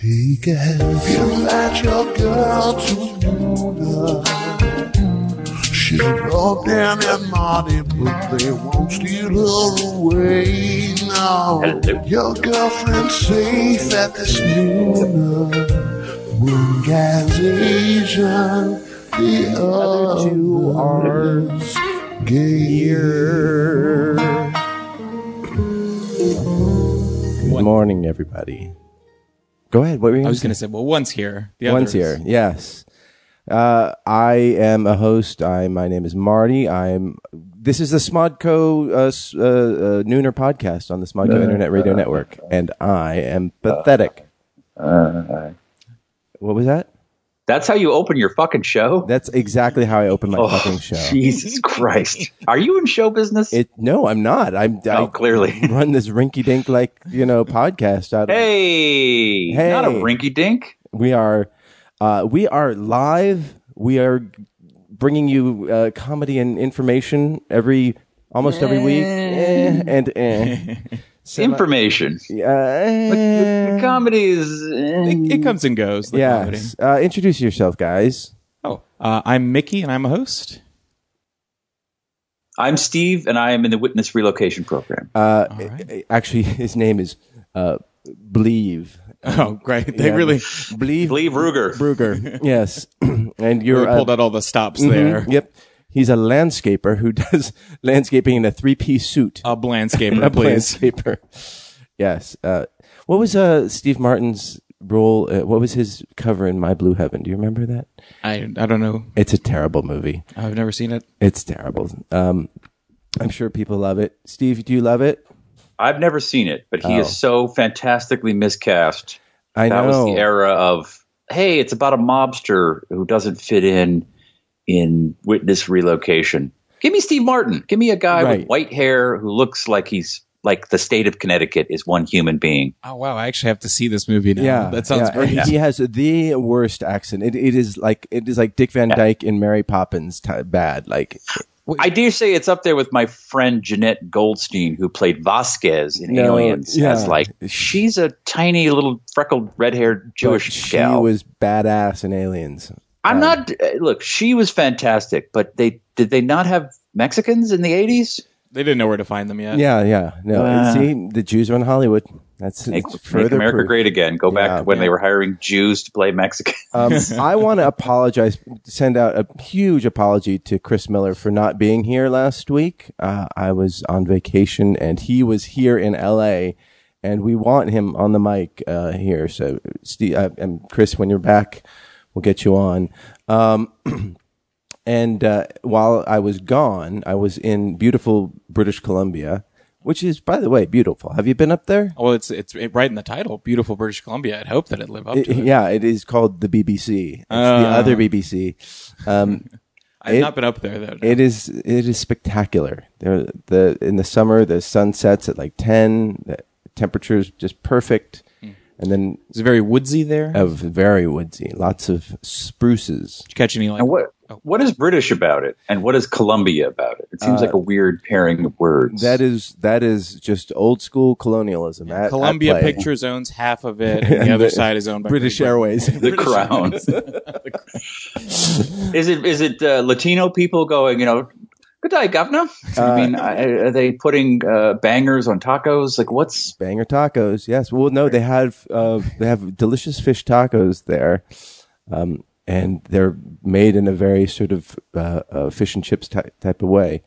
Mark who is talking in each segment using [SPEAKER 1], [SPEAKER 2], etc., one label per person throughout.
[SPEAKER 1] Take a hand. You let your girl to Luna. She's broke down and naughty, but they won't steal her away now.
[SPEAKER 2] Hello.
[SPEAKER 1] Your girlfriend's safe at this Luna. One guy's Asian, the other two arms gayer.
[SPEAKER 3] Good morning, everybody. Go ahead. What were you?
[SPEAKER 4] I was going to say, well, one's here. The
[SPEAKER 3] One's
[SPEAKER 4] other is-
[SPEAKER 3] here. Yes. Uh, I am a host. I my name is Marty. I'm. This is the Smodco uh, s- uh, uh, Nooner podcast on the Smodco
[SPEAKER 2] Uh,
[SPEAKER 3] Internet Radio Network, and I am pathetic.
[SPEAKER 2] uh,
[SPEAKER 3] What was that?
[SPEAKER 2] That's how you open your fucking show?
[SPEAKER 3] That's exactly how I open my
[SPEAKER 2] Oh,
[SPEAKER 3] fucking show.
[SPEAKER 2] Jesus Christ. Are you in show business?
[SPEAKER 3] It. No, I'm not. I'm.
[SPEAKER 2] oh,
[SPEAKER 3] I
[SPEAKER 2] clearly.
[SPEAKER 3] run this rinky-dink like you know podcast out. of-
[SPEAKER 2] Hey,
[SPEAKER 3] Hey.
[SPEAKER 2] not a rinky dink.
[SPEAKER 3] We are, uh, we are live. We are bringing you uh, comedy and information every almost every week. Eh, and eh. Semi-
[SPEAKER 2] Information.
[SPEAKER 3] Yeah, eh.
[SPEAKER 2] The comedy is. eh.
[SPEAKER 4] It, it comes and goes. The comedy.
[SPEAKER 3] Yes. Uh, introduce yourself, guys.
[SPEAKER 4] Oh, uh, I'm Mickey, and I'm a host.
[SPEAKER 2] I'm Steve, and I am in the witness relocation program.
[SPEAKER 3] Uh,
[SPEAKER 4] right.
[SPEAKER 3] eh, eh, Actually, his name is uh, Believe.
[SPEAKER 4] Oh, great! They
[SPEAKER 3] Yeah.
[SPEAKER 4] really
[SPEAKER 3] Believe.
[SPEAKER 2] Leave Ruger.
[SPEAKER 3] Bruger. yes. and you're
[SPEAKER 4] really
[SPEAKER 3] uh,
[SPEAKER 4] pulled out all the stops
[SPEAKER 3] mhm,
[SPEAKER 4] there.
[SPEAKER 3] Yep. He's a landscaper who does landscaping in a three-piece suit.
[SPEAKER 4] A landscaper,
[SPEAKER 3] a
[SPEAKER 4] please.
[SPEAKER 3] landscaper. Yes. Uh, what was uh, Steve Martin's role? Uh, what was his cover in My Blue Heaven? Do you remember that?
[SPEAKER 4] I I don't know.
[SPEAKER 3] It's a terrible movie.
[SPEAKER 4] I've never seen it.
[SPEAKER 3] It's terrible. Um, I'm sure people love it. Steve, do you love it?
[SPEAKER 2] I've never seen it, but he
[SPEAKER 3] Oh.
[SPEAKER 2] is so fantastically miscast.
[SPEAKER 3] I
[SPEAKER 2] that
[SPEAKER 3] know.
[SPEAKER 2] was the era of hey, it's about a mobster who doesn't fit in in witness relocation. Give me Steve Martin. Give me a guy
[SPEAKER 3] Right.
[SPEAKER 2] with white hair who looks like he's like the state of Connecticut is one human being.
[SPEAKER 4] Oh wow! I actually have to see this movie now.
[SPEAKER 3] Yeah,
[SPEAKER 4] that sounds
[SPEAKER 3] yeah.
[SPEAKER 4] great.
[SPEAKER 3] And He has the worst accent. It, it is like it is like Dick Van Dyke in Mary Poppins ty bad. Like
[SPEAKER 2] I dare say it's up there with my friend Jeanette Goldstein, who played Vasquez in
[SPEAKER 3] No,
[SPEAKER 2] Aliens.
[SPEAKER 3] yeah.
[SPEAKER 2] As like she's a tiny little freckled red haired
[SPEAKER 3] but
[SPEAKER 2] Jewish
[SPEAKER 3] she
[SPEAKER 2] gal.
[SPEAKER 3] was badass in Aliens.
[SPEAKER 2] I'm not uh, look. She was fantastic, but they did they not have Mexicans in the eighties?
[SPEAKER 4] They didn't know where to find them yet.
[SPEAKER 3] Yeah, yeah. No,
[SPEAKER 2] Uh,
[SPEAKER 3] see, the Jews run Hollywood. That's
[SPEAKER 2] Make,
[SPEAKER 3] it's
[SPEAKER 2] make
[SPEAKER 3] further
[SPEAKER 2] America
[SPEAKER 3] proof.
[SPEAKER 2] great again. Go back
[SPEAKER 3] Yeah.
[SPEAKER 2] to when they were hiring Jews to play Mexicans.
[SPEAKER 3] Um, I want to apologize, send out a huge apology to Chris Miller for not being here last week. Uh, I was on vacation and he was here in LA, and we want him on the mic uh, here. So, Steve uh, and Chris, when you're back, we'll get you on. Um, and uh, while I was gone, I was in beautiful British Columbia, which is, by the way, beautiful. Have you been up there?
[SPEAKER 4] Well, it's it's it, right in the title, beautiful British Columbia. I'd hope that it would live up
[SPEAKER 3] It-
[SPEAKER 4] to it.
[SPEAKER 3] yeah, it is called the BBC. It's the
[SPEAKER 4] Ah.
[SPEAKER 3] other BBC. Um,
[SPEAKER 4] I've
[SPEAKER 3] it-
[SPEAKER 4] not been up there though. no.
[SPEAKER 3] it is it is spectacular. There, the in the summer the sun sets at like ten. The temperature is just perfect,
[SPEAKER 4] Hmm.
[SPEAKER 3] and then
[SPEAKER 4] It's very woodsy there.
[SPEAKER 3] of very woodsy. Lots of spruces.
[SPEAKER 4] Did you catch any like?
[SPEAKER 2] And what
[SPEAKER 3] oh.
[SPEAKER 2] what is British about it, and what is Columbia about it? It seems like a weird pairing of words.
[SPEAKER 3] Uh, That is that is just old school colonialism. at- at
[SPEAKER 4] Columbia
[SPEAKER 3] uh, play.
[SPEAKER 4] Pictures owns half of it, and the other side is owned by
[SPEAKER 3] British
[SPEAKER 4] Britain.
[SPEAKER 3] Airways.
[SPEAKER 2] the crown. is it is it uh, Latino people going? You know, good day, governor.
[SPEAKER 3] Uh,
[SPEAKER 2] I mean, I, are they putting uh, bangers on tacos? Like, what's
[SPEAKER 3] Banger tacos. Yes. Well, no, they have uh, they have delicious fish tacos there, um, and they're made in a very sort of uh, uh, fish and chips ty- type of way.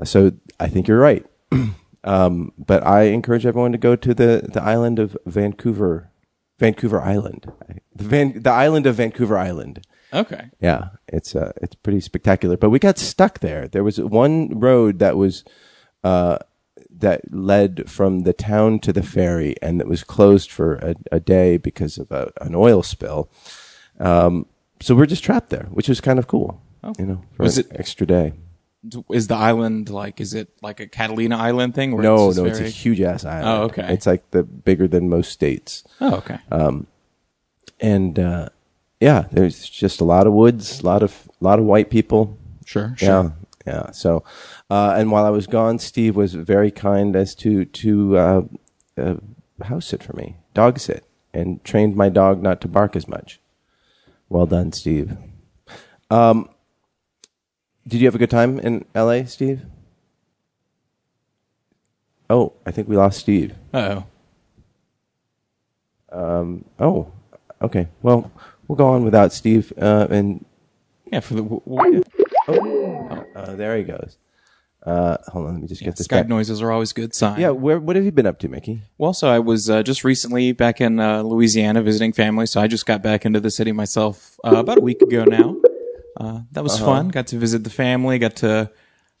[SPEAKER 3] Uh, So I think you're right. um, but I encourage everyone to go to the the island of Vancouver, Vancouver Island, the Van, the island of Vancouver Island.
[SPEAKER 4] Okay.
[SPEAKER 3] Yeah, it's uh, it's pretty spectacular. But we got stuck there. There was one road that was uh, that led from the town to the ferry, and that was closed for a, a day because of a, an oil spill. Um, so we're just trapped there, which is kind of cool. You know, for
[SPEAKER 4] Oh. Was
[SPEAKER 3] an extra day.
[SPEAKER 4] Is the island like? Is it like a Catalina Island thing? Where
[SPEAKER 3] No,
[SPEAKER 4] it's
[SPEAKER 3] no,
[SPEAKER 4] just
[SPEAKER 3] it's a
[SPEAKER 4] very-
[SPEAKER 3] huge ass island.
[SPEAKER 4] Oh, okay.
[SPEAKER 3] It's like the bigger than most states.
[SPEAKER 4] Oh, okay.
[SPEAKER 3] uh, and uh, yeah, there's just a lot of woods, a lot of lot of white people.
[SPEAKER 4] Sure,
[SPEAKER 3] Yeah, yeah. So, uh, and while I was gone, Steve was very kind as to to uh, uh, house sit for me, dog sit. and trained my dog not to bark as much. Well done, Steve. Um, did you have a good time in LA, Steve? Oh, I think we lost Steve.
[SPEAKER 4] Oh,
[SPEAKER 3] Oh, okay. Well, we'll go on without Steve. Uh, and
[SPEAKER 4] yeah. For the w- w-
[SPEAKER 3] uh, there he goes. Uh, hold on, let me just get this
[SPEAKER 4] Skype
[SPEAKER 3] back.
[SPEAKER 4] noises are always a good sign.
[SPEAKER 3] Yeah, where, what have you been up to, Mickey?
[SPEAKER 4] Well, so I was uh, just recently back in uh, Louisiana visiting family, so I just got back into the city myself uh, about a week ago now. Uh, that
[SPEAKER 3] Uh-huh.
[SPEAKER 4] was fun. Got to visit the family. Got to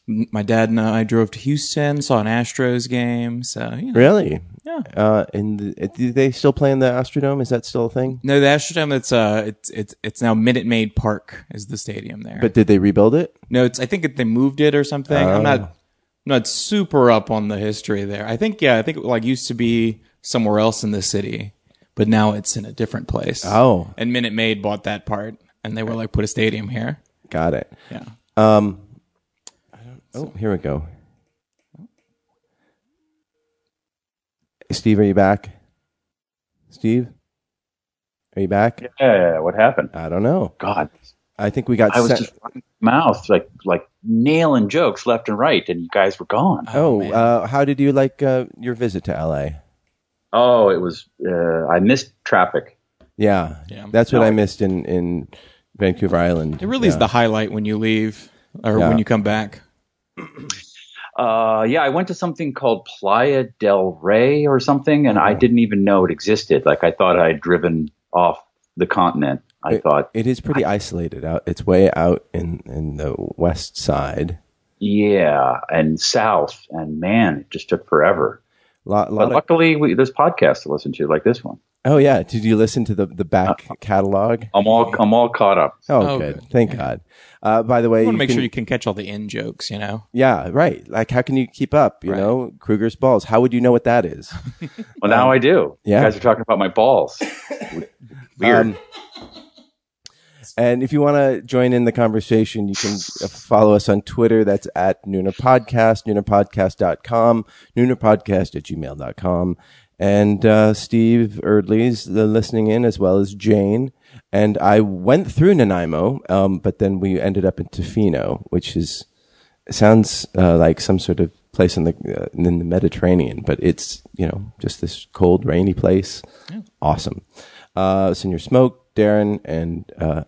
[SPEAKER 4] m- my dad and I drove to Houston, saw an Astros game. So you know.
[SPEAKER 3] Really?
[SPEAKER 4] Yeah.
[SPEAKER 3] Uh, and the, do they still play in the Astrodome? Is that still a thing?
[SPEAKER 4] no, the Astrodome. It's uh, it's it's it's now Minute Maid Park is the stadium there.
[SPEAKER 3] But did they rebuild it?
[SPEAKER 4] no, it's I think that they moved it or something. I'm
[SPEAKER 3] Oh.
[SPEAKER 4] not I'm not super up on the history there. I think yeah, I think it like used to be somewhere else in the city, but now it's in a different place.
[SPEAKER 3] Oh,
[SPEAKER 4] and Minute Maid bought that part, and they were like, "Put a stadium here."
[SPEAKER 3] got it. Um,
[SPEAKER 4] Yeah,
[SPEAKER 3] Oh, here we go. Steve, are you back? Steve, are you back?
[SPEAKER 2] Yeah, what happened?
[SPEAKER 3] I don't know.
[SPEAKER 2] God,
[SPEAKER 3] I think we got.
[SPEAKER 2] I was
[SPEAKER 3] sent-
[SPEAKER 2] just running mouth like like nailing jokes left and right, and you guys were gone.
[SPEAKER 3] oh,
[SPEAKER 4] man.
[SPEAKER 3] uh, how did you like uh, your visit to LA?
[SPEAKER 2] Oh, it was uh, I missed traffic.
[SPEAKER 3] Yeah,
[SPEAKER 4] Yeah.
[SPEAKER 3] that's what I missed in in Vancouver Island.
[SPEAKER 4] it really is the highlight when you leave or
[SPEAKER 3] Yeah.
[SPEAKER 4] when you come back.
[SPEAKER 2] Uh, yeah, I went to something called Playa del Rey or something, and
[SPEAKER 3] Uh-huh.
[SPEAKER 2] I didn't even know it existed. Like I thought I'd driven off the continent. I
[SPEAKER 3] It-
[SPEAKER 2] thought,
[SPEAKER 3] It is pretty isolated out. It's way out in in the west side.
[SPEAKER 2] yeah, and south, and man, it just took forever.
[SPEAKER 3] Lot, lot
[SPEAKER 2] But
[SPEAKER 3] of-
[SPEAKER 2] luckily, we, there's podcasts to listen to, like this one.
[SPEAKER 3] oh yeah, did you listen to the the back catalog?
[SPEAKER 2] I'm all I'm all caught up.
[SPEAKER 3] Oh,
[SPEAKER 4] Uh, Oh,
[SPEAKER 3] good.
[SPEAKER 4] good.
[SPEAKER 3] Thank God. Uh, by the way,
[SPEAKER 4] You want to
[SPEAKER 3] you
[SPEAKER 4] make
[SPEAKER 3] can-
[SPEAKER 4] sure you can catch all the in jokes, you know.
[SPEAKER 3] yeah, right. Like, how can you keep up? You
[SPEAKER 4] Right.
[SPEAKER 3] know, Kruger's balls. How would you know what that is?
[SPEAKER 2] Well, now I do.
[SPEAKER 3] yeah.
[SPEAKER 2] You guys are talking about my balls. Weird.
[SPEAKER 3] Um, and if you want to join in the conversation, you can uh, follow us on Twitter. That's at Nuna Podcast, NunaPodcast.com, NunaPodcast at gmail.com. And uh, Steve Erdley's the listening in, as well as Jane. And I went through Nanaimo, um, but then we ended up in Tofino, which is sounds uh, like some sort of place in the uh, in the Mediterranean, but it's you know just this cold, rainy place. Awesome. Uh, Senior Smoke, Darren, and uh,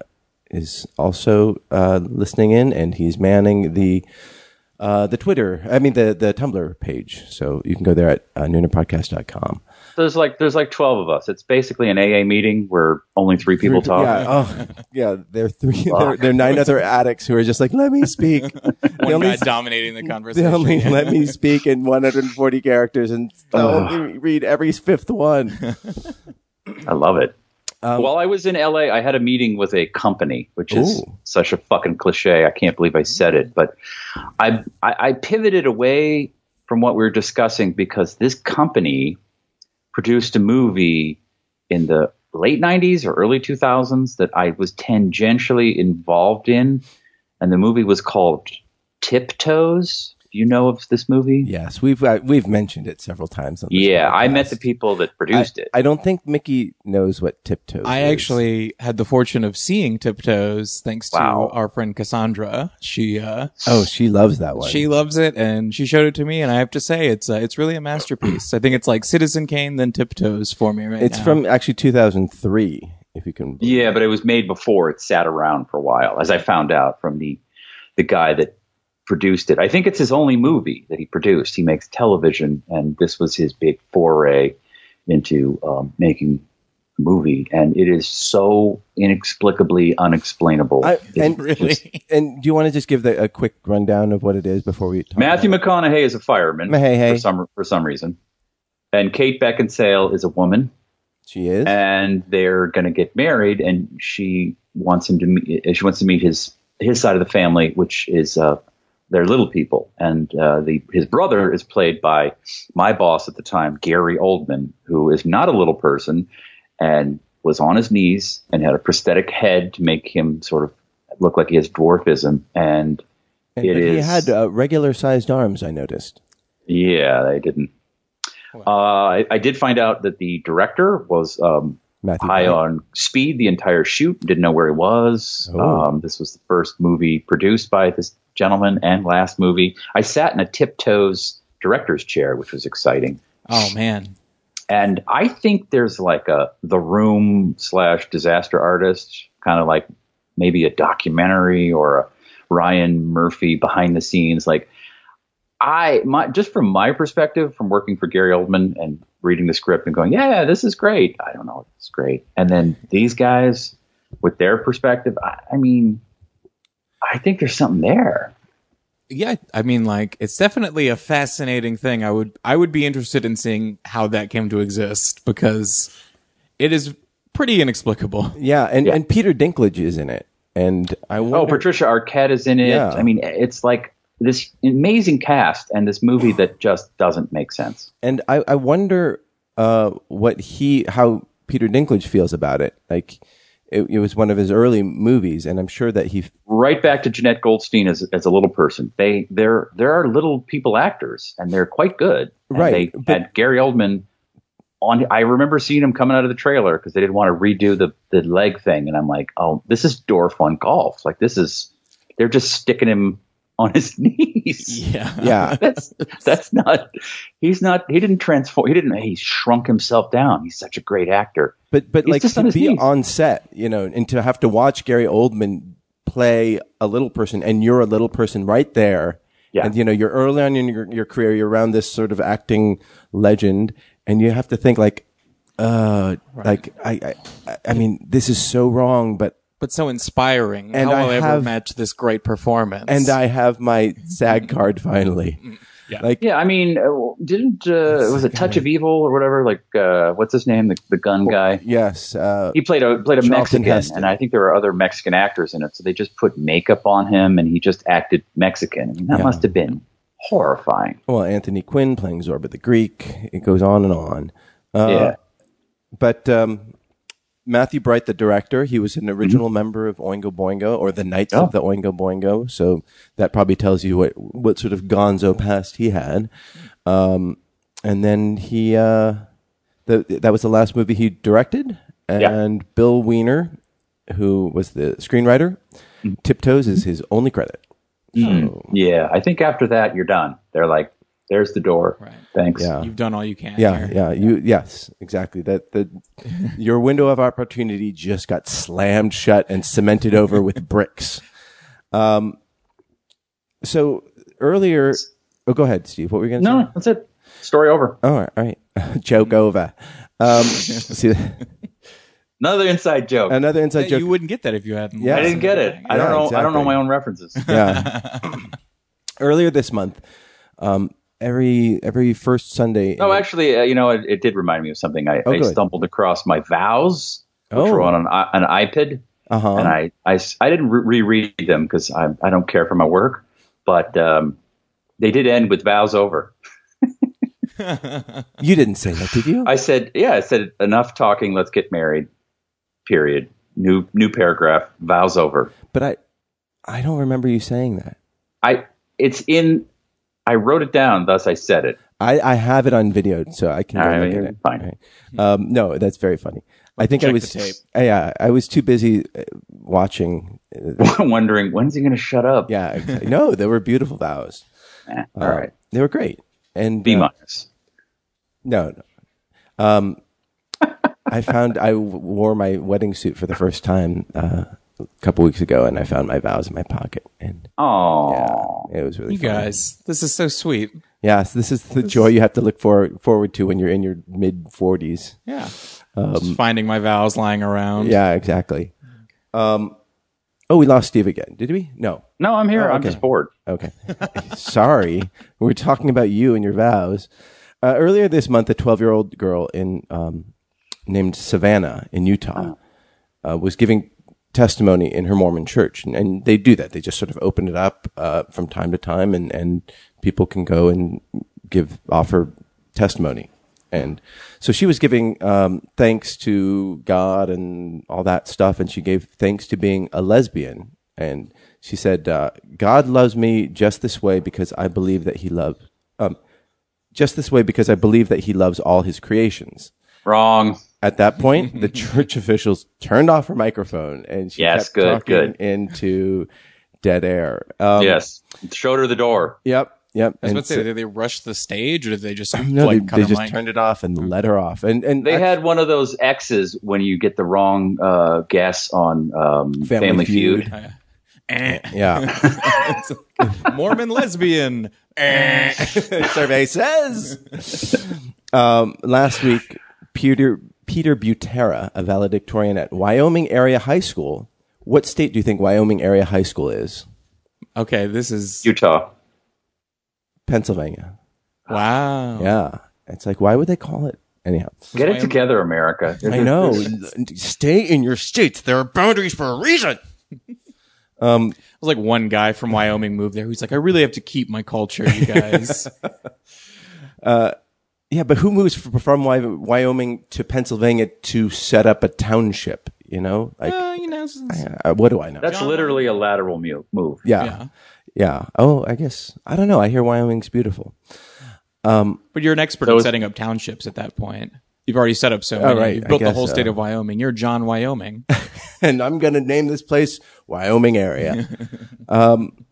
[SPEAKER 3] is also uh, listening in, and he's manning the. Uh, the Twitter, I mean the the Tumblr page, so you can go there at uh, noonapodcast.com.
[SPEAKER 2] there's like there's like 12 of us. It's basically an AA meeting where only three people talk.
[SPEAKER 3] Yeah, oh, yeah, there are three, there, there are nine other addicts who are just like, let me speak. the
[SPEAKER 4] One
[SPEAKER 3] only
[SPEAKER 4] guy dominating the
[SPEAKER 3] They
[SPEAKER 4] conversation.
[SPEAKER 3] only let me speak in 140 characters and they'll only read every fifth one.
[SPEAKER 2] I love it.
[SPEAKER 3] Um,
[SPEAKER 2] While I was in LA, I had a meeting with a company, which is
[SPEAKER 3] Ooh.
[SPEAKER 2] such a fucking cliche. I can't believe I said it, but I, I I pivoted away from what we were discussing because this company produced a movie in the late 90s or early 2000s that I was tangentially involved in, and the movie was called Tiptoes. Do you know of this movie?
[SPEAKER 3] Yes, we've uh, we've mentioned it several times. On this
[SPEAKER 2] Yeah, I
[SPEAKER 3] podcast.
[SPEAKER 2] met the people that
[SPEAKER 3] I,
[SPEAKER 2] produced it.
[SPEAKER 3] I don't think Mickey knows what tiptoes.
[SPEAKER 4] I
[SPEAKER 3] is.
[SPEAKER 4] actually had the fortune of seeing Tiptoes thanks to
[SPEAKER 2] Wow.
[SPEAKER 4] our friend Cassandra. She uh,
[SPEAKER 3] Oh, she loves that one.
[SPEAKER 4] she loves it, and she showed it to me, and I have to say it's uh, it's really a masterpiece. I think it's like Citizen Kane then Tiptoes for me right
[SPEAKER 3] it's
[SPEAKER 4] now.
[SPEAKER 3] from actually 2003, if you can. believe
[SPEAKER 2] Yeah, but it was made before it sat around for a while, as I found out from the the guy that produced it. I think it's his only movie that he produced. He makes television, and this was his big foray into um, making a movie. And it is so inexplicably unexplainable.
[SPEAKER 3] I,
[SPEAKER 2] It's
[SPEAKER 3] and
[SPEAKER 4] really.
[SPEAKER 3] And do you want to just give the, a quick rundown of what it is before we talk?
[SPEAKER 2] Matthew
[SPEAKER 3] about
[SPEAKER 2] McConaughey is a fireman
[SPEAKER 3] Mahey.
[SPEAKER 2] for some for some reason, and Kate Beckinsale is a woman.
[SPEAKER 3] it? she is.
[SPEAKER 2] and they're going to get married and she wants him to meet eh, she wants to meet his his side of the family which is uh they're little people and uh the his brother is played by my boss at the time Gary Oldman who is not a little person and was on his knees and had a prosthetic head to make him sort of look like he has dwarfism and
[SPEAKER 3] And
[SPEAKER 2] it
[SPEAKER 3] he
[SPEAKER 2] is-
[SPEAKER 3] had uh, regular sized arms. I noticed.
[SPEAKER 2] yeah they didn't Uh, I, I did find out that the director was um,
[SPEAKER 3] Matthew.
[SPEAKER 2] high
[SPEAKER 3] Broderick.
[SPEAKER 2] on speed the entire shoot. Didn't know where he was.
[SPEAKER 3] Oh.
[SPEAKER 2] Um, this was the first movie produced by this gentleman and last movie. I sat in a tiptoes director's chair, which was exciting.
[SPEAKER 4] Oh man,
[SPEAKER 2] And I think there's like a the room slash disaster artist, kind of like maybe a documentary or a Ryan Murphy behind the scenes. Like I my just from my perspective, from working for Gary Oldman and reading the script and going, Yeah, this is great. I don't know, it's great. And then these guys with their perspective, I, I mean I think there's something there.
[SPEAKER 4] yeah. I mean, like it's definitely a fascinating thing. I would I would be interested in seeing how that came to exist because it is pretty inexplicable.
[SPEAKER 3] Yeah, and,
[SPEAKER 2] Yeah.
[SPEAKER 3] and Peter Dinklage is in it, and I wonder.
[SPEAKER 2] Oh, Patricia Arquette is in it.
[SPEAKER 3] Yeah.
[SPEAKER 2] I mean, it's like this amazing cast and this movie that just doesn't make sense.
[SPEAKER 3] and I, I wonder uh, what he how Peter Dinklage feels about it. Like it, it was one of his early movies, and I'm sure that he
[SPEAKER 2] Right back to Jeanette Goldstein as, as a little person. They they're there are little people actors and they're quite good. And
[SPEAKER 3] Right,
[SPEAKER 2] They
[SPEAKER 3] but-
[SPEAKER 2] had Gary Oldman on. I remember seeing him coming out of the trailer because they didn't want to redo the the leg thing, and I'm like, oh, this is Dorf on golf. Like this is they're just sticking him on his knees.
[SPEAKER 4] Yeah,
[SPEAKER 3] yeah
[SPEAKER 2] that's that's not he's not he didn't transform he didn't he shrunk himself down he's such a great actor
[SPEAKER 3] But but
[SPEAKER 2] He's
[SPEAKER 3] like
[SPEAKER 2] just
[SPEAKER 3] to
[SPEAKER 2] on his
[SPEAKER 3] be
[SPEAKER 2] knees.
[SPEAKER 3] on set, you know, and to have to watch Gary Oldman play a little person, and you're a little person right there.
[SPEAKER 2] Yeah.
[SPEAKER 3] And you know, you're early on in your, your career, you're around this sort of acting legend, and you have to think like, uh, like I, I, I mean, this is so wrong, but
[SPEAKER 4] but so inspiring.
[SPEAKER 3] And
[SPEAKER 4] how
[SPEAKER 3] I
[SPEAKER 4] will I ever
[SPEAKER 3] have-
[SPEAKER 4] match this great performance?
[SPEAKER 3] and I have my SAG card finally. Like,
[SPEAKER 2] yeah i mean uh, didn't uh, was it touch of evil or whatever like uh, what's his name the, the gun guy
[SPEAKER 3] yes, uh,
[SPEAKER 2] he played a played a
[SPEAKER 3] Charlton
[SPEAKER 2] mexican
[SPEAKER 3] Heston.
[SPEAKER 2] and i think there were other mexican actors in it so they just put makeup on him and he just acted mexican I mean, that
[SPEAKER 3] Yeah.
[SPEAKER 2] must have been horrifying
[SPEAKER 3] well, Anthony Quinn playing Zorba the Greek. It goes on and on. Uh,
[SPEAKER 2] yeah
[SPEAKER 3] But um, Matthew Bright, the director, he was an original member of Oingo Boingo or the Knights
[SPEAKER 2] Oh.
[SPEAKER 3] of the Oingo Boingo. So that probably tells you what, what sort of gonzo past he had. Um, and then he, uh, the, that was the last movie he directed. And Bill Wiener, who was the screenwriter, Tiptoes is his only credit. So,
[SPEAKER 2] yeah i think after that you're done they're like there's the door
[SPEAKER 4] Right.
[SPEAKER 2] thanks
[SPEAKER 3] yeah.
[SPEAKER 4] You've done all you can.
[SPEAKER 3] Yeah,
[SPEAKER 4] here.
[SPEAKER 3] yeah, you yes, exactly. That the your window of opportunity just got slammed shut and cemented over with bricks. Um, so earlier, oh, go ahead, Steve. What were you going to say?
[SPEAKER 2] no that's it story over
[SPEAKER 3] Oh, all right, joke over. Um, see,
[SPEAKER 2] another inside joke
[SPEAKER 3] another inside
[SPEAKER 4] Yeah,
[SPEAKER 3] joke.
[SPEAKER 4] You wouldn't get that if you hadn't.
[SPEAKER 3] Yeah.
[SPEAKER 2] I didn't get it.
[SPEAKER 3] Yeah,
[SPEAKER 2] I don't know. I don't
[SPEAKER 3] exactly.
[SPEAKER 2] know my own references.
[SPEAKER 3] yeah. earlier this month, um, every every first Sunday.
[SPEAKER 2] no, actually, uh, you know, it, it did remind me of something. I,
[SPEAKER 3] Oh,
[SPEAKER 2] I
[SPEAKER 3] good.
[SPEAKER 2] stumbled across my vows, which
[SPEAKER 3] Oh.
[SPEAKER 2] were on an, i- an iPad,
[SPEAKER 3] uh huh.
[SPEAKER 2] and I, I s- I didn't re- reread them because I I don't care for my work, but um, they did end with vows over.
[SPEAKER 3] you didn't say that, did you?
[SPEAKER 2] I said, yeah, I said enough talking. Let's get married. Period. New new paragraph. Vows over.
[SPEAKER 3] but I, I don't remember you saying that.
[SPEAKER 2] I it's in. I wrote it down. Thus, I said it.
[SPEAKER 3] I, I have it on video, so I can.
[SPEAKER 2] All
[SPEAKER 3] go
[SPEAKER 2] right,
[SPEAKER 3] look
[SPEAKER 2] you're
[SPEAKER 3] at it.
[SPEAKER 2] fine.
[SPEAKER 3] All right. Um, no, that's very funny. I think I
[SPEAKER 4] check
[SPEAKER 3] was. uh,
[SPEAKER 4] the tape.
[SPEAKER 3] Yeah, I was too busy uh, watching. uh,
[SPEAKER 2] Wondering when's he going to shut up?
[SPEAKER 3] Yeah, exactly. no, they were beautiful vows.
[SPEAKER 2] Eh,
[SPEAKER 3] Uh,
[SPEAKER 2] all right.
[SPEAKER 3] they were great. And
[SPEAKER 2] B
[SPEAKER 3] uh,
[SPEAKER 2] minus.
[SPEAKER 3] no, no. Um, I found I w- wore my wedding suit for the first time uh, a couple weeks ago, and I found my vows in my pocket, and
[SPEAKER 2] Oh.
[SPEAKER 3] yeah, it was really
[SPEAKER 4] You
[SPEAKER 3] fun.
[SPEAKER 4] guys, this is so sweet.
[SPEAKER 3] Yeah, so this is the joy you have to look for, forward to when you're in your mid forties.
[SPEAKER 4] Yeah. Just finding my vows lying around.
[SPEAKER 3] Um, Yeah, exactly. Um, oh, we lost Steve again. Did we? No.
[SPEAKER 2] No, I'm here.
[SPEAKER 3] Oh,
[SPEAKER 2] I'm
[SPEAKER 3] okay.
[SPEAKER 2] just bored.
[SPEAKER 3] Okay. Sorry. We were talking about you and your vows. Uh, earlier this month, a 12 year old girl in um, named Savannah in Utah uh, was giving testimony in her Mormon church. And, and they do that. They just sort of open it up uh, from time to time, and, and people can go and give offer testimony. And so she was giving um, thanks to God and all that stuff, and she gave thanks to being a lesbian. And she said, uh, "God loves me just this way because I believe that He loves um, just this way because I believe that he loves all his creations.
[SPEAKER 2] Wrong.
[SPEAKER 3] At that point, the church officials turned off her microphone and she
[SPEAKER 2] Yes,
[SPEAKER 3] kept
[SPEAKER 2] good,
[SPEAKER 3] talking
[SPEAKER 2] good.
[SPEAKER 3] into dead air. Um,
[SPEAKER 2] yes. Showed her the door.
[SPEAKER 3] Yep. Yep.
[SPEAKER 4] I was
[SPEAKER 3] and
[SPEAKER 4] about to say,
[SPEAKER 3] so-
[SPEAKER 4] did they rush the stage or did they just
[SPEAKER 3] no,
[SPEAKER 4] like,
[SPEAKER 3] they,
[SPEAKER 4] cut
[SPEAKER 3] they
[SPEAKER 4] her
[SPEAKER 3] just
[SPEAKER 4] mic?
[SPEAKER 3] turned it off
[SPEAKER 4] Mm.
[SPEAKER 3] and let her off. And and
[SPEAKER 2] They
[SPEAKER 3] I-
[SPEAKER 2] had one of those X's when you get the wrong uh, guess on um, Family, Feud.
[SPEAKER 4] Eh.
[SPEAKER 3] Yeah.
[SPEAKER 4] It's like, Mormon lesbian. Eh.
[SPEAKER 3] survey says. um, last week, Peter Peter Butera, a valedictorian at Wyoming Area High School. What state do you think Wyoming Area High School is?
[SPEAKER 4] okay, this is
[SPEAKER 2] Utah.
[SPEAKER 3] Pennsylvania.
[SPEAKER 4] wow.
[SPEAKER 3] Yeah, it's like why would they call it anyhow?
[SPEAKER 2] Get it together, America.
[SPEAKER 3] I know. Stay in your states. There are boundaries for a reason.
[SPEAKER 4] It was like one guy from Wyoming moved there who's like, I really have to keep my culture, you guys.
[SPEAKER 3] Yeah, but who moves fr- from Wy- Wyoming to Pennsylvania to set up a township? You know, like
[SPEAKER 4] Uh, you know, it's-
[SPEAKER 3] uh, what do I know?
[SPEAKER 2] That's literally a lateral mu- move.
[SPEAKER 3] yeah. yeah,
[SPEAKER 4] yeah.
[SPEAKER 3] Oh, I guess I don't know. I hear Wyoming's beautiful.
[SPEAKER 4] But you're an expert in setting up townships at that point. You've already set up so many.
[SPEAKER 3] Oh, right,
[SPEAKER 4] You've
[SPEAKER 3] I
[SPEAKER 4] built the
[SPEAKER 3] guess
[SPEAKER 4] whole
[SPEAKER 3] so.
[SPEAKER 4] state of Wyoming. You're John Wyoming.
[SPEAKER 3] and I'm going to name this place Wyoming area. um,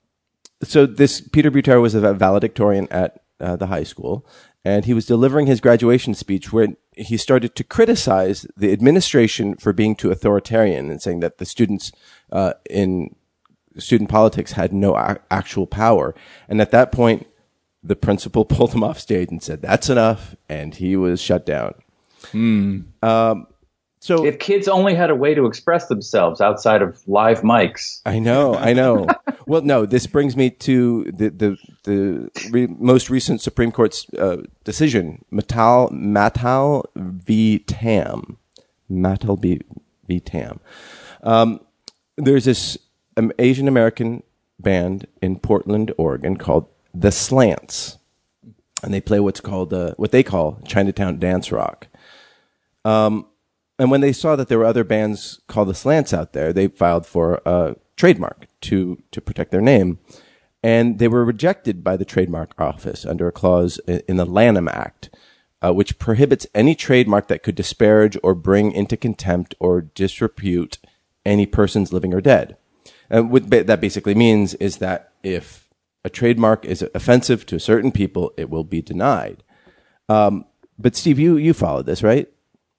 [SPEAKER 3] so this Peter Butera was a valedictorian at uh, the high school, and he was delivering his graduation speech where he started to criticize the administration for being too authoritarian and saying that the students uh, in student politics had no ac actual power. And at that point, the principal pulled him off stage and said, "That's enough," and he was shut down. Um, so
[SPEAKER 2] If kids only had a way to express themselves outside of live mics,
[SPEAKER 3] I know, I know. well, no, this brings me to the the, the re- most recent Supreme Court's uh, decision, Mattel Mattel v. Tam, Mattel v. v. Tam. Um, there's this um, Asian American band in Portland, Oregon, called the Slants, and they play what's called uh, what they call Chinatown dance rock. And when they saw that there were other bands called the Slants out there, they filed for a trademark to to protect their name, and they were rejected by the trademark office under a clause i- in the Lanham Act, uh, which prohibits any trademark that could disparage or bring into contempt or disrepute any persons living or dead. And what ba- that basically means is that if a trademark is offensive to certain people, it will be denied. Um, but Steve, you you followed this, right?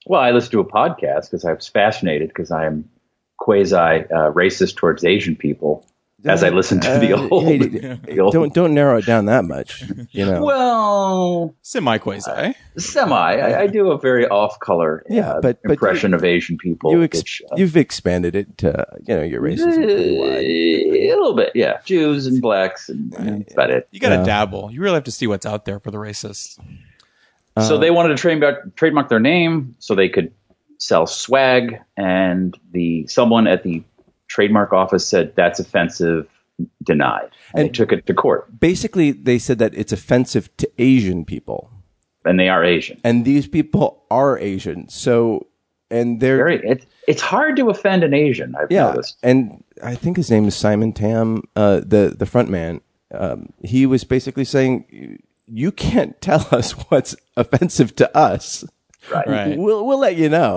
[SPEAKER 2] well, I listen to a podcast because I was fascinated because I am quasi uh, racist towards Asian people as I listen to the
[SPEAKER 3] Uh,
[SPEAKER 2] old.
[SPEAKER 3] hey,
[SPEAKER 2] the old-
[SPEAKER 3] don't don't narrow it down that much. You know.
[SPEAKER 2] well,
[SPEAKER 4] Semi
[SPEAKER 3] Uh,
[SPEAKER 4] quasi.
[SPEAKER 2] semi. I, I do a very off-color
[SPEAKER 3] Yeah,
[SPEAKER 2] uh,
[SPEAKER 3] but- but
[SPEAKER 2] impression of Asian people.
[SPEAKER 3] you ex-
[SPEAKER 2] which, uh, Eh,
[SPEAKER 3] you've expanded it to you know your racism pretty wide.
[SPEAKER 2] a little bit, yeah. Jews and blacks, and, and that's about it.
[SPEAKER 4] You got to dabble. You really have to see what's out there for the racists.
[SPEAKER 3] Uh,
[SPEAKER 2] so they wanted to trademark, trademark their name so they could sell swag and the someone at the trademark office said that's offensive denied and, they
[SPEAKER 3] And-
[SPEAKER 2] took it to court
[SPEAKER 3] Basically, they said that it's offensive to Asian people,
[SPEAKER 2] and they are asian
[SPEAKER 3] and these people are Asian. So, and they're
[SPEAKER 2] very it, it's hard to offend an asian i've
[SPEAKER 3] yeah,
[SPEAKER 2] noticed
[SPEAKER 3] and I think his name is Simon Tam, uh, the the front man. Um, he was basically saying, "You can't tell us what's offensive to us."
[SPEAKER 2] right,
[SPEAKER 4] Right.
[SPEAKER 3] We'll we'll let you know.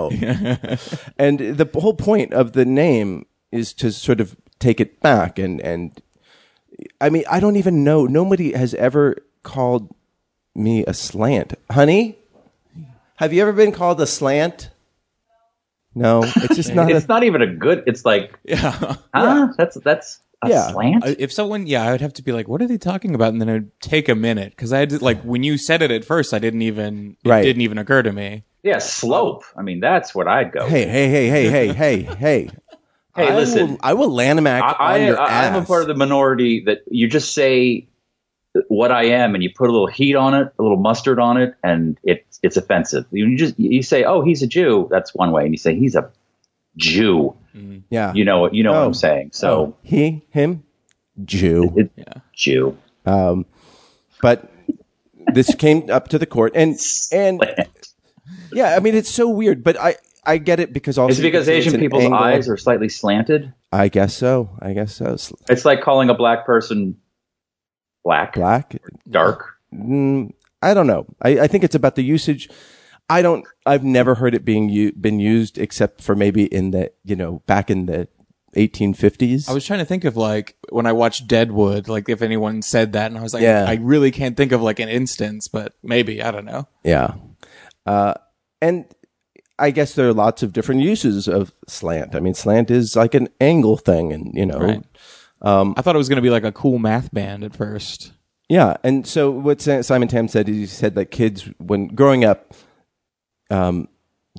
[SPEAKER 3] and the whole point of the name is to sort of take it back and and I mean I don't even know. Nobody has ever called me a slant, honey. Have you ever been called a slant? No, it's just not.
[SPEAKER 2] it's
[SPEAKER 3] a,
[SPEAKER 2] not even a good it's like
[SPEAKER 4] Yeah.
[SPEAKER 2] huh that's that's a
[SPEAKER 3] Yeah.
[SPEAKER 2] slant
[SPEAKER 4] I- If someone, yeah, I would have to be like, what are they talking about? And then it would take a minute because I had to, like, when you said it at first, I didn't even, it
[SPEAKER 3] Right.
[SPEAKER 4] didn't even occur to me.
[SPEAKER 2] yeah slope i mean that's what i'd go
[SPEAKER 3] hey, hey, hey, hey, hey, hey, hey.
[SPEAKER 2] Hey,
[SPEAKER 3] I
[SPEAKER 2] listen.
[SPEAKER 3] Will, I will Lanham Act
[SPEAKER 2] I,
[SPEAKER 3] on
[SPEAKER 2] I,
[SPEAKER 3] your
[SPEAKER 2] I,
[SPEAKER 3] ass.
[SPEAKER 2] I'm a part of the minority that you just say what I am, and you put a little heat on it, a little mustard on it, and it's it's offensive. You just you say, "Oh, he's a Jew." That's one way, and you say he's a Jew.
[SPEAKER 3] yeah.
[SPEAKER 2] You know what you know what
[SPEAKER 3] Oh.
[SPEAKER 2] I'm saying. So
[SPEAKER 3] Oh, he, him, Jew.
[SPEAKER 2] it, Jew.
[SPEAKER 3] but this came up to the court and and
[SPEAKER 2] it's
[SPEAKER 3] yeah i mean it's so weird but i i get it because also you
[SPEAKER 2] because
[SPEAKER 3] can see it's
[SPEAKER 2] Asian
[SPEAKER 3] an
[SPEAKER 2] people's
[SPEAKER 3] angle.
[SPEAKER 2] eyes are slightly slanted.
[SPEAKER 3] i guess so i guess so S-
[SPEAKER 2] It's like calling a black person black,
[SPEAKER 3] black
[SPEAKER 2] dark.
[SPEAKER 3] mm, I don't know. I, I think it's about the usage. I don't. I've never heard it being u- been used except for maybe in the you know back in the 1850s.
[SPEAKER 4] I was trying to think of like when I watched Deadwood, like if anyone said that, and I was like,
[SPEAKER 3] Yeah.
[SPEAKER 4] I really can't think of like an instance, but maybe I don't know.
[SPEAKER 3] Yeah. Uh, and I guess there are lots of different uses of slant. I mean, slant is like an angle thing, and you know,
[SPEAKER 4] Right. I thought it was going to be like a cool math band at first.
[SPEAKER 3] yeah. And so what Sa- Simon Tam said is he said that kids, when growing up, um,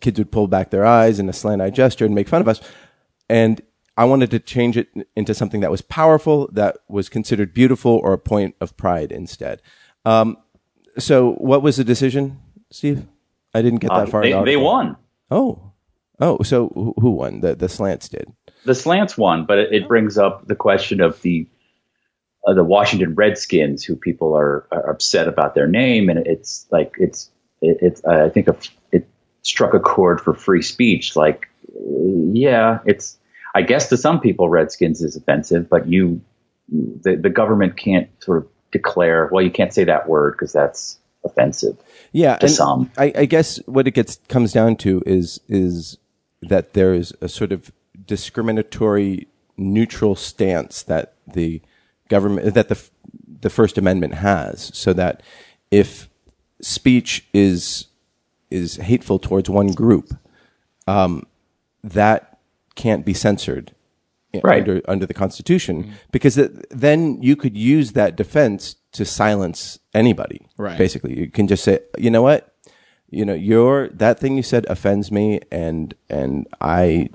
[SPEAKER 3] kids would pull back their eyes in a slant eye gesture and make fun of us. And I wanted to change it into something that was powerful, that was considered beautiful, or a point of pride instead. Um, so, what was the decision, Steve? I didn't get that
[SPEAKER 2] Uh,
[SPEAKER 3] far. in
[SPEAKER 2] they,
[SPEAKER 3] the
[SPEAKER 2] they
[SPEAKER 3] article.
[SPEAKER 2] won.
[SPEAKER 3] Oh, oh. So who- who won? The the slants did.
[SPEAKER 2] The slants won, but it, it brings up the question of the uh, the Washington Redskins, who people are, are upset about their name, and it's like it's it, it's uh, I think a, it struck a chord for free speech. Like, uh, yeah, it's I guess to some people Redskins is offensive, but you the the government can't sort of declare well you can't say that word because that's offensive.
[SPEAKER 3] Yeah, and
[SPEAKER 2] some.
[SPEAKER 3] I, I guess what it gets comes down to is is that there is a sort of discriminatory neutral stance that the government that the the First Amendment has, so that if speech is is hateful towards one group, um, that can't be censored
[SPEAKER 2] Right.
[SPEAKER 3] under under the Constitution because th- then you could use that defense to silence anybody.
[SPEAKER 4] Right.
[SPEAKER 3] Basically, you can just say, you know what, you know, your that thing you said offends me, and and I,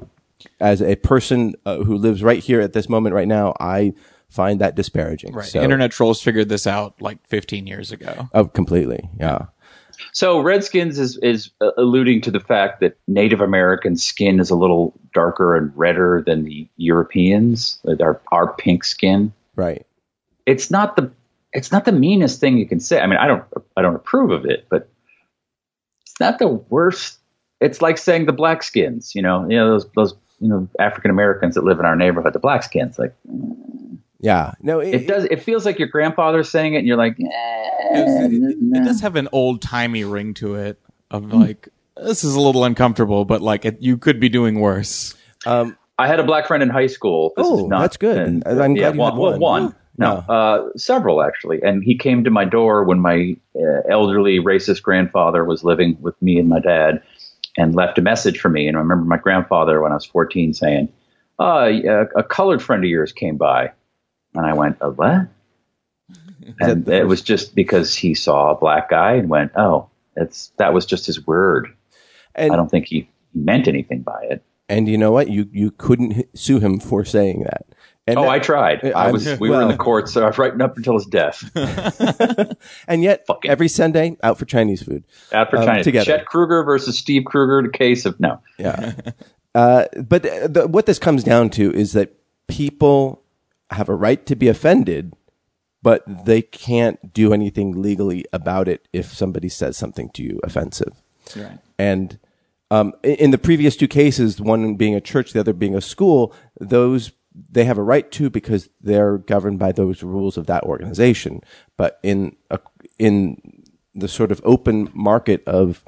[SPEAKER 3] as a person uh, who lives right here at this moment right now, I find that disparaging.
[SPEAKER 4] Right.
[SPEAKER 3] So,
[SPEAKER 4] Internet trolls figured this out like 15 years ago.
[SPEAKER 3] Oh, completely. Yeah.
[SPEAKER 2] So Redskins is is uh, alluding to the fact that Native American skin is a little darker and redder than the Europeans, uh, our our pink skin.
[SPEAKER 3] Right.
[SPEAKER 2] It's not the it's not the meanest thing you can say. I mean, I don't I don't approve of it, but it's not the worst. It's like saying the black skins, you know, you know those those you know African Americans that live in our neighborhood, the black skins. Like
[SPEAKER 3] Yeah. No.
[SPEAKER 2] it does. It feels like your grandfather's saying it, and you're like, eh,
[SPEAKER 4] It, it- it does have an old timey ring to it of like, this is a little uncomfortable, but like it, you could be doing worse.
[SPEAKER 3] Um,
[SPEAKER 2] I had a black friend in high school. This
[SPEAKER 3] Oh,
[SPEAKER 2] is not,
[SPEAKER 3] that's good.
[SPEAKER 2] and-
[SPEAKER 3] I'm glad you
[SPEAKER 2] one,
[SPEAKER 3] had
[SPEAKER 2] well,
[SPEAKER 3] one.
[SPEAKER 2] one. No, uh, several actually. And he came to my door when my uh, elderly racist grandfather was living with me and my dad, and left a message for me. And I remember my grandfather when I was 14 saying, uh, a, a colored friend of yours came by," and I went, "A what?" And it was just because he saw a black guy and went, "Oh, that's that was just his word."
[SPEAKER 3] and
[SPEAKER 2] I don't think he meant anything by it.
[SPEAKER 3] and you know what? You you couldn't h- sue him for saying that. And
[SPEAKER 2] Oh,
[SPEAKER 3] that-
[SPEAKER 2] I tried.
[SPEAKER 3] Yeah,
[SPEAKER 2] I
[SPEAKER 3] I'm-
[SPEAKER 2] was. We were in
[SPEAKER 3] well- Um,
[SPEAKER 2] the courts uh, right up until his death.
[SPEAKER 3] and yet
[SPEAKER 2] Fucking-
[SPEAKER 3] every Sunday out for Chinese food.
[SPEAKER 2] After
[SPEAKER 3] Um,
[SPEAKER 2] China,
[SPEAKER 3] together.
[SPEAKER 2] Chet Kruger versus Steve Kruger, the case of no.
[SPEAKER 3] Yeah. uh, but uh, the, what this comes down to is that people have a right to be offended, but they can't do anything legally about it if somebody says something to you offensive.
[SPEAKER 4] Right.
[SPEAKER 3] And um, i- in the previous two cases, one being a church, the other being a school, those they have a right to because they're governed by those rules of that organization. But in a, in the sort of open market of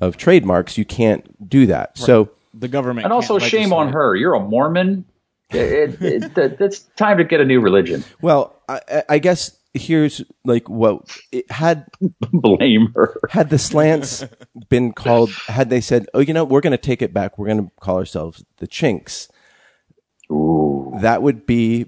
[SPEAKER 3] of trademarks, you can't do that. So
[SPEAKER 4] The government.
[SPEAKER 2] And also,
[SPEAKER 4] can't
[SPEAKER 2] shame on
[SPEAKER 4] legislate.
[SPEAKER 2] her. You're a Mormon. It, it, it, that- that's time to get a new religion.
[SPEAKER 3] well, I, I- I guess here's like what it had
[SPEAKER 2] Blame her.
[SPEAKER 3] had the slants been called had they said oh you know we're going to take it back we're going to call ourselves the chinks
[SPEAKER 2] Ooh.
[SPEAKER 3] that would be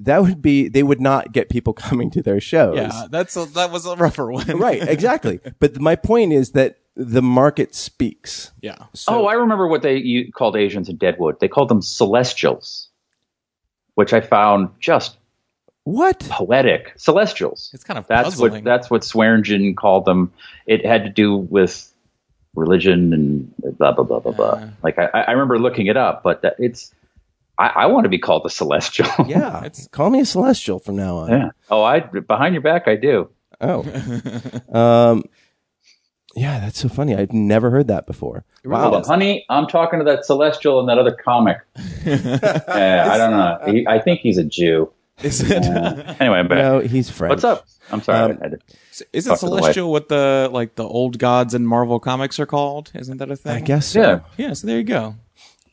[SPEAKER 3] that would be they would not get people coming to their shows
[SPEAKER 4] Yeah, that's a, that was a rougher one.
[SPEAKER 3] right exactly but my point is that the market speaks
[SPEAKER 4] Yeah.
[SPEAKER 2] oh, I remember what they you called Asians in Deadwood. They called them celestials, which I found just
[SPEAKER 3] what
[SPEAKER 2] poetic. Celestials.
[SPEAKER 4] It's kind of
[SPEAKER 2] that's
[SPEAKER 4] puzzling.
[SPEAKER 2] what that's what Swearingen called them. It had to do with religion and blah blah blah blah blah. Like I, I remember looking it up, but that, it's I, I want to be called the celestial.
[SPEAKER 3] yeah
[SPEAKER 4] It's-
[SPEAKER 3] call me a celestial from now on
[SPEAKER 2] Yeah. Oh, I behind your back, I do.
[SPEAKER 3] oh um yeah that's so funny i've never heard that before
[SPEAKER 2] Hold up, honey, I'm talking to that celestial and that other comic. yeah, I don't know. He, I think he's a Jew.
[SPEAKER 4] Is it
[SPEAKER 2] Anyway, I'm back.
[SPEAKER 3] No, he's French.
[SPEAKER 2] What's up? I'm sorry.
[SPEAKER 3] Um,
[SPEAKER 2] I had to-
[SPEAKER 4] isn't
[SPEAKER 2] Talk to the wife.
[SPEAKER 4] celestial what the like the old gods in Marvel comics are called? Isn't that a thing?
[SPEAKER 3] I guess so.
[SPEAKER 2] yeah.
[SPEAKER 4] Yeah. So there you go.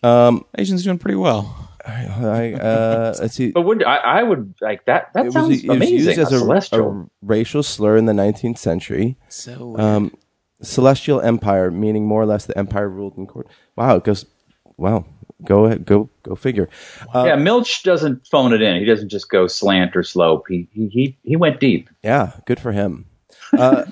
[SPEAKER 3] Um,
[SPEAKER 4] Asians doing pretty well.
[SPEAKER 3] I, uh, let's see.
[SPEAKER 2] But would I, I would like that? That sounds amazing. a celestial.
[SPEAKER 3] a racial slur in the 19th century.
[SPEAKER 4] So
[SPEAKER 3] Um, celestial empire, meaning more or less the empire ruled in court. Wow, it goes. Wow, go ahead, go go figure. Uh,
[SPEAKER 2] yeah, Milch doesn't phone it in. He doesn't just go slant or slope. He he he, he went deep.
[SPEAKER 3] Yeah, good for him. Uh,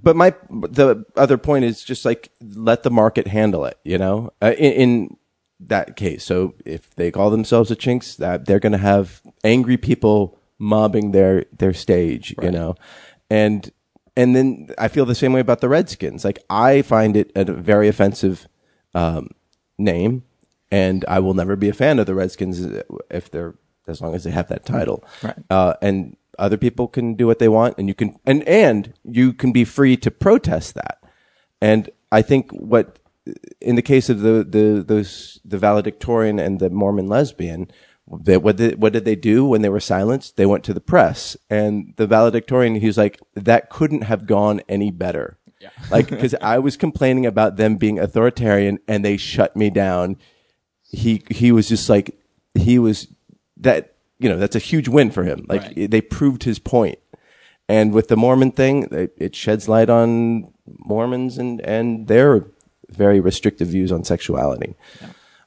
[SPEAKER 3] but my the other point is just like let the market handle it. You know, uh, in, in that case, so if they call themselves the Chinks, that they're going to have angry people mobbing their their stage. You know, and and then I feel the same way about the Redskins. Like I find it a very offensive um, name, and I will never be a fan of the Redskins if they're as long as they have that title. Right. Uh, and other people can do what they want, and you can and and you can be free to protest that. And I think what in the case of the the those the valedictorian and the Mormon lesbian, they, what did, what did they do when they were silenced? They went to the press, and the valedictorian he's like that couldn't have gone any better. like because I was complaining about them being authoritarian, and they shut me down. He he was just like he was that you know that's a huge win for him. Like they proved his point. And with the Mormon thing, it, it sheds light on Mormons and, and their very restrictive views on sexuality.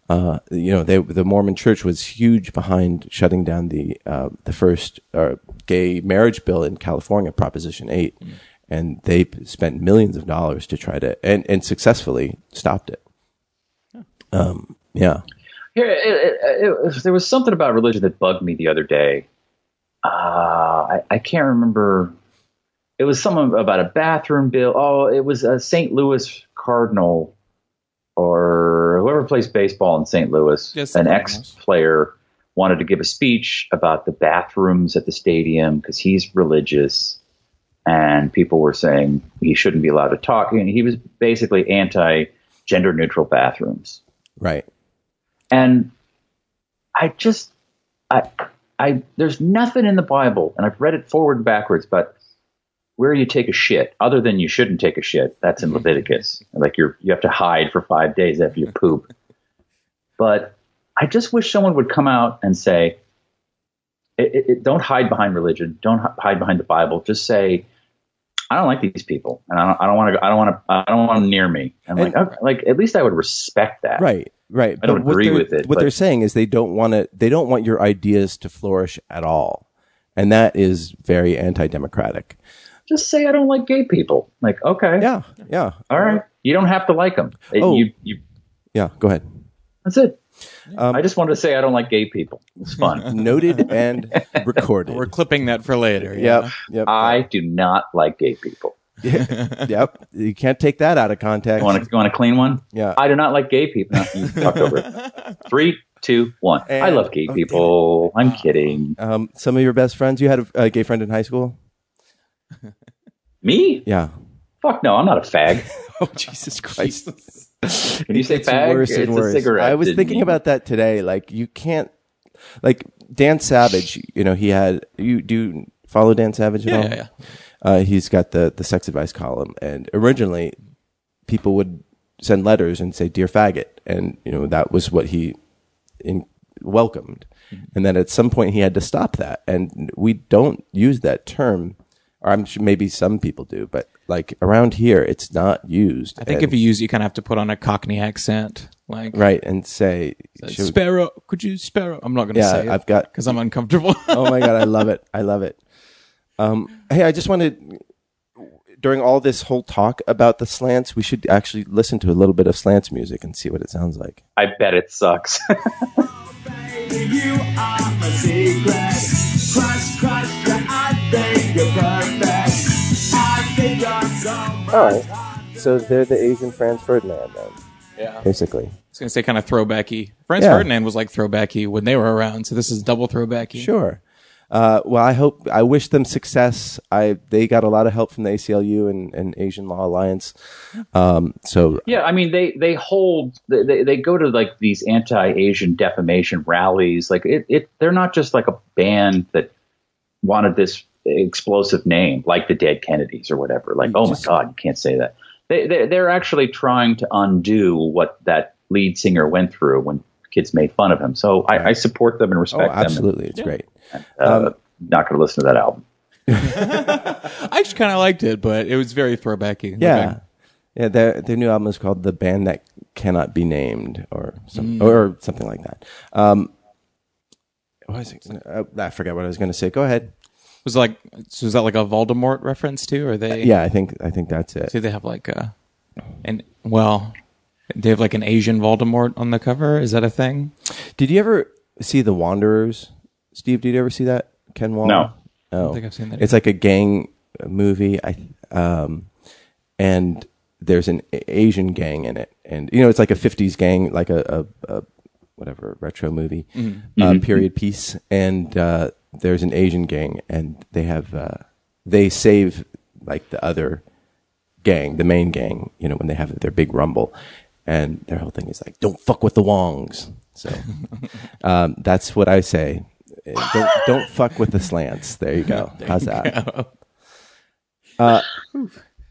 [SPEAKER 3] Uh, you know, they, the Mormon Church was huge behind shutting down the uh, the first uh, gay marriage bill in California, Proposition Eight,
[SPEAKER 2] Mm.
[SPEAKER 3] and they p- spent millions of dollars to try to and, and successfully stopped it. Um, yeah,
[SPEAKER 2] Here, it, it, it, there was something about religion that bugged me the other day. Uh, I, I can't remember. It was something about a bathroom bill. Oh, it was a St. Louis Cardinal or whoever plays baseball in St. Louis.
[SPEAKER 4] Yes,
[SPEAKER 2] an
[SPEAKER 4] the
[SPEAKER 2] ex
[SPEAKER 4] Cardinals.
[SPEAKER 2] player wanted to give a speech about the bathrooms at the stadium because he's religious. And people were saying he shouldn't be allowed to talk. And he was basically anti gender neutral bathrooms
[SPEAKER 3] right.
[SPEAKER 2] and I just I I there's nothing in the Bible, and I've read it forward and backwards, but where you take a shit, other than you shouldn't take a shit, that's in Leviticus. Like you're you have to hide for five days after you poop. but I just wish someone would come out and say, it, it, it- "Don't hide behind religion. Don't hi- hide behind the Bible. Just say." I don't like these people, and I don't. I don't want to. I don't want to. I don't want them near me. And like, okay, like at least I would respect that.
[SPEAKER 3] Right, right.
[SPEAKER 2] I don't
[SPEAKER 3] But what
[SPEAKER 2] agree
[SPEAKER 3] they're-
[SPEAKER 2] with it,
[SPEAKER 3] What
[SPEAKER 2] but-
[SPEAKER 3] they're saying is they don't want to. They don't want your ideas to flourish at all, and that is very anti-democratic.
[SPEAKER 2] just say I don't like gay people. Like, okay,
[SPEAKER 3] Yeah, yeah,
[SPEAKER 2] all right, you don't have to like them.
[SPEAKER 3] Oh.
[SPEAKER 2] You, you,
[SPEAKER 3] yeah. Go ahead.
[SPEAKER 2] that's it.
[SPEAKER 3] Um,
[SPEAKER 2] I just wanted to say I don't like gay people. It's fun.
[SPEAKER 3] Noted and recorded.
[SPEAKER 4] we're clipping that for later.
[SPEAKER 3] Yep, yep,
[SPEAKER 2] I do not like gay people.
[SPEAKER 3] yep. You can't take that out of context.
[SPEAKER 2] You want to you want a clean one?
[SPEAKER 3] Yeah.
[SPEAKER 2] I do not like gay people. No, you talked over it. Three, two, one. I
[SPEAKER 3] And-
[SPEAKER 2] love gay
[SPEAKER 3] oh,
[SPEAKER 2] people. I'm kidding.
[SPEAKER 3] um, some of your best friends. You had a, a gay friend in high school.
[SPEAKER 2] Me?
[SPEAKER 3] Yeah.
[SPEAKER 2] Fuck no, I'm not a fag.
[SPEAKER 3] Oh Jesus Christ!
[SPEAKER 2] When you say fag, it's a cigarette.
[SPEAKER 3] I was
[SPEAKER 2] didn't
[SPEAKER 3] thinking
[SPEAKER 2] you?
[SPEAKER 3] about that today. Like you can't, like Dan Savage. You know, he had. You do you follow Dan Savage at
[SPEAKER 4] Yeah,
[SPEAKER 3] all?
[SPEAKER 4] yeah, yeah.
[SPEAKER 3] Uh, he's got the the sex advice column, and originally people would send letters and say "dear faggot," and you know that was what he in, welcomed.
[SPEAKER 2] Mm-hmm.
[SPEAKER 3] And then at some point he had to stop that, and we don't use that term. Or I'm sure maybe some people do, but like around here, it's not used.
[SPEAKER 4] I think if you use, it, you kind of have to put on a Cockney accent, like uh,
[SPEAKER 3] right and say, should-
[SPEAKER 4] Sparrow. Could you Sparrow? I'm not going to
[SPEAKER 3] Yeah,
[SPEAKER 4] say it
[SPEAKER 3] I've got-
[SPEAKER 4] because I'm uncomfortable.
[SPEAKER 3] oh my god, I love it. I love it. Um, hey, I just wanted during all this whole talk about the slants, we should actually listen to a little bit of slants music and see what it sounds like.
[SPEAKER 2] I bet it sucks.
[SPEAKER 5] You are my secret. Crush, crush, crush. I think you're perfect. I think you're so much.
[SPEAKER 3] So they're the Asian Franz Ferdinand, then.
[SPEAKER 4] Yeah.
[SPEAKER 3] Basically.
[SPEAKER 4] I was going to say kind of throwbacky. Franz
[SPEAKER 3] Yeah.
[SPEAKER 4] Ferdinand was like throwbacky when they were around, so this is double throwbacky.
[SPEAKER 3] Sure. Uh, well, I hope I wish them success. I they got a lot of help from the ACLU and, and Asian Law Alliance. Um, so
[SPEAKER 2] Yeah, I mean they they hold they- they they go to like these anti-Asian defamation rallies. Like it, it they're not just like a band that wanted this explosive name like the Dead Kennedys or whatever. Like oh my god, you can't say that. They, they they're actually trying to undo what that lead singer went through when kids made fun of him. So I, I support them and
[SPEAKER 3] oh,
[SPEAKER 2] respect them.
[SPEAKER 3] absolutely, it's great.
[SPEAKER 2] Uh, not going to listen to that album.
[SPEAKER 4] I actually kind of liked it, but it was very throwbacky.
[SPEAKER 3] Yeah.
[SPEAKER 4] Okay.
[SPEAKER 3] Yeah, their their new album is called "The Band That Cannot Be Named" or some, or something like that. Um, what was it? Uh, I forgot what I was going to say. Go ahead.
[SPEAKER 4] was like so is that like a Voldemort reference too? Or they
[SPEAKER 3] Uh, Yeah, I think I think that's it.
[SPEAKER 4] do they have like a and well they have like an Asian Voldemort on the cover? Is that a thing?
[SPEAKER 3] Did you ever see The Wanderers? Steve, did you ever see that? Ken Wall?
[SPEAKER 2] No.
[SPEAKER 3] Oh. I
[SPEAKER 4] think I've seen that
[SPEAKER 3] It's like a gang movie. I um and there's an A- Asian gang in it. And you know, it's like a 50s gang, like a a, a whatever retro movie, uh, period piece and uh there's an Asian gang and they have uh they save like the other gang, the main gang, you know, when they have their big rumble. And their whole thing is like, don't fuck with the Wongs. So um, that's what I say. Uh, Don't, don't fuck with the slants. There you go. How's that? Uh,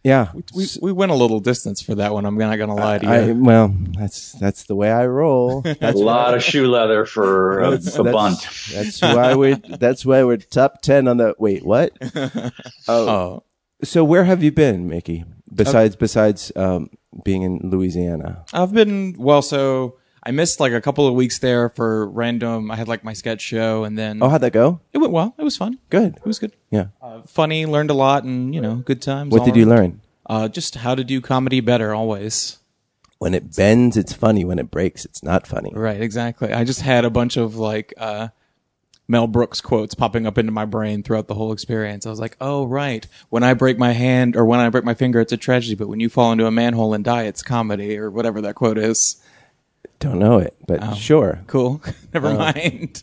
[SPEAKER 3] yeah.
[SPEAKER 4] We we went a little distance for that one. I'm not gonna lie to you.
[SPEAKER 3] I, well, that's that's the way I roll.
[SPEAKER 2] A lot of shoe leather for uh, a, a bunt.
[SPEAKER 3] That's, that's why we. That's why we're top ten on the. Wait, what?
[SPEAKER 4] oh,
[SPEAKER 3] So where have you been, Mickey? Besides, besides um, being in Louisiana.
[SPEAKER 4] I've been well. So I missed like a couple of weeks there for random. I had like my sketch show, and then
[SPEAKER 3] Oh, how'd that go?
[SPEAKER 4] it went well. It was fun.
[SPEAKER 3] Good.
[SPEAKER 4] It was good.
[SPEAKER 3] Yeah.
[SPEAKER 4] Uh, funny. Learned a lot, and you know, good times.
[SPEAKER 3] What
[SPEAKER 4] all
[SPEAKER 3] did you
[SPEAKER 4] around.
[SPEAKER 3] learn?
[SPEAKER 4] Uh, just how to do comedy better always.
[SPEAKER 3] When it bends, it's funny. When it breaks, it's not funny.
[SPEAKER 4] Right, exactly. I just had a bunch of like uh, Mel Brooks quotes popping up into my brain throughout the whole experience. I was like, oh, right. When I break my hand or when I break my finger, it's a tragedy, but when you fall into a manhole and die, it's comedy or whatever that quote is.
[SPEAKER 3] Don't know it, but sure.
[SPEAKER 4] Cool. Never
[SPEAKER 3] Uh,
[SPEAKER 4] mind.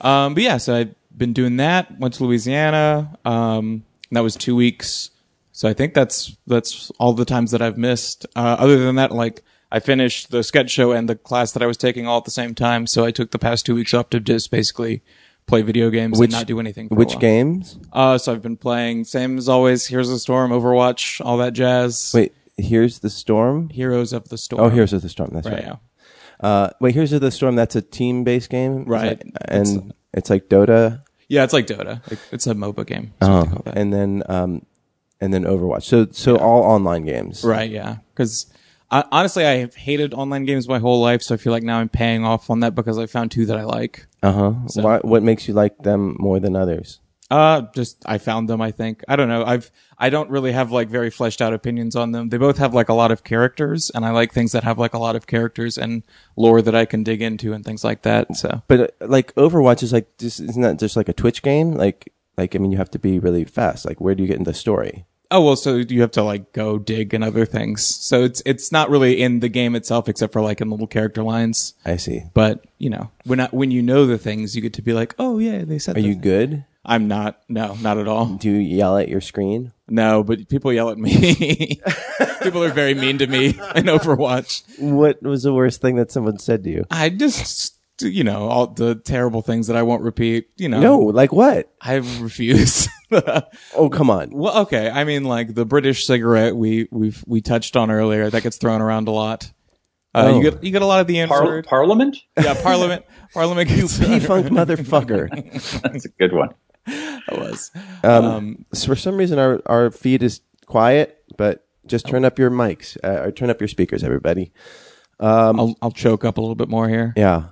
[SPEAKER 4] Um, but yeah, so I've been doing that. Went to Louisiana. Um, that was two weeks. So I think that's that's all the times that I've missed. Uh, other than that, like I finished the sketch show and the class that I was taking all at the same time. So I took the past two weeks off to just basically play video games
[SPEAKER 3] Which-
[SPEAKER 4] and not do anything. For a
[SPEAKER 3] Which
[SPEAKER 4] while.
[SPEAKER 3] games?
[SPEAKER 4] Uh, so I've been playing same as always. Heroes of the Storm, Overwatch, all that jazz.
[SPEAKER 3] Wait, here's the storm.
[SPEAKER 4] Heroes of the Storm.
[SPEAKER 3] Oh, here's the storm. That's
[SPEAKER 4] right.
[SPEAKER 3] right.
[SPEAKER 4] Yeah.
[SPEAKER 3] Uh, wait, here's the storm. That's a team-based game, It's
[SPEAKER 4] Right.
[SPEAKER 3] like- and it's like Dota.
[SPEAKER 4] yeah, it's like Dota. It's a MOBA game.
[SPEAKER 3] Oh, and then um, and then Overwatch. So so all online games.
[SPEAKER 4] Right. Yeah. Because honestly, I have hated online games my whole life, so I feel like now I'm paying off on that because I found two that I like.
[SPEAKER 3] Uh huh. Why What makes you like them more than others?
[SPEAKER 4] Uh, just I found them. I think I don't know. I've I don't really have like very fleshed out opinions on them. They both have like a lot of characters, and I like things that have like a lot of characters and lore that I can dig into and things like that. So
[SPEAKER 3] But uh, like Overwatch is like just isn't that just like a Twitch game? Like like I mean you have to be really fast. Like where do you get in the story?
[SPEAKER 4] oh well, so you have to like go dig and other things. So it's it's not really in the game itself, except for like in little character lines.
[SPEAKER 3] I see.
[SPEAKER 4] But you know, when I, when you know the things, you get to be like, oh yeah, they said.
[SPEAKER 3] Are
[SPEAKER 4] the
[SPEAKER 3] you good?
[SPEAKER 4] I'm not. No, not at all.
[SPEAKER 3] Do you yell at your screen?
[SPEAKER 4] No, but people yell at me. people are very mean to me in Overwatch.
[SPEAKER 3] What was the worst thing that someone said to you?
[SPEAKER 4] I just, you know, all the terrible things that I won't repeat. You know,
[SPEAKER 3] No, like what?
[SPEAKER 4] I refuse. well,
[SPEAKER 3] Oh come on.
[SPEAKER 4] okay. I mean, like the British cigarette we we've we touched on earlier that gets thrown around a lot. Uh,
[SPEAKER 3] Oh.
[SPEAKER 4] You get you get a lot of the
[SPEAKER 2] Par-
[SPEAKER 4] answer.
[SPEAKER 2] Parliament?
[SPEAKER 4] yeah, Parliament. Parliament gets
[SPEAKER 3] P funk motherfucker.
[SPEAKER 2] That's a good one.
[SPEAKER 4] That was.
[SPEAKER 3] Um, So for some reason our our feed is quiet, but just turn up your mics uh, or turn up your speakers, everybody. um,
[SPEAKER 4] I'll I'll choke up a little bit more here.
[SPEAKER 3] Yeah,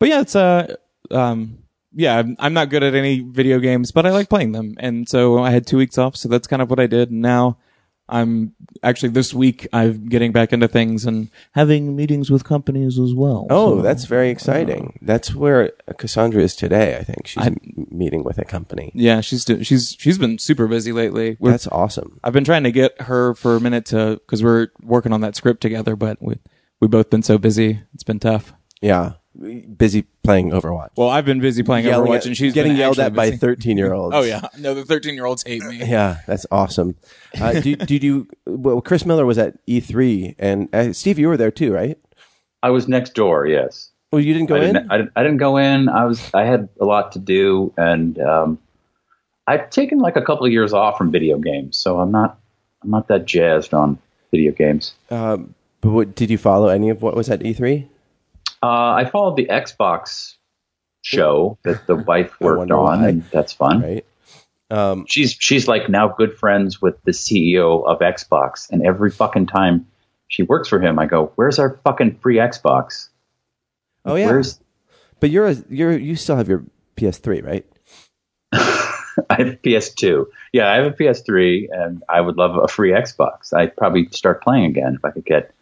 [SPEAKER 4] but yeah, it's uh, um, yeah, I'm, I'm not good at any video games, but I like playing them, and so I had two weeks off, so that's kind of what I did. And now I'm actually this week I'm getting back into things and having meetings with companies as well.
[SPEAKER 3] Oh,
[SPEAKER 4] So-
[SPEAKER 3] that's very exciting. that's where Cassandra is today. I think she's
[SPEAKER 4] I-
[SPEAKER 3] m- meeting with a company.
[SPEAKER 4] yeah, she's do- she's she's been super busy lately. We're,
[SPEAKER 3] That's awesome.
[SPEAKER 4] I've been trying to get her for a minute to because we're working on that script together, but we we've both been so busy, it's been tough.
[SPEAKER 3] Yeah. busy playing Overwatch.
[SPEAKER 4] Well, I've been busy playing
[SPEAKER 3] Yelling
[SPEAKER 4] Overwatch,
[SPEAKER 3] at-
[SPEAKER 4] and she's
[SPEAKER 3] getting
[SPEAKER 4] been
[SPEAKER 3] yelled
[SPEAKER 4] actually
[SPEAKER 3] at by
[SPEAKER 4] busy.
[SPEAKER 3] thirteen year olds.
[SPEAKER 4] Oh yeah, no, the thirteen-year-olds hate me.
[SPEAKER 3] Yeah, that's awesome. Uh, do, did you? Well, Chris Miller was at E3, and uh, Steve, you were there too, right?
[SPEAKER 2] I was next door. Yes,
[SPEAKER 3] Well, you didn't go
[SPEAKER 2] I
[SPEAKER 3] in.
[SPEAKER 2] didn't. I didn't, I didn't go in. I was. I had a lot to do, and um, I've taken like a couple of years off from video games, so I'm not. I'm not that jazzed on video games.
[SPEAKER 3] But what, did you follow any of what was at E E3?
[SPEAKER 2] Uh, I followed the Xbox show that the wife worked
[SPEAKER 3] wonder
[SPEAKER 2] on,
[SPEAKER 3] why.
[SPEAKER 2] and that's fun.
[SPEAKER 3] Right.
[SPEAKER 2] She's she's like now good friends with the CEO of Xbox, and every fucking time she works for him, I go, "Where's our fucking free Xbox?
[SPEAKER 3] Oh yeah.
[SPEAKER 2] Where's
[SPEAKER 3] But you're a, you're you still have your PS3, right?
[SPEAKER 2] I have a PS2. Yeah, I have a PS3, and I would love a free Xbox. I'd probably start playing again if I could get,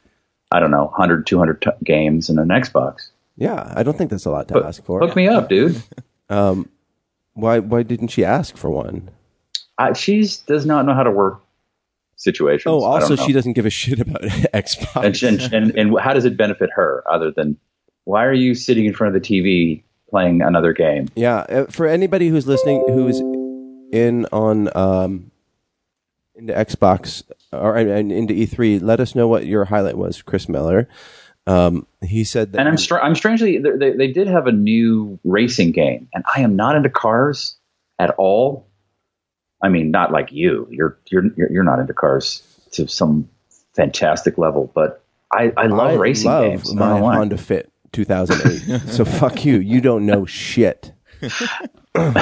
[SPEAKER 2] I don't know, 100, 200 t- games and an Xbox.
[SPEAKER 3] Yeah, I don't think that's a lot to
[SPEAKER 2] Hook-
[SPEAKER 3] ask for.
[SPEAKER 2] Hook me up, dude.
[SPEAKER 3] Why why didn't she ask for one?
[SPEAKER 2] I, she does not know how to work situations.
[SPEAKER 3] Oh,
[SPEAKER 2] I don't
[SPEAKER 3] also
[SPEAKER 2] know.
[SPEAKER 3] she doesn't give a shit about
[SPEAKER 2] And,
[SPEAKER 3] Xbox.
[SPEAKER 2] she- and, and, and how does it benefit her other than why are you sitting in front of the TV playing another game?
[SPEAKER 3] yeah, uh, for anybody who's listening who's in on um into Xbox or and- and into E3, let us know what your highlight was, Chris Miller. Um, he said that
[SPEAKER 2] And I'm, str- I'm strangely, they- they, they did have a new racing game, and I am not into cars at all. I mean, not like you. You're you're you're you're not into cars to some fantastic level, but I, I love
[SPEAKER 3] I
[SPEAKER 2] racing
[SPEAKER 3] love
[SPEAKER 2] games. I don't
[SPEAKER 3] My
[SPEAKER 2] know why.
[SPEAKER 3] Honda Fit 2008. so fuck you. You don't know shit. Um,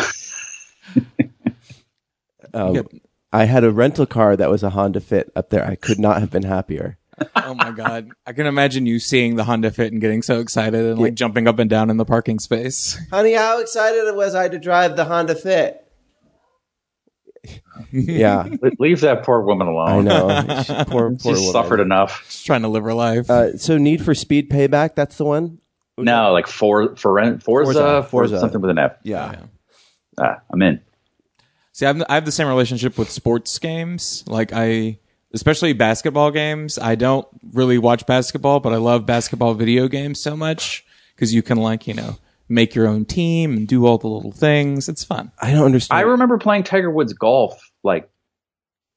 [SPEAKER 4] Yep.
[SPEAKER 3] I had a rental car that was a Honda Fit up there. I could not have been happier.
[SPEAKER 4] Oh my god, I can imagine you seeing the Honda Fit and getting so excited and like jumping up and down in the parking space.
[SPEAKER 6] Honey, how excited was I to drive the Honda Fit?
[SPEAKER 3] Yeah,
[SPEAKER 2] Le- Leave that poor woman alone.
[SPEAKER 3] I know. She- poor,
[SPEAKER 2] She
[SPEAKER 3] poor woman.
[SPEAKER 2] suffered enough.
[SPEAKER 4] Just trying to live her life.
[SPEAKER 3] Uh, so Need for Speed Payback. That's the one.
[SPEAKER 2] No, like for, for, Forza,
[SPEAKER 3] Forza,
[SPEAKER 2] Forza,
[SPEAKER 3] Forza.
[SPEAKER 2] something with an F.
[SPEAKER 3] Yeah.
[SPEAKER 2] Ah, I'm in.
[SPEAKER 4] See, I've, I have the same relationship with sports games. Like I, especially basketball games. I don't really watch basketball, but I love basketball video games so much because you can like you know make your own team and do all the little things. It's fun.
[SPEAKER 3] I don't understand.
[SPEAKER 2] I remember playing Tiger Woods golf, like,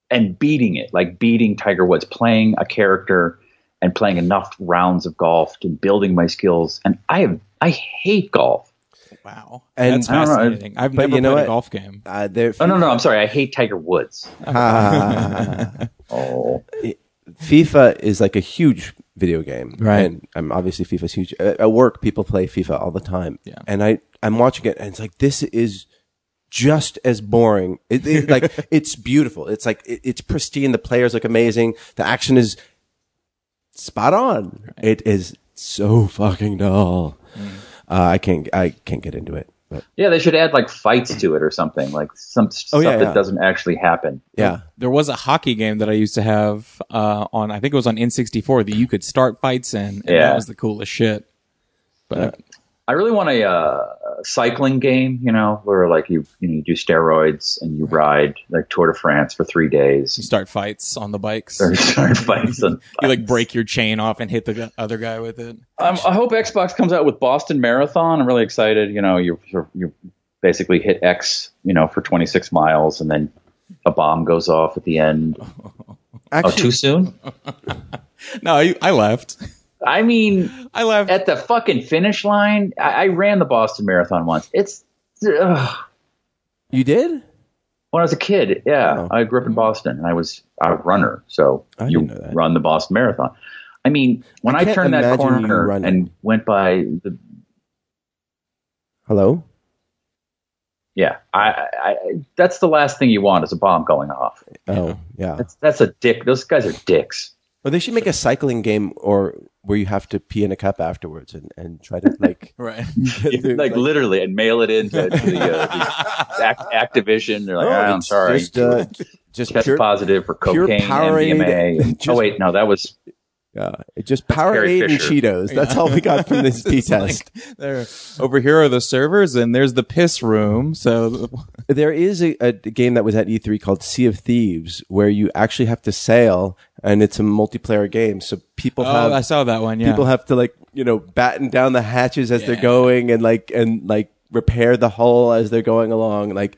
[SPEAKER 2] and beating it, like beating Tiger Woods, playing a character and playing enough rounds of golf and building my skills. And I have, I hate golf.
[SPEAKER 4] Wow,
[SPEAKER 3] And-
[SPEAKER 4] that's
[SPEAKER 2] I don't know, I-
[SPEAKER 4] fascinating. I've
[SPEAKER 3] but
[SPEAKER 4] never
[SPEAKER 3] you know
[SPEAKER 4] played
[SPEAKER 3] what?
[SPEAKER 4] a golf game.
[SPEAKER 3] Uh, there-
[SPEAKER 2] Oh no, no, I'm sorry. I hate Tiger Woods.
[SPEAKER 3] Ah.
[SPEAKER 2] Oh,
[SPEAKER 3] FIFA is like a huge video game,
[SPEAKER 4] Right.
[SPEAKER 3] And um, obviously, FIFA's huge. At, at work, people play FIFA all the time,
[SPEAKER 4] Yeah.
[SPEAKER 3] And I, I'm watching it, and it's like this is just as boring. It, it- like it's beautiful. It's like it- it's pristine. The players look amazing. The action is spot on. It is so fucking dull.
[SPEAKER 4] Mm.
[SPEAKER 3] Uh, I can't, I can't get into it. But
[SPEAKER 2] yeah. They should add like fights to it or something, like some stuff
[SPEAKER 3] Oh, yeah,
[SPEAKER 2] that
[SPEAKER 3] yeah.
[SPEAKER 2] doesn't actually happen.
[SPEAKER 3] yeah,
[SPEAKER 4] There was a hockey game that I used to have uh, on. I think it was on N64 that you could start fights in, and
[SPEAKER 2] Yeah.
[SPEAKER 4] that was the coolest shit. But
[SPEAKER 2] I really want a uh, cycling game, you know, where like you you, know, you do steroids and you ride like Tour de France for three
[SPEAKER 4] you
[SPEAKER 2] days.
[SPEAKER 4] start fights on the bikes.
[SPEAKER 2] Or start fights and
[SPEAKER 4] You like break your chain off and hit the gu- other guy with it.
[SPEAKER 2] Um, I hope Xbox comes out with Boston Marathon. I'm really excited. You know, you you basically hit X, you know, for 26 miles, and then a bomb goes off at the end. Oh,
[SPEAKER 3] actually,
[SPEAKER 2] too soon?
[SPEAKER 4] No, I, I left.
[SPEAKER 2] I mean,
[SPEAKER 4] I left.
[SPEAKER 2] at the fucking finish line, I, I ran the Boston Marathon once. It's ugh.
[SPEAKER 3] you did.
[SPEAKER 2] when I was a kid. Yeah, I grew up in Boston, and I was a runner, so
[SPEAKER 3] Oh. I
[SPEAKER 2] you
[SPEAKER 3] didn't know that.
[SPEAKER 2] run the Boston Marathon. I mean, when
[SPEAKER 3] I
[SPEAKER 2] I,
[SPEAKER 3] can't
[SPEAKER 2] turned that
[SPEAKER 3] imagine you
[SPEAKER 2] corner
[SPEAKER 3] running.
[SPEAKER 2] and went by the
[SPEAKER 3] Hello.
[SPEAKER 2] yeah, I, I I- that's the last thing you want is a bomb going off.
[SPEAKER 3] Oh, yeah.
[SPEAKER 2] That's that's a dick. Those guys are dicks.
[SPEAKER 3] Well, they should make a cycling game or where you have to pee in a cup afterwards and, and try to like
[SPEAKER 4] Right.
[SPEAKER 3] get through,
[SPEAKER 2] like literally, and mail it in to, to the, uh, the Ac- Activision. They're like,
[SPEAKER 3] "Oh,
[SPEAKER 2] "Ah, I'm
[SPEAKER 3] it's
[SPEAKER 2] sorry,
[SPEAKER 3] Just, uh, just
[SPEAKER 2] test
[SPEAKER 3] pure,
[SPEAKER 2] positive for
[SPEAKER 3] pure
[SPEAKER 2] cocaine,
[SPEAKER 3] Powerade.
[SPEAKER 2] MDMA.
[SPEAKER 3] Just-
[SPEAKER 2] oh wait, no, that was
[SPEAKER 3] yeah, it's uh, just
[SPEAKER 2] Carrie
[SPEAKER 3] Powerade and
[SPEAKER 2] Fisher.
[SPEAKER 3] Cheetos. That's all we got from this pee test.
[SPEAKER 4] There. Over here are the servers, and there's the piss room. So
[SPEAKER 3] E There is a, a game that was at E3 called Sea of Thieves where you actually have to sail and it's a multiplayer game. So people have
[SPEAKER 4] Oh, I saw that one. Yeah.
[SPEAKER 3] people have to like you know batten down the hatches as they're going and like and like repair the hull as they're going along like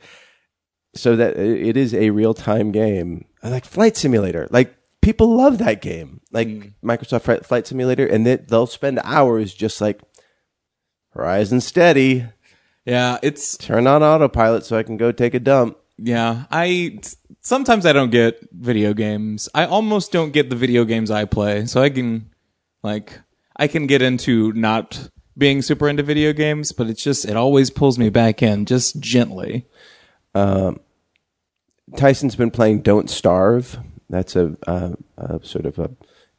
[SPEAKER 3] so that i- it is a real-time game I like flight simulator like people love that game like microsoft Fri- flight simulator and they, they'll spend hours just like horizon steady
[SPEAKER 4] yeah. It's
[SPEAKER 3] turn on autopilot so i can go take a dump
[SPEAKER 4] yeah. I sometimes I don't get video games. I almost don't get the video games I play. So I can like I can get into not being super into video games, but it's just it always pulls me back in just gently.
[SPEAKER 3] Tyson's been playing "Don't Starve." That's a, uh, a sort of a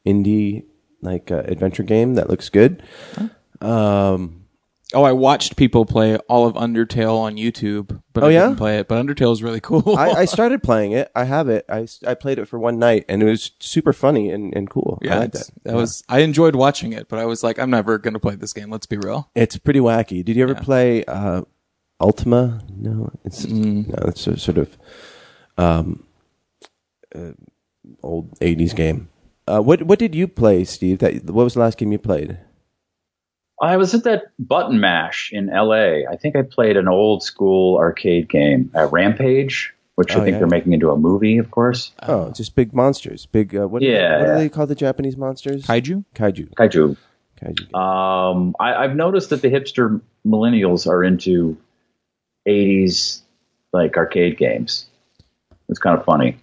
[SPEAKER 3] indie like uh, adventure game that looks good. Um,
[SPEAKER 4] Oh, I watched people play all of Undertale on YouTube, but
[SPEAKER 3] Oh,
[SPEAKER 4] I
[SPEAKER 3] yeah?
[SPEAKER 4] didn't play it. But Undertale is really cool.
[SPEAKER 3] I, I started playing it. I have it. I, s- I played it for one night, and it was super funny and, and cool. I
[SPEAKER 4] yeah,
[SPEAKER 3] liked
[SPEAKER 4] it's-
[SPEAKER 3] it.
[SPEAKER 4] that was I enjoyed watching it, but I was like, I'm never gonna play this game. Let's be real.
[SPEAKER 3] It's pretty wacky. Did you ever play uh, Ultima? No, it's
[SPEAKER 4] Mm.
[SPEAKER 3] no, it's a sort of um, uh, old '80s game. Uh, what what did you play, Steve? That what was the last game you played?
[SPEAKER 2] I was at that button mash in L.A. I think I played an old school arcade game, uh, Rampage, which
[SPEAKER 3] Oh,
[SPEAKER 2] I think
[SPEAKER 3] yeah.
[SPEAKER 2] they're making into a movie, of course.
[SPEAKER 4] Uh,
[SPEAKER 3] Oh, just big monsters. Big. Uh, what,
[SPEAKER 2] Yeah.
[SPEAKER 3] what do they call the Japanese monsters?
[SPEAKER 4] Kaiju?
[SPEAKER 3] Kaiju.
[SPEAKER 2] Kaiju.
[SPEAKER 3] Kaiju.
[SPEAKER 2] Um, I, I've noticed that the hipster millennials are into '80s like arcade games. It's kind of funny.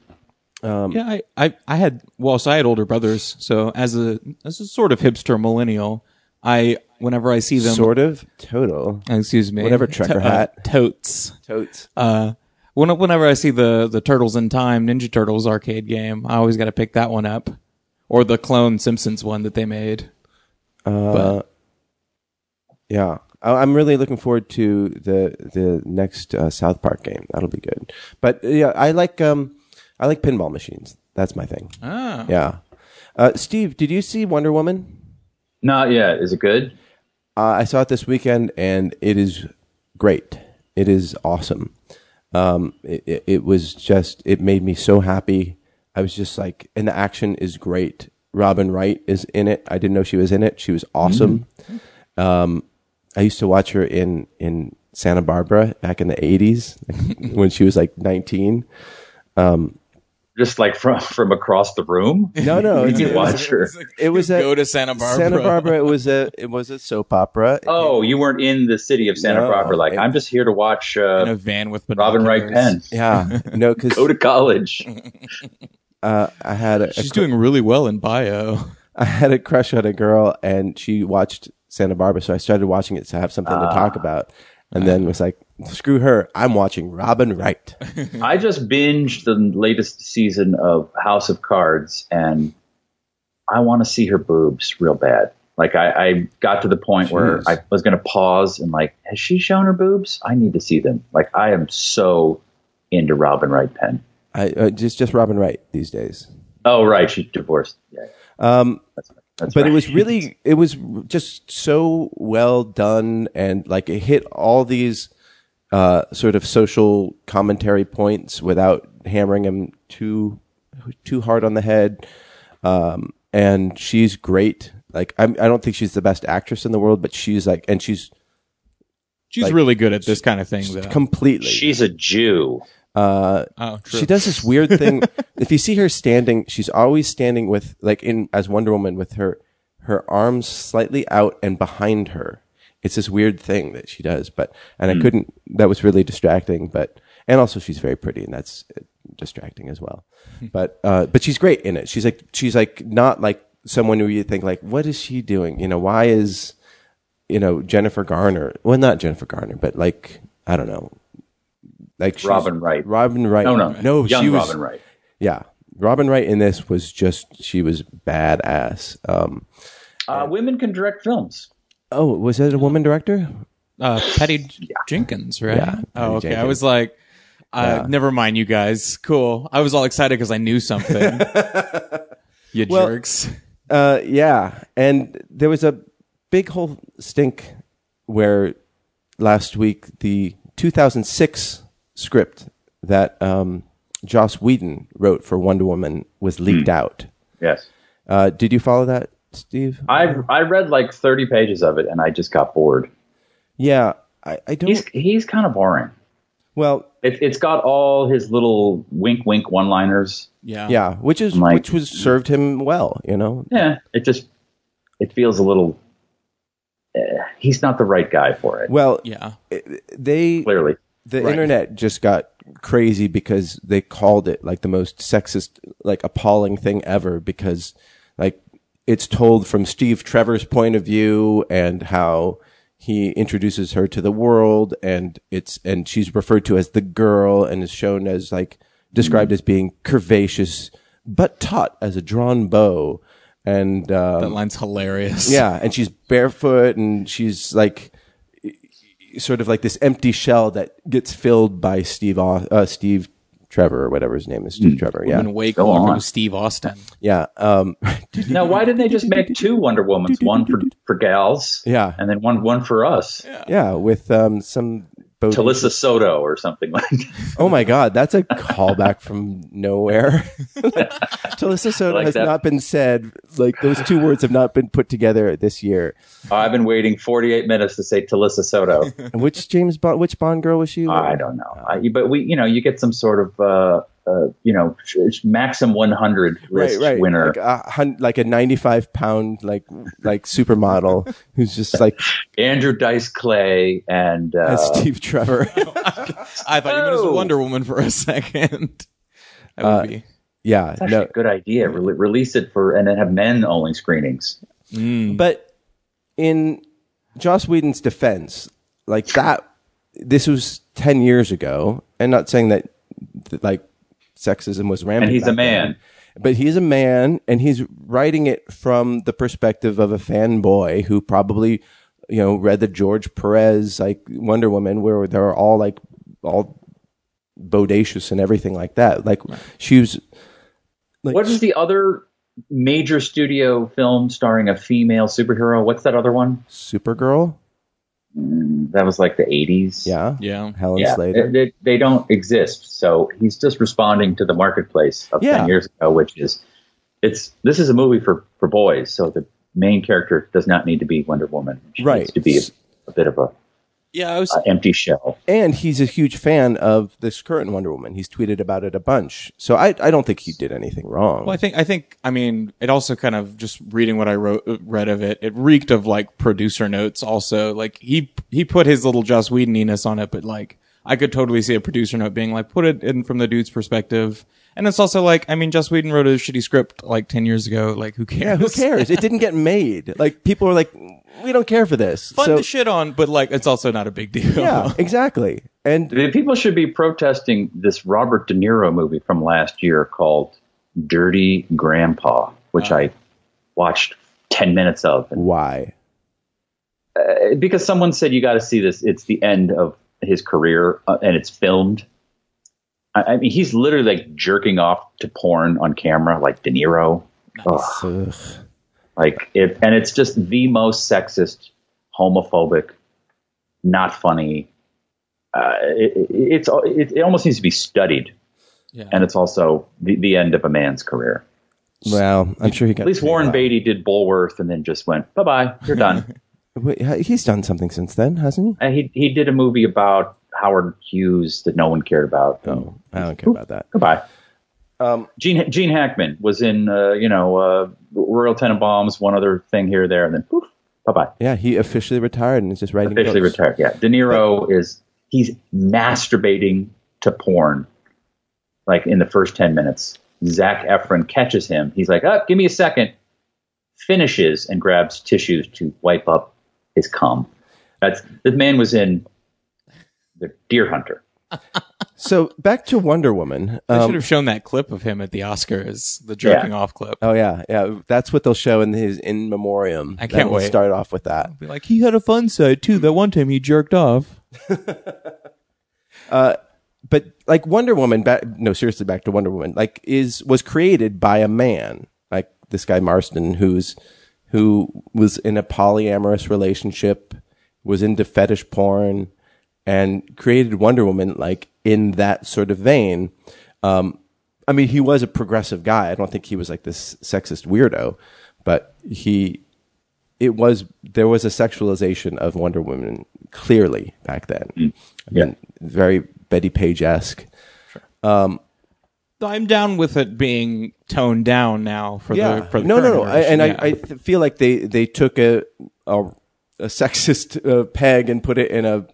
[SPEAKER 4] Yeah, I, I, I had well, so I had older brothers, so as a as a sort of hipster millennial, I whenever I see them
[SPEAKER 3] Sort of. Total.
[SPEAKER 4] excuse me.
[SPEAKER 3] Whatever, trucker
[SPEAKER 4] uh,
[SPEAKER 3] hat.
[SPEAKER 4] totes.
[SPEAKER 3] Totes.
[SPEAKER 4] Uh when, whenever I see the the Turtles in Time Ninja Turtles arcade game, I always gotta pick that one up. Or the clone Simpsons one that they made.
[SPEAKER 3] Uh, yeah. I- I'm really looking forward to the the next uh, South Park game. That'll be good. But uh, yeah, I like um, I like pinball machines. That's my thing.
[SPEAKER 4] Ah.
[SPEAKER 3] Yeah. Uh, Steve, did you see Wonder Woman?
[SPEAKER 2] Not yet. Is it good?
[SPEAKER 3] Uh, I saw it this weekend, and it is great. It is awesome. Um, it, it, it was just, it made me so happy. I was just like, and the action is great. Robin Wright is in it. I didn't know she was in it. She was awesome. Um, I used to watch her in in Santa Barbara back in the '80s like, when she was like 19.
[SPEAKER 2] Just like from from across the room.
[SPEAKER 3] No, no,
[SPEAKER 2] you
[SPEAKER 3] it's-
[SPEAKER 2] watch her.
[SPEAKER 3] it was a
[SPEAKER 4] Go to Santa Barbara.
[SPEAKER 3] Santa Barbara. It was a it was a soap opera.
[SPEAKER 2] Oh, you weren't in the city of Santa
[SPEAKER 3] No,
[SPEAKER 2] Barbara. Like
[SPEAKER 3] it-
[SPEAKER 2] I'm just here to watch
[SPEAKER 4] in a
[SPEAKER 2] uh,
[SPEAKER 4] van with
[SPEAKER 2] Robin
[SPEAKER 4] binoculars.
[SPEAKER 2] Wright Penn
[SPEAKER 3] yeah, no, because
[SPEAKER 2] go to college.
[SPEAKER 3] uh, I had a, a
[SPEAKER 4] She's doing really well in bio.
[SPEAKER 3] I had a crush on a girl and she watched Santa Barbara, so I started watching it to have something to talk about. And then was like, screw her, I'm watching Robin Wright.
[SPEAKER 2] I just binged the latest season of House of Cards, and I want to see her boobs real bad. Like I, I got to the point where
[SPEAKER 3] Jeez.
[SPEAKER 2] I was going to pause and like, has she shown her boobs? I need to see them. Like I am so into Robin Wright Penn.
[SPEAKER 3] I uh, just just Robin Wright these days.
[SPEAKER 2] Oh right, she's divorced. Yeah.
[SPEAKER 3] Um,
[SPEAKER 2] That's, that's
[SPEAKER 3] but
[SPEAKER 2] right.
[SPEAKER 3] it was really it was just so well done and like it hit all these uh, sort of social commentary points without hammering them too too hard on the head um, and she's great like I'm, i don't think she's the best actress in the world but she's like and she's
[SPEAKER 4] She's really good at this kind of thing, though.
[SPEAKER 3] completely
[SPEAKER 2] She's a Jew.
[SPEAKER 4] oh, true.
[SPEAKER 3] she does this weird thing. if you see her standing, she's always standing with like in as Wonder Woman with her her arms slightly out and behind her. It's this weird thing that she does, but and
[SPEAKER 2] Hmm.
[SPEAKER 3] I couldn't. That was really distracting, but and also she's very pretty, and that's uh, distracting as well.
[SPEAKER 2] Hmm.
[SPEAKER 3] but uh, but she's great in it. She's like she's like not like someone who you think like what is she doing? You know why is you know Jennifer Garner? Well, not Jennifer Garner, but like I don't know. Like she's-
[SPEAKER 2] Robin Wright.
[SPEAKER 3] Robin Wright.
[SPEAKER 2] No, no,
[SPEAKER 3] no.
[SPEAKER 2] young
[SPEAKER 3] she was,
[SPEAKER 2] Robin Wright.
[SPEAKER 3] Yeah, Robin Wright in this was just she was badass. Um,
[SPEAKER 2] Uh, women can direct films.
[SPEAKER 3] oh, was that a woman director?
[SPEAKER 4] uh, Patty Jenkins, right?
[SPEAKER 3] Yeah, Patty
[SPEAKER 4] oh, okay. I
[SPEAKER 3] Jenkins.
[SPEAKER 4] was like, uh, never mind, you guys. Cool. I was all excited because I knew something. you
[SPEAKER 3] Well-
[SPEAKER 4] jerks.
[SPEAKER 3] Uh, yeah, and there was a big whole stink where last week the 2006
[SPEAKER 2] Hmm.
[SPEAKER 3] script that um, Joss Whedon wrote for Wonder Woman was leaked out.
[SPEAKER 2] Yes.
[SPEAKER 3] Uh, did you follow that, Steve?
[SPEAKER 2] I I read like 30 pages of it and I just got bored.
[SPEAKER 3] yeah, I, I don't.
[SPEAKER 2] He's he's kind of boring.
[SPEAKER 3] well,
[SPEAKER 2] It, it's got all his little wink wink one liners.
[SPEAKER 4] Yeah.
[SPEAKER 3] yeah, which is
[SPEAKER 2] Mike.
[SPEAKER 3] which was served him well, you know.
[SPEAKER 2] Yeah, it just it feels a little. eh, he's not the right guy for it.
[SPEAKER 3] Well,
[SPEAKER 4] Yeah.
[SPEAKER 3] they
[SPEAKER 2] clearly,
[SPEAKER 3] the internet just got crazy because they called it like the most sexist, like appalling thing ever because like it's told from Steve Trevor's point of view and how he introduces her to the world and it's and she's referred to as the girl and is shown as like described as being curvaceous but taut as a drawn bow and um,
[SPEAKER 4] That line's hilarious.
[SPEAKER 3] yeah, and she's barefoot and she's like sort of like this empty shell that gets filled by Steve Au- uh, Steve Trevor or whatever his name is,
[SPEAKER 2] Hmm.
[SPEAKER 3] Steve Trevor. Yeah.
[SPEAKER 4] And Wake
[SPEAKER 2] Go
[SPEAKER 4] Walker
[SPEAKER 2] on.
[SPEAKER 4] was Steve Austin.
[SPEAKER 3] Yeah. Um
[SPEAKER 2] now why didn't they just make two Wonder Womans, one for, for gals,
[SPEAKER 3] Yeah.
[SPEAKER 2] and then one one for us,
[SPEAKER 3] yeah, with um some bo-
[SPEAKER 2] Talissa Soto or something like. that.
[SPEAKER 3] Oh my god, that's a callback from nowhere. Talissa Soto
[SPEAKER 2] Like
[SPEAKER 3] has
[SPEAKER 2] that.
[SPEAKER 3] not been said. Like those two words have not been put together this year.
[SPEAKER 2] I've been waiting 48 minutes to say Talissa Soto.
[SPEAKER 3] And which James Bond which Bond girl was she?
[SPEAKER 2] I don't know, I, but we, you know, you get some sort of, uh, uh, you know, sh- Maxim 100 list winner.
[SPEAKER 3] Like uh, a, hun- like a 95 pound like like supermodel who's just like
[SPEAKER 2] Andrew Dice Clay and uh,
[SPEAKER 3] as Steve Trevor.
[SPEAKER 4] I thought you meant as
[SPEAKER 2] Oh.
[SPEAKER 4] Wonder Woman for a second. That
[SPEAKER 3] Uh,
[SPEAKER 4] would be.
[SPEAKER 3] yeah,
[SPEAKER 2] That's
[SPEAKER 3] no,
[SPEAKER 2] a good idea. Rele release it for and then have men only screenings.
[SPEAKER 3] but in Joss Whedon's defense, like that, this was 10 years ago, and not saying that, that like sexism was rampant.
[SPEAKER 2] And he's a
[SPEAKER 3] back then,
[SPEAKER 2] man.
[SPEAKER 3] but he's a man, and he's writing it from the perspective of a fanboy who probably, you know, read the George Perez like Wonder Woman, where they were all like all bodacious and everything like that. Like she was. Like,
[SPEAKER 2] What is the other major studio film starring a female superhero? What's that other one?
[SPEAKER 3] Supergirl?
[SPEAKER 2] That was like the 80s.
[SPEAKER 3] Yeah.
[SPEAKER 4] Yeah.
[SPEAKER 3] Helen
[SPEAKER 2] Yeah,
[SPEAKER 3] Slater.
[SPEAKER 2] They, they don't exist. So he's just responding to the marketplace of
[SPEAKER 3] Yeah.
[SPEAKER 2] 10 years ago, which is it's this is a movie for, for boys. So the main character does not need to be Wonder Woman. She
[SPEAKER 3] Right.
[SPEAKER 2] needs to be a, a bit of a,
[SPEAKER 4] Yeah, I was
[SPEAKER 2] a empty shell.
[SPEAKER 3] and he's a huge fan of this current Wonder Woman. He's tweeted about it a bunch. So I, I don't think he did anything wrong.
[SPEAKER 4] Well, I think I think I mean it also kind of just reading what I wrote read of it. It reeked of like producer notes. Also, like he he put his little Joss Whedoniness on it, but like I could totally see a producer note being like, put it in from the dude's perspective. And it's also like, I mean, Joss Whedon wrote a shitty script like ten years ago. Like, who cares?
[SPEAKER 3] yeah, who cares? it didn't get made. Like people are like, we don't care for this.
[SPEAKER 4] Fun
[SPEAKER 3] so
[SPEAKER 4] to shit on, but like, it's also not a big deal.
[SPEAKER 3] yeah, exactly. And
[SPEAKER 2] The people should be protesting this Robert De Niro movie from last year called Dirty Grandpa, which I watched 10 minutes of. And,
[SPEAKER 3] why?
[SPEAKER 2] uh, because someone said, you got to see this. It's the end of his career uh, and it's filmed. I, I mean, he's literally like jerking off to porn on camera, like De Niro. Ugh.
[SPEAKER 3] Ugh.
[SPEAKER 2] Like it, and it's just the most sexist, homophobic, not funny. Uh, it, it- it's it, it almost needs to be studied,
[SPEAKER 4] Yeah.
[SPEAKER 2] and it's also the, the end of a man's career.
[SPEAKER 3] Well, I'm sure he got.
[SPEAKER 2] At least Warren Beatty did Bullworth, and then just went bye bye, you're done.
[SPEAKER 3] Wait, ha- he's done something since then, hasn't
[SPEAKER 2] and he he did a movie about Howard Hughes that no one cared about.
[SPEAKER 3] he? Oh, I don't care about that.
[SPEAKER 2] Goodbye.
[SPEAKER 3] Um,
[SPEAKER 2] Gene Gene Hackman was in uh, you know uh, Royal Tenenbaums, one other thing here or there, and then poof, bye bye.
[SPEAKER 3] Yeah, he officially retired and is just writing.
[SPEAKER 2] officially
[SPEAKER 3] books.
[SPEAKER 2] retired. Yeah, De Niro is he's masturbating to porn, like in the first ten minutes. Zach Efron catches him. He's like, "Up, give me a second. Finishes and grabs tissues to wipe up his cum. That's the man was in the Deer Hunter.
[SPEAKER 3] So back to Wonder Woman.
[SPEAKER 4] They
[SPEAKER 3] Um,
[SPEAKER 4] should have shown that clip of him at the Oscars, the jerking off clip.
[SPEAKER 3] oh yeah, yeah. That's what they'll show in his in memoriam.
[SPEAKER 4] I can't
[SPEAKER 3] That'll
[SPEAKER 4] wait.
[SPEAKER 3] Start off with that.
[SPEAKER 4] Be like, he had a fun side too. That one time he jerked off.
[SPEAKER 3] but like Wonder Woman, back, no, seriously, back to Wonder Woman, like is was created by a man, like this guy Marston, who's who was in a polyamorous relationship, was into fetish porn, and created Wonder Woman like in that sort of vein. Um, I mean, he was a progressive guy. I don't think he was like this sexist weirdo, but he, it was there was a sexualization of Wonder Woman clearly back then. I mean, very Betty Page esque.
[SPEAKER 4] I'm down with it being toned down now for the for the
[SPEAKER 3] no, no, no.
[SPEAKER 4] current
[SPEAKER 3] I, and
[SPEAKER 4] version,
[SPEAKER 3] I, I
[SPEAKER 4] yeah.
[SPEAKER 3] th- feel like they they took a a, a sexist uh, peg and put it in a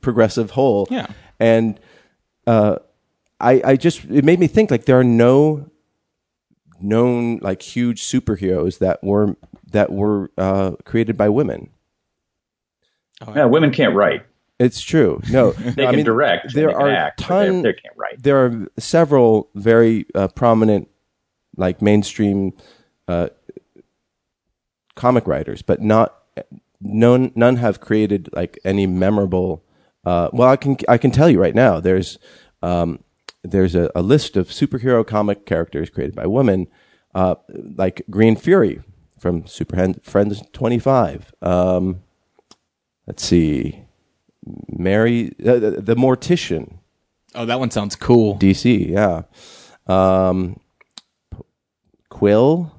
[SPEAKER 3] progressive hole.
[SPEAKER 4] Yeah.
[SPEAKER 3] and uh, I I just it made me think like there are no known like huge superheroes that were that were uh, created by women.
[SPEAKER 2] Yeah, women can't write.
[SPEAKER 3] It's true. Oh, No,
[SPEAKER 2] They
[SPEAKER 3] I
[SPEAKER 2] can
[SPEAKER 3] mean,
[SPEAKER 2] direct.
[SPEAKER 3] There
[SPEAKER 2] they can
[SPEAKER 3] are
[SPEAKER 2] act, but
[SPEAKER 3] ton.
[SPEAKER 2] They, they can't write.
[SPEAKER 3] There are several very uh, prominent, like mainstream, uh, comic writers, but not none. None have created like any memorable. Uh, well, I can I can tell you right now. There's um, there's a, a list of superhero comic characters created by women, uh, like Green Fury from Super Hen- Friends 25. Um, let's see. Mary, uh, the, the Mortician,
[SPEAKER 4] Oh, that one sounds cool.
[SPEAKER 3] DC, yeah. Um, P- Quill,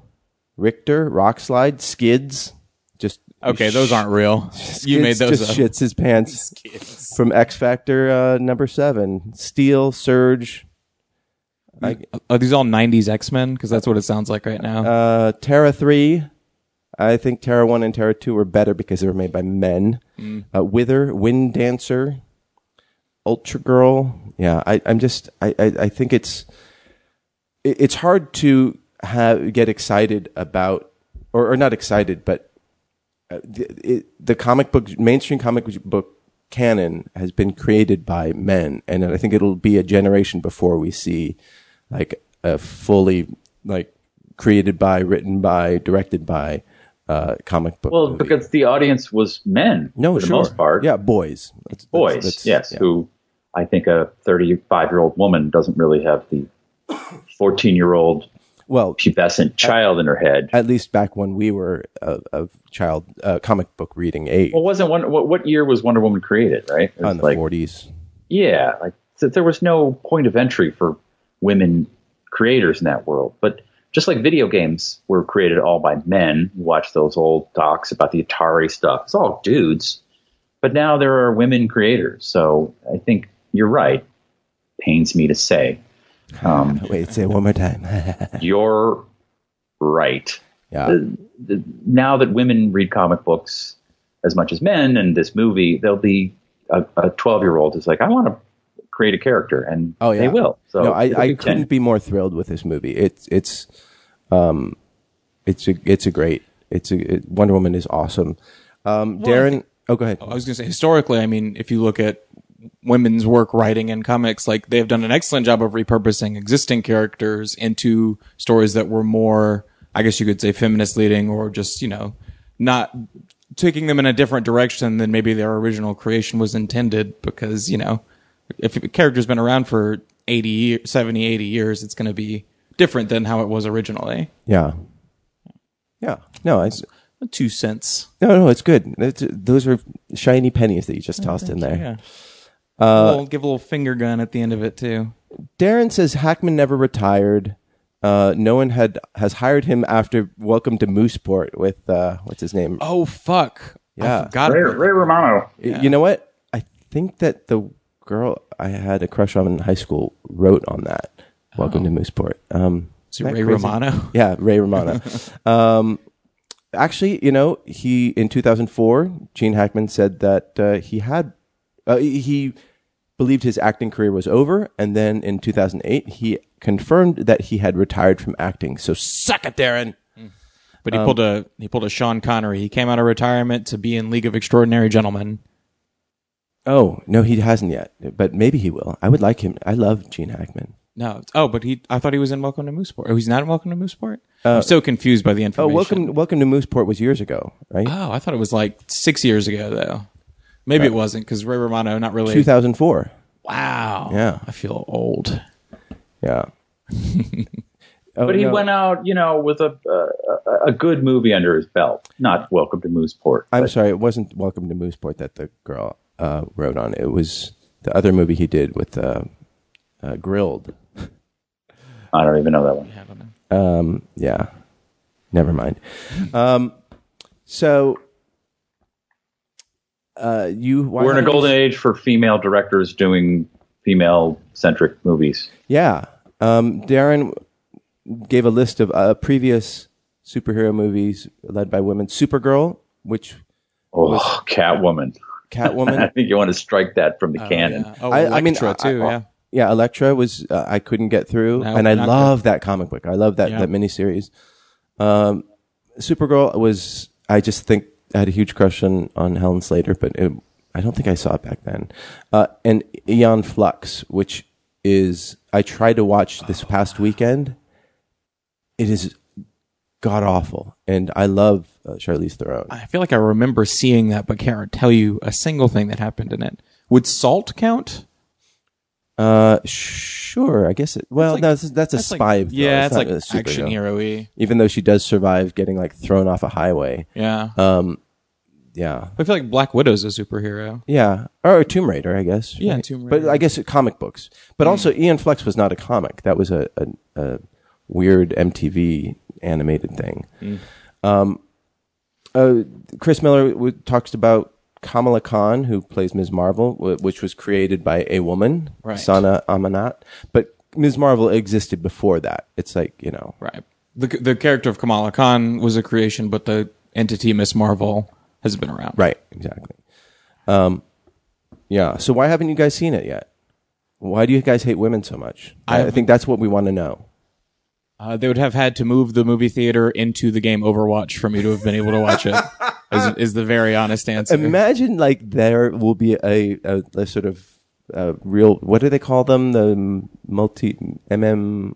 [SPEAKER 3] Richter, Rockslide, Skids, just
[SPEAKER 4] Okay, those aren't real. you
[SPEAKER 3] Skids
[SPEAKER 4] made those
[SPEAKER 3] Just
[SPEAKER 4] up.
[SPEAKER 3] shits his pants from X Factor uh, number seven. Steel, Surge,
[SPEAKER 4] Are these all '90s X-Men? Because that's what it sounds like right now.
[SPEAKER 3] uh, Terra three. I think Terra one and Terra two were better because they were made by men.
[SPEAKER 4] Mm.
[SPEAKER 3] Uh, Wither, Wind Dancer, Ultra Girl. Yeah, I, I'm just I, I, I think it's it, it's hard to have get excited about or, or not excited, but uh, the, it, the comic book mainstream comic book canon has been created by men, and I think it'll be a generation before we see like a fully like created by, written by, directed by uh, comic book.
[SPEAKER 2] Well,
[SPEAKER 3] movie.
[SPEAKER 2] because the audience was men
[SPEAKER 3] no,
[SPEAKER 2] for the
[SPEAKER 3] sure,
[SPEAKER 2] most part.
[SPEAKER 3] yeah, boys, That's- that's-
[SPEAKER 2] boys,
[SPEAKER 3] that's-
[SPEAKER 2] yes,
[SPEAKER 3] yeah.
[SPEAKER 2] who I think a 35 year old woman doesn't really have the 14 year old
[SPEAKER 3] well,
[SPEAKER 2] pubescent child in her head.
[SPEAKER 3] at least back when we were of, of child uh, comic book reading age
[SPEAKER 2] Well, wasn't one, what, what year was Wonder Woman created, right? It was
[SPEAKER 3] on the
[SPEAKER 2] like,
[SPEAKER 3] 40s.
[SPEAKER 2] yeah, like so there was no point of entry for women creators in that world. But just like video games were created all by men, you watch those old docs about the Atari stuff, it's all dudes. But now there are women creators. So I think you're right. Pains me to say. Um,
[SPEAKER 3] Wait, say it one more time.
[SPEAKER 2] you're right.
[SPEAKER 3] yeah.
[SPEAKER 2] The- Now that women read comic books as much as men, and this movie, there'll be a 12 year old is like, I want to create a character, and
[SPEAKER 3] Oh yeah,
[SPEAKER 2] they will. So
[SPEAKER 3] no, I,
[SPEAKER 2] it'll
[SPEAKER 3] I
[SPEAKER 2] be 10.
[SPEAKER 3] couldn't be more thrilled with this movie. It's it's um, it's a it's a great it's a it, Wonder Woman is awesome. Um, Darren, oh go ahead.
[SPEAKER 4] I was going to say historically. I mean, if you look at women's work writing in comics, like they've done an excellent job of repurposing existing characters into stories that were more, I guess you could say, feminist leading, or just you know, not taking them in a different direction than maybe their original creation was intended. Because you know, if a character's been around for 80, year- 70, 80 years, it's going to be different than how it was originally.
[SPEAKER 3] Yeah, yeah. No, I,
[SPEAKER 4] Two cents.
[SPEAKER 3] no, no. It's good. It's, those are shiny pennies that you just tossed in there.
[SPEAKER 4] Yeah. Uh, give a little finger gun at the end of it too.
[SPEAKER 3] Darren says Hackman never retired. Uh, no one had has hired him after Welcome to Mooseport with uh, what's his name?
[SPEAKER 4] Oh fuck!
[SPEAKER 3] Yeah.
[SPEAKER 4] I forgot
[SPEAKER 2] Ray,
[SPEAKER 4] about
[SPEAKER 2] Ray Romano.
[SPEAKER 3] You know what? I think that the girl I had a crush on in high school wrote on that. Welcome to Mooseport. Um,
[SPEAKER 4] Is it
[SPEAKER 3] isn't that
[SPEAKER 4] Ray
[SPEAKER 3] crazy?
[SPEAKER 4] Romano?
[SPEAKER 3] Yeah, Ray Romano. um, actually, you know, he in 2004, Gene Hackman said that uh, he had uh, he believed his acting career was over, and then in 2008 he confirmed that he had retired from acting. So suck it, Darren.
[SPEAKER 4] But he
[SPEAKER 3] Um,
[SPEAKER 4] pulled a he pulled a Sean Connery. He came out of retirement to be in League of Extraordinary Gentlemen.
[SPEAKER 3] Oh no, he hasn't yet, but maybe he will. I would like him. I love Gene Hackman.
[SPEAKER 4] No, oh, but he I thought he was in Welcome to Mooseport. Oh, he's not in Welcome to Mooseport. I'm so confused by the
[SPEAKER 3] Uh, Oh,
[SPEAKER 4] information.
[SPEAKER 3] welcome, welcome to Mooseport was years ago, right?
[SPEAKER 4] Oh, I thought it was like six years ago though. Maybe it wasn't because Ray Romano not really.
[SPEAKER 3] 2004.
[SPEAKER 4] Wow.
[SPEAKER 3] Yeah.
[SPEAKER 4] I feel old.
[SPEAKER 3] Yeah. Oh,
[SPEAKER 2] But he
[SPEAKER 3] no.
[SPEAKER 2] went out, you know, with a, uh, a a good movie under his belt. Not Welcome to Mooseport.
[SPEAKER 3] I'm
[SPEAKER 2] but
[SPEAKER 3] sorry, it wasn't Welcome to Mooseport that the girl uh, wrote on. It was the other movie he did with uh, uh, Grilled.
[SPEAKER 2] I don't even know that one.
[SPEAKER 4] I don't know.
[SPEAKER 3] Um, yeah. Never mind. Um, so uh, you why
[SPEAKER 2] We're in a
[SPEAKER 3] not-
[SPEAKER 2] golden age for female directors doing female centric movies.
[SPEAKER 3] Yeah. Um, Darren gave a list of uh, previous superhero movies led by women. Supergirl, which
[SPEAKER 2] Oh, Catwoman. I
[SPEAKER 3] Catwoman.
[SPEAKER 2] think you want to strike that from the canon.
[SPEAKER 4] Yeah. Oh,
[SPEAKER 3] I-
[SPEAKER 4] Electra
[SPEAKER 3] I mean, I-
[SPEAKER 4] too.
[SPEAKER 3] I-
[SPEAKER 4] yeah.
[SPEAKER 3] yeah, Elektra was uh, I couldn't get through,
[SPEAKER 4] No,
[SPEAKER 3] and I
[SPEAKER 4] not good.
[SPEAKER 3] love that comic book. I love that
[SPEAKER 4] Yeah.
[SPEAKER 3] that miniseries. Um, Supergirl was I just think I had a huge crush on on Helen Slater, but it, I don't think I saw it back then. Uh, and Eon Flux, which is I tried to watch this past weekend. It is god awful, and I love uh, Charlize Theron.
[SPEAKER 4] I feel like I remember seeing that, but can't tell you a single thing that happened in it. Would salt count?
[SPEAKER 3] Uh, sure, I guess it. Well,
[SPEAKER 4] like-
[SPEAKER 3] no, that's, that's a
[SPEAKER 4] like-
[SPEAKER 3] spy. though.
[SPEAKER 4] yeah, it's
[SPEAKER 3] not
[SPEAKER 4] like
[SPEAKER 3] a superhero.
[SPEAKER 4] action hero-y.
[SPEAKER 3] even though she does survive getting like thrown off a highway.
[SPEAKER 4] Yeah,
[SPEAKER 3] Yeah.
[SPEAKER 4] I feel like Black Widow's a superhero.
[SPEAKER 3] Yeah. Or, Tomb Raider, I guess.
[SPEAKER 4] Yeah,
[SPEAKER 3] right?
[SPEAKER 4] Tomb
[SPEAKER 3] But
[SPEAKER 4] Raider. Mm.
[SPEAKER 3] I guess it, comic books. But also, Ian Flex was not a comic. That was a, a, a weird MTV animated thing.
[SPEAKER 4] Mm.
[SPEAKER 3] Um, uh, Chris Miller w- talks about Kamala Khan, who plays Ms. Marvel, w- which was created by a woman,
[SPEAKER 4] Right.
[SPEAKER 3] Sana Amanat. But Ms. Marvel existed before that. It's like, you know.
[SPEAKER 4] Right. The the character of Kamala Khan was a creation, but the entity Miss Marvel has been around.
[SPEAKER 3] Right, exactly. Um, yeah. So why haven't you guys seen it yet? Why do you guys hate women so much? I, I
[SPEAKER 4] I've-
[SPEAKER 3] think that's what we want to know.
[SPEAKER 4] Uh, they would have had to move the movie theater into the game Overwatch for me to have been able to watch it. is, is the very honest answer.
[SPEAKER 3] Imagine like there will be a, a, a sort of uh, real. What do they call them? The multi mm.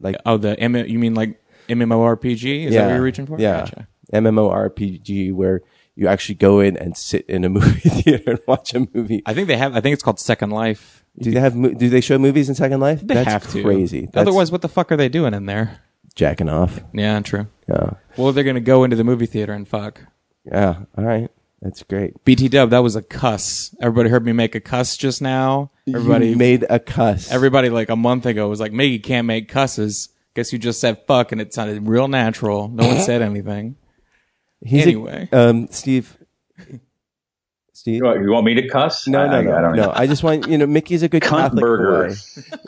[SPEAKER 3] Like
[SPEAKER 4] oh, the M- you mean like MMORPG? Is that what you're reaching for?
[SPEAKER 3] Yeah.
[SPEAKER 4] Gotcha.
[SPEAKER 3] MMORPG where you actually go in and sit in a movie theater and watch a movie.
[SPEAKER 4] I think they have. I think it's called Second Life.
[SPEAKER 3] Do they have? mo- Do they show movies in Second Life?
[SPEAKER 4] They
[SPEAKER 3] That's
[SPEAKER 4] have to.
[SPEAKER 3] crazy. That's
[SPEAKER 4] Otherwise, what the fuck are they doing in there?
[SPEAKER 3] jacking off.
[SPEAKER 4] Yeah, true.
[SPEAKER 3] Yeah.
[SPEAKER 4] Well, they're gonna go into the movie theater and fuck.
[SPEAKER 3] Yeah. All right. That's great.
[SPEAKER 4] BT Dub, that was a cuss. Everybody heard me make a cuss just now. Everybody,
[SPEAKER 3] You made a cuss.
[SPEAKER 4] everybody, like a month ago was like, "Maggie can't make cusses." Guess you just said fuck, and it sounded real natural. No one said anything.
[SPEAKER 3] He's a-
[SPEAKER 4] anyway.
[SPEAKER 3] um, Steve. Steve.
[SPEAKER 2] You want- you want me to cuss?
[SPEAKER 3] No,
[SPEAKER 2] I-
[SPEAKER 3] no,
[SPEAKER 2] I-
[SPEAKER 3] no,
[SPEAKER 2] I don't
[SPEAKER 3] no.
[SPEAKER 2] know.
[SPEAKER 3] I just want you know. Mickey's a good
[SPEAKER 2] Cunt
[SPEAKER 3] Catholic
[SPEAKER 2] burger.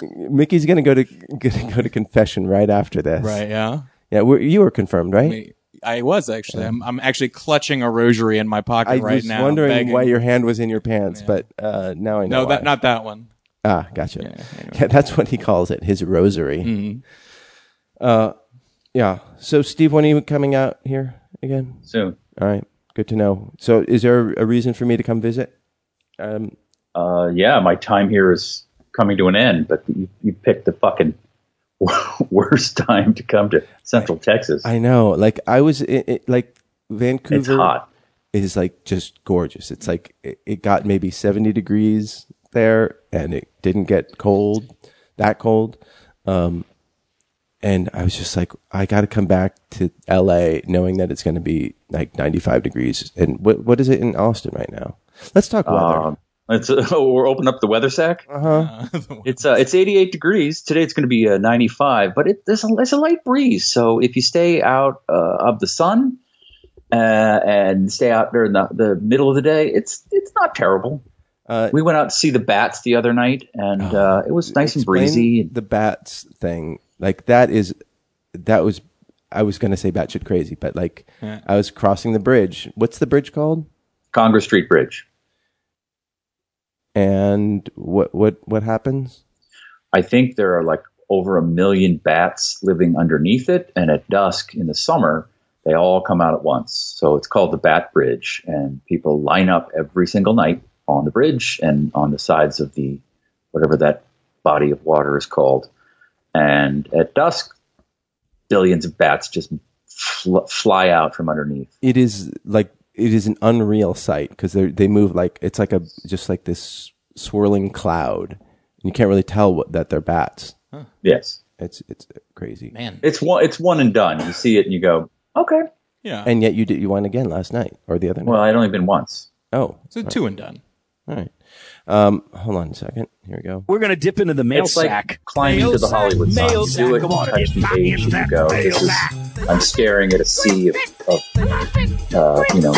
[SPEAKER 3] boy. Mickey's gonna go to gonna go to confession right after this.
[SPEAKER 4] Right? Yeah.
[SPEAKER 3] Yeah. We're, you were confirmed, right?
[SPEAKER 4] I was actually. I'm, I'm actually clutching a rosary in my pocket
[SPEAKER 3] I
[SPEAKER 4] right
[SPEAKER 3] was
[SPEAKER 4] now.
[SPEAKER 3] wondering
[SPEAKER 4] begging.
[SPEAKER 3] why your hand was in your pants, but uh, now I know.
[SPEAKER 4] No,
[SPEAKER 3] why.
[SPEAKER 4] that not that one.
[SPEAKER 3] Ah, gotcha. Yeah, that's what he calls it. His rosary.
[SPEAKER 4] Mm-hmm.
[SPEAKER 3] Uh, yeah. So, Steve, when are you coming out here again?
[SPEAKER 2] Soon.
[SPEAKER 3] All right. Good to know. So, is there a reason for me to come visit? Um,
[SPEAKER 2] Uh, yeah, my time here is coming to an end, but you, you picked the fucking worst time to come to Central Texas.
[SPEAKER 3] I know. Like I was i i like Vancouver
[SPEAKER 2] it's hot.
[SPEAKER 3] is like just gorgeous. It's like it, it got maybe 70 degrees there and it didn't get cold, that cold. Um and I was just like I got to come back to LA knowing that it's going to be like 95 degrees. And what what is it in Austin right now? Let's talk weather. Uh-huh.
[SPEAKER 2] Um, it's uh, we're open up the weather sack.
[SPEAKER 3] Oh.
[SPEAKER 2] It's uh, it's 88 degrees today. It's going to be uh, 95, but it, there's a there's a light breeze. So if you stay out uh, of the sun uh, and stay out during the, the middle of the day, it's it's not terrible.
[SPEAKER 3] Uh, Oh.
[SPEAKER 2] we went out to see the bats the other night, and uh, it was nice and
[SPEAKER 3] Explain
[SPEAKER 2] breezy. and-
[SPEAKER 3] The bats thing, like that is, that was, I was gonna say batshit crazy, but like I was crossing the bridge. What's the bridge called?
[SPEAKER 2] Congress Street Bridge.
[SPEAKER 3] And what what what happens?
[SPEAKER 2] I think there are like over a million bats living underneath it, and at dusk in the summer, they all come out at once. So it's called the Bat Bridge, and people line up every single night on the bridge and on the sides of the whatever that body of water is called. And at dusk, billions of bats just fl- fly out from underneath.
[SPEAKER 3] It is like it is an unreal sight because they they move like it's like a just like this swirling cloud, and you can't really tell what, that they're bats.
[SPEAKER 2] Yes,
[SPEAKER 3] It's it's crazy.
[SPEAKER 4] Man.
[SPEAKER 2] it's one. It's one and done. You see it and you go, okay.
[SPEAKER 4] Yeah.
[SPEAKER 3] And yet you did you won again last night or the other night.
[SPEAKER 2] Well, I'd only been once.
[SPEAKER 3] Oh,
[SPEAKER 4] so two and done.
[SPEAKER 3] All right. Um, hold on a second. Here we go.
[SPEAKER 7] We're gonna dip into the mail
[SPEAKER 2] It's
[SPEAKER 7] sack.
[SPEAKER 2] like climbing
[SPEAKER 7] Mail
[SPEAKER 2] to the
[SPEAKER 7] sack,
[SPEAKER 2] Hollywood sign.
[SPEAKER 7] mail sack,
[SPEAKER 2] Do it,
[SPEAKER 7] come on.
[SPEAKER 2] touch the page, and you go. This is, I'm staring at a sea of, of uh, you know,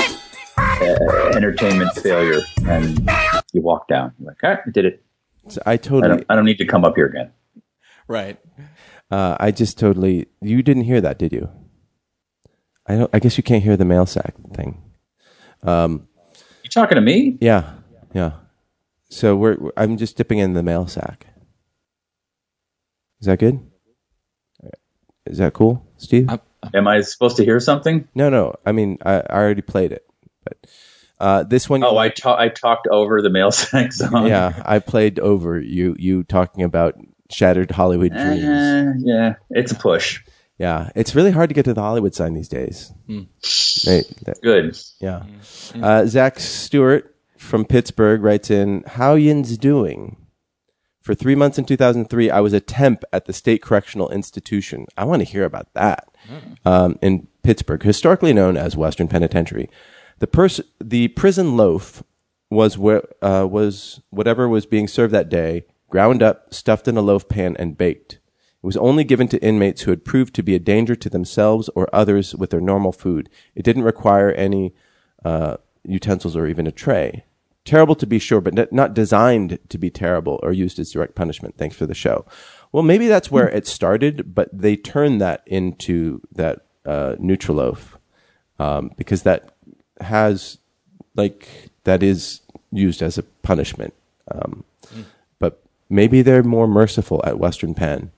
[SPEAKER 2] uh, entertainment failure, and you walk down. You're like, all right, I did it.
[SPEAKER 3] So I
[SPEAKER 2] I
[SPEAKER 3] totally,
[SPEAKER 2] don't, I don't need to come up here again.
[SPEAKER 4] Right.
[SPEAKER 3] uh, I just totally. You didn't hear that, did you? I don't. I guess you can't hear the mail sack thing.
[SPEAKER 2] You talking to me?
[SPEAKER 3] Yeah, yeah. So we're. we're- I'm just dipping in the mail sack. Is that good? Is that cool, Steve?
[SPEAKER 2] Am I supposed to hear something?
[SPEAKER 3] no, no. I mean, I, I already played it, but uh, this one.
[SPEAKER 2] Oh, I ta- I talked over the mail sack song.
[SPEAKER 3] yeah, I played over you. You talking about shattered Hollywood dreams.
[SPEAKER 2] Eh, yeah, it's a push.
[SPEAKER 3] Yeah, it's really hard to get to the Hollywood sign these days.
[SPEAKER 2] Hmm.
[SPEAKER 3] Right, that-
[SPEAKER 2] Good.
[SPEAKER 3] yeah. Uh, Zach Stewart from Pittsburgh writes in How Yin's doing? For three months in 2003, I was a temp at the State Correctional Institution. I want to hear about that. Um, in Pittsburgh, historically known as Western Penitentiary, the pers- the prison loaf was where uh, was whatever was being served that day, ground up, stuffed in a loaf pan, and baked. It was only given to inmates who had proved to be a danger to themselves or others with their normal food. It didn't require any uh, utensils or even a tray. Terrible to be sure, but n- not designed to be terrible or used as direct punishment. Thanks for the show. Well, maybe that's where it started, but they turned that into that uh, Nutriloaf um, because that has, like, that is used as a punishment. Um, But maybe they're more merciful at Western Penn.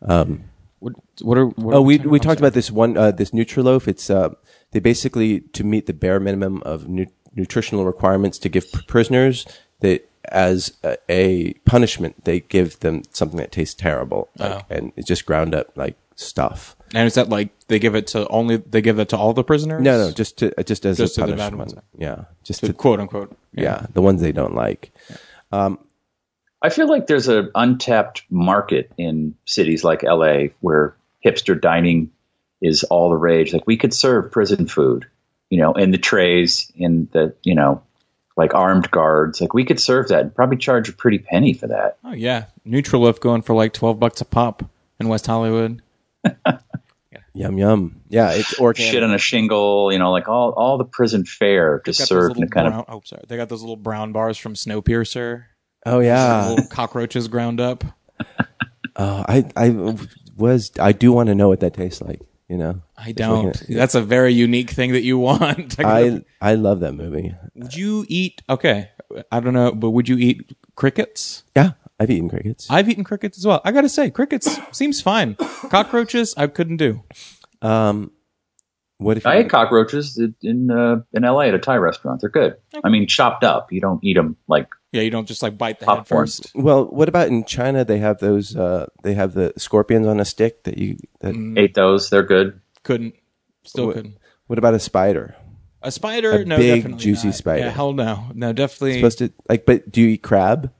[SPEAKER 4] What, what are? What
[SPEAKER 3] Oh, we we talked about this one uh, this Nutriloaf. It's uh, they basically to meet the bare minimum of nu- nutritional requirements to give pr- prisoners they as a, a punishment they give them something that tastes terrible
[SPEAKER 4] Oh.
[SPEAKER 3] like, and it's just ground up like stuff.
[SPEAKER 4] And is that like they give it to only they give that to all the prisoners?
[SPEAKER 3] No, no, just to uh, just as
[SPEAKER 4] Just
[SPEAKER 3] a
[SPEAKER 4] to the bad
[SPEAKER 3] punishment.
[SPEAKER 4] ones.
[SPEAKER 3] Yeah, just
[SPEAKER 4] To
[SPEAKER 3] to,
[SPEAKER 4] quote unquote.
[SPEAKER 3] yeah. the ones they don't like.
[SPEAKER 2] I feel like there's an untapped market in cities like LA where hipster dining is all the rage. Like we could serve prison food, you know, in the trays, in the, you know, like armed guards. Like we could serve that and probably charge a pretty penny for that.
[SPEAKER 4] Oh yeah, Nutriloaf going for like twelve bucks a pop in West Hollywood.
[SPEAKER 3] Yum yum. Yeah, it's organic.
[SPEAKER 2] Shit on a shingle, you know, like all, all the prison fare just
[SPEAKER 4] Got those
[SPEAKER 2] served in a
[SPEAKER 4] little
[SPEAKER 2] kind
[SPEAKER 4] brown,
[SPEAKER 2] of
[SPEAKER 4] oh, sorry. They got those little brown bars from Snowpiercer.
[SPEAKER 3] oh yeah.
[SPEAKER 4] little cockroaches ground up.
[SPEAKER 3] Uh, I I was I do want to know what that tastes like. You know,
[SPEAKER 4] I don't. That's a very unique thing that you want.
[SPEAKER 3] I I love that movie.
[SPEAKER 4] would you eat? Okay, I don't know, but would you eat crickets?
[SPEAKER 3] Yeah, I've eaten crickets.
[SPEAKER 4] I've eaten crickets as well. I gotta say, crickets seems fine. Cockroaches, I couldn't do.
[SPEAKER 3] Um, what if
[SPEAKER 2] I
[SPEAKER 3] you-
[SPEAKER 2] ate cockroaches in- in uh, in LA at a Thai restaurant. They're good. I mean, chopped up. You don't eat them like
[SPEAKER 4] Yeah, you don't just like bite the head
[SPEAKER 2] popcorn.
[SPEAKER 4] first.
[SPEAKER 3] Well, what about in China? They have those. Uh, they have the scorpions on a stick that you. That,
[SPEAKER 4] Mm.
[SPEAKER 2] Ate those. They're good.
[SPEAKER 4] Couldn't. Still
[SPEAKER 3] What-
[SPEAKER 4] couldn't.
[SPEAKER 3] What about a spider?
[SPEAKER 4] A spider?
[SPEAKER 3] A
[SPEAKER 4] no,
[SPEAKER 3] big,
[SPEAKER 4] definitely
[SPEAKER 3] juicy
[SPEAKER 4] not.
[SPEAKER 3] spider.
[SPEAKER 4] Yeah, hell no. No, definitely.
[SPEAKER 3] Supposed to like, but do you eat crab?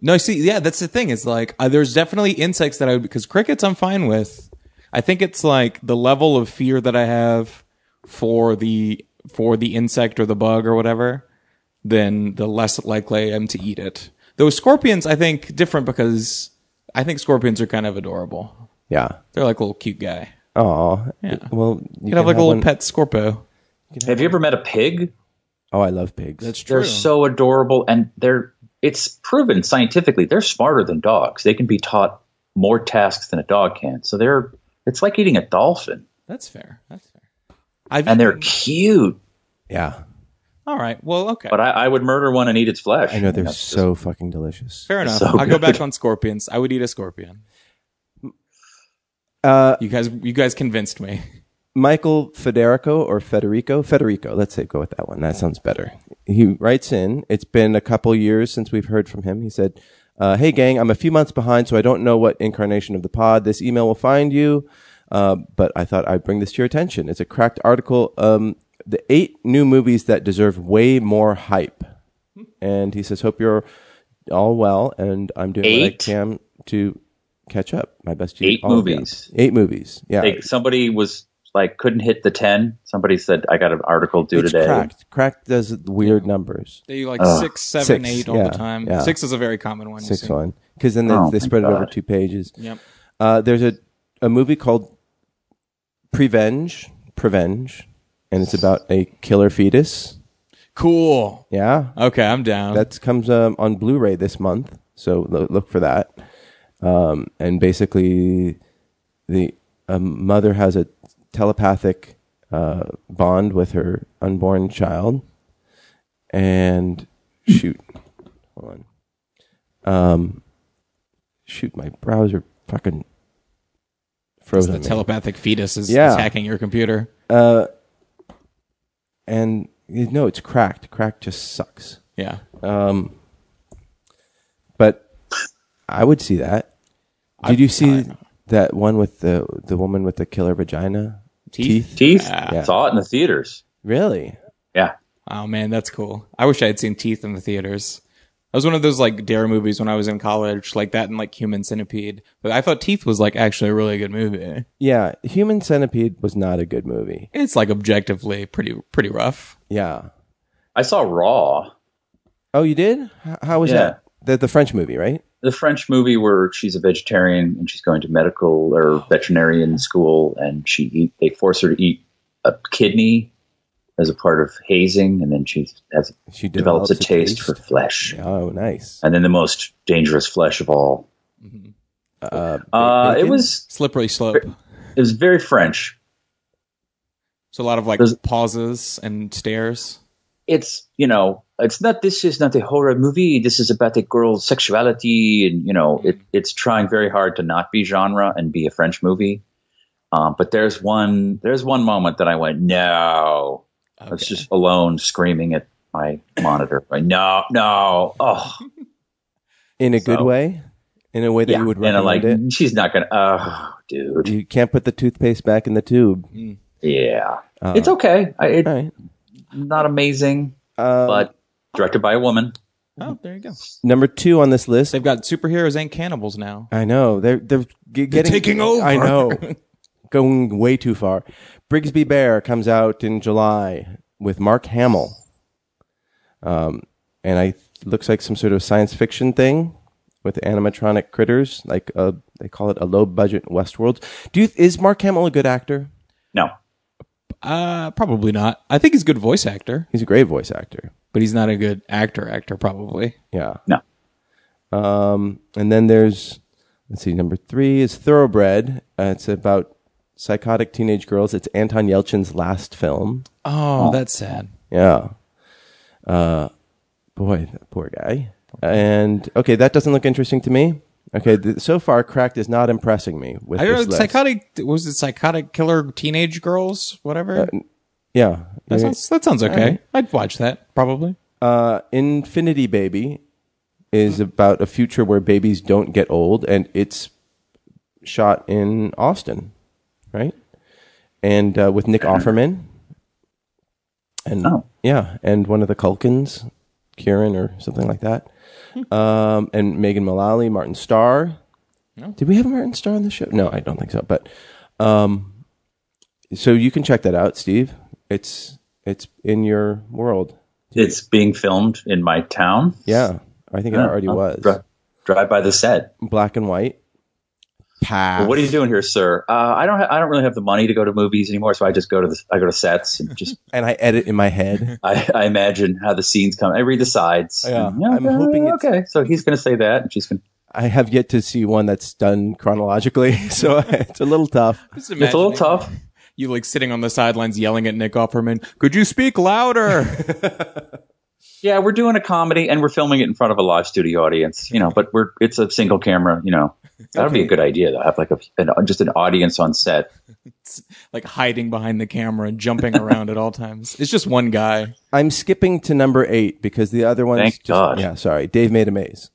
[SPEAKER 4] No, see, yeah, that's the thing. Is like uh, there's definitely insects that I would because crickets I'm fine with. I think it's like the level of fear that I have for the for the insect or the bug or whatever, then the less likely I am to eat it. Though scorpions, I think different because I think scorpions are kind of adorable.
[SPEAKER 3] Yeah.
[SPEAKER 4] They're like a little cute guy.
[SPEAKER 3] Oh.
[SPEAKER 4] Yeah.
[SPEAKER 3] Well, you,
[SPEAKER 4] You could have like a little
[SPEAKER 3] one-
[SPEAKER 4] pet scorpio.
[SPEAKER 2] Have you ever met a pig?
[SPEAKER 3] Oh, I love pigs.
[SPEAKER 2] They're so adorable, and they're it's proven scientifically they're smarter than dogs. They can be taught more tasks than a dog can. So they're it's like eating a dolphin,
[SPEAKER 4] That's fair. That's fair. I've
[SPEAKER 2] and they're cute.
[SPEAKER 3] yeah.
[SPEAKER 4] all right. Well, okay.
[SPEAKER 2] But I, I would murder one and eat its flesh.
[SPEAKER 3] I know they're
[SPEAKER 2] That's just-
[SPEAKER 3] so fucking delicious.
[SPEAKER 4] fair enough.
[SPEAKER 2] so
[SPEAKER 4] I'll go
[SPEAKER 2] good.
[SPEAKER 4] back on scorpions. I would eat a scorpion.
[SPEAKER 3] Uh,
[SPEAKER 4] You guys, you guys convinced me.
[SPEAKER 3] Michael Federico or Federico Federico. Let's say go with that one. That sounds better. He writes in. It's been a couple years since we've heard from him. He said, uh, "Hey gang, I'm a few months behind, so I don't know what incarnation of the pod this email will find you, uh, but I thought I'd bring this to your attention. It's a cracked article. Um, the eight new movies that deserve way more hype." And he says, "Hope you're all well, and I'm doing what I
[SPEAKER 2] Eight?
[SPEAKER 3] can to catch up. My best to you
[SPEAKER 2] Eight
[SPEAKER 3] all of you."
[SPEAKER 2] movies.
[SPEAKER 3] Eight movies. Yeah,
[SPEAKER 2] Like somebody was like couldn't hit the 10. Somebody said, I got an article due
[SPEAKER 3] it's
[SPEAKER 2] today.
[SPEAKER 3] cracked. Cracked does weird numbers.
[SPEAKER 4] They do like
[SPEAKER 2] Ugh.
[SPEAKER 4] six, seven, eight
[SPEAKER 3] Uh, Six,
[SPEAKER 4] all
[SPEAKER 3] yeah,
[SPEAKER 4] the time.
[SPEAKER 3] yeah.
[SPEAKER 4] Six is a very common one. you
[SPEAKER 3] Six
[SPEAKER 4] see.
[SPEAKER 3] one because then they,
[SPEAKER 2] Oh,
[SPEAKER 3] they
[SPEAKER 2] thank
[SPEAKER 3] spread it over
[SPEAKER 2] God.
[SPEAKER 3] two pages.
[SPEAKER 4] Yep.
[SPEAKER 3] Uh, there's a a movie called Prevenge, Prevenge, and it's about a killer fetus.
[SPEAKER 4] Cool.
[SPEAKER 3] Yeah,
[SPEAKER 4] Okay, I'm down.
[SPEAKER 3] that comes um, on Blu-ray this month, so lo- look for that. Um, and basically, the a mother has a telepathic uh, bond with her unborn child, and shoot, hold on, um, shoot, my browser fucking
[SPEAKER 4] It's
[SPEAKER 3] frozen.
[SPEAKER 4] the
[SPEAKER 3] me.
[SPEAKER 4] telepathic fetus is
[SPEAKER 3] Yeah.
[SPEAKER 4] attacking your computer.
[SPEAKER 3] and no, it's cracked. Cracked just sucks.
[SPEAKER 4] Yeah.
[SPEAKER 3] But I would see that. Did you see that one with the the woman with the killer vagina?
[SPEAKER 4] Teeth?
[SPEAKER 2] Teeth?
[SPEAKER 4] Yeah.
[SPEAKER 2] Saw it in the theaters.
[SPEAKER 3] Really?
[SPEAKER 2] Yeah.
[SPEAKER 4] Oh man, that's cool. I wish I had seen Teeth in the theaters. That was one of those like dare movies when I was in college, like that and like Human Centipede. But I thought Teeth was like actually a really good movie.
[SPEAKER 3] Yeah, Human Centipede was not a good movie.
[SPEAKER 4] It's like objectively pretty pretty rough.
[SPEAKER 3] Yeah.
[SPEAKER 2] I saw Raw,
[SPEAKER 3] Oh, you did? H- how was
[SPEAKER 2] Yeah.
[SPEAKER 3] that? The the French movie, right?
[SPEAKER 2] the French movie where she's a vegetarian and she's going to medical or veterinarian school and she eat, they force her to eat a kidney as a part of hazing and then she has,
[SPEAKER 3] She
[SPEAKER 2] develops, a taste, for flesh.
[SPEAKER 3] Oh, nice.
[SPEAKER 2] And then the most dangerous flesh of all.
[SPEAKER 3] Uh, ba-
[SPEAKER 2] Uh, it
[SPEAKER 3] bacon?
[SPEAKER 2] was
[SPEAKER 4] Slippery slope.
[SPEAKER 2] it was very French.
[SPEAKER 4] So a lot of like
[SPEAKER 2] There's-
[SPEAKER 4] pauses and stares.
[SPEAKER 2] It's you know it's not this is not a horror movie. This is about a girl's sexuality and you know it, it's trying very hard to not be genre and be a French movie. Um, but there's one there's one moment that I went no. I was just alone screaming at my monitor. Like, no, no, oh,
[SPEAKER 3] in a good
[SPEAKER 2] so-
[SPEAKER 3] way, in a way that
[SPEAKER 2] yeah.
[SPEAKER 3] you would
[SPEAKER 2] and I'm
[SPEAKER 3] recommend
[SPEAKER 2] like,
[SPEAKER 3] it.
[SPEAKER 2] she's not gonna. Oh, dude,
[SPEAKER 3] You can't put the toothpaste back in the tube.
[SPEAKER 2] yeah, it's okay. I, it's
[SPEAKER 3] Uh-huh. All right. Uh,
[SPEAKER 2] not amazing, but directed by a woman.
[SPEAKER 4] Oh, there you go.
[SPEAKER 3] Number two on this list.
[SPEAKER 4] They've got superheroes and cannibals now.
[SPEAKER 3] I know they're they're, g- getting
[SPEAKER 4] taking over.
[SPEAKER 3] I know, going way too far. Brigsby Bear comes out in July with Mark Hamill, um, and I looks like some sort of science fiction thing with animatronic critters. Like uh they call it a low budget Westworld. Do you, is Mark Hamill a good actor?
[SPEAKER 2] No,
[SPEAKER 4] Uh, probably not. I think he's a good voice actor,
[SPEAKER 3] He's a great voice actor.
[SPEAKER 4] but he's not a good actor. Actor probably.
[SPEAKER 3] Yeah.
[SPEAKER 2] No.
[SPEAKER 3] Um, and then there's, let's see, number three is Thoroughbred. Uh, it's about psychotic teenage girls. It's Anton Yelchin's last film.
[SPEAKER 4] Oh, that's sad.
[SPEAKER 3] Yeah. Uh, boy, that poor guy. And okay, that doesn't look interesting to me. Okay, th- so far, Cracked is not impressing me with
[SPEAKER 4] I
[SPEAKER 3] this
[SPEAKER 4] don't know.
[SPEAKER 3] list.
[SPEAKER 4] Psychotic was it? Psychotic killer teenage girls, whatever.
[SPEAKER 2] Uh,
[SPEAKER 3] Yeah,
[SPEAKER 4] that, sounds, that sounds okay. I'd watch that probably.
[SPEAKER 3] uh, Infinity Baby is about a future where babies don't get old, and it's shot in Austin, right? And uh, with Nick Offerman, and
[SPEAKER 2] Oh.
[SPEAKER 3] yeah, and one of the Culkins, Kieran or something like that, um, and Megan Mullally, Martin Starr. Did we have Martin Starr on the show? No, I don't think so. But um, so you can check that out, Steve. It's it's in your world.
[SPEAKER 2] it's being filmed in my town.
[SPEAKER 3] Yeah, I think it already
[SPEAKER 2] I'll
[SPEAKER 3] was.
[SPEAKER 2] dri- drive by the set.
[SPEAKER 3] Black and white. Pass.
[SPEAKER 2] Well,
[SPEAKER 3] Ah.
[SPEAKER 2] what are you doing here, sir? Uh, I don't. Ha- I don't really have the money to go to movies anymore, so I just go to the. I go to sets and just.
[SPEAKER 3] And I edit in my head.
[SPEAKER 2] I, I imagine how the scenes come. I read the sides.
[SPEAKER 3] Yeah.
[SPEAKER 2] And,
[SPEAKER 3] I'm
[SPEAKER 2] okay,
[SPEAKER 3] hoping it's-
[SPEAKER 2] okay. So he's going to say that, and she's going. to
[SPEAKER 3] I have yet to see one that's done chronologically, so it's a little tough.
[SPEAKER 2] It's a little tough.
[SPEAKER 4] You like sitting on the sidelines yelling at Nick Offerman. Could you speak louder?
[SPEAKER 2] Yeah, we're doing a comedy and we're filming it in front of a live studio audience, you know. But we're it's a single camera, you know. That'd be a good idea though. Have like a an, just an audience on set.
[SPEAKER 4] like hiding behind the camera, and jumping around at all times. It's just one guy.
[SPEAKER 3] I'm skipping to number eight because the other ones.
[SPEAKER 2] Thank
[SPEAKER 3] just-
[SPEAKER 2] God.
[SPEAKER 3] Yeah, sorry. Dave made a maze.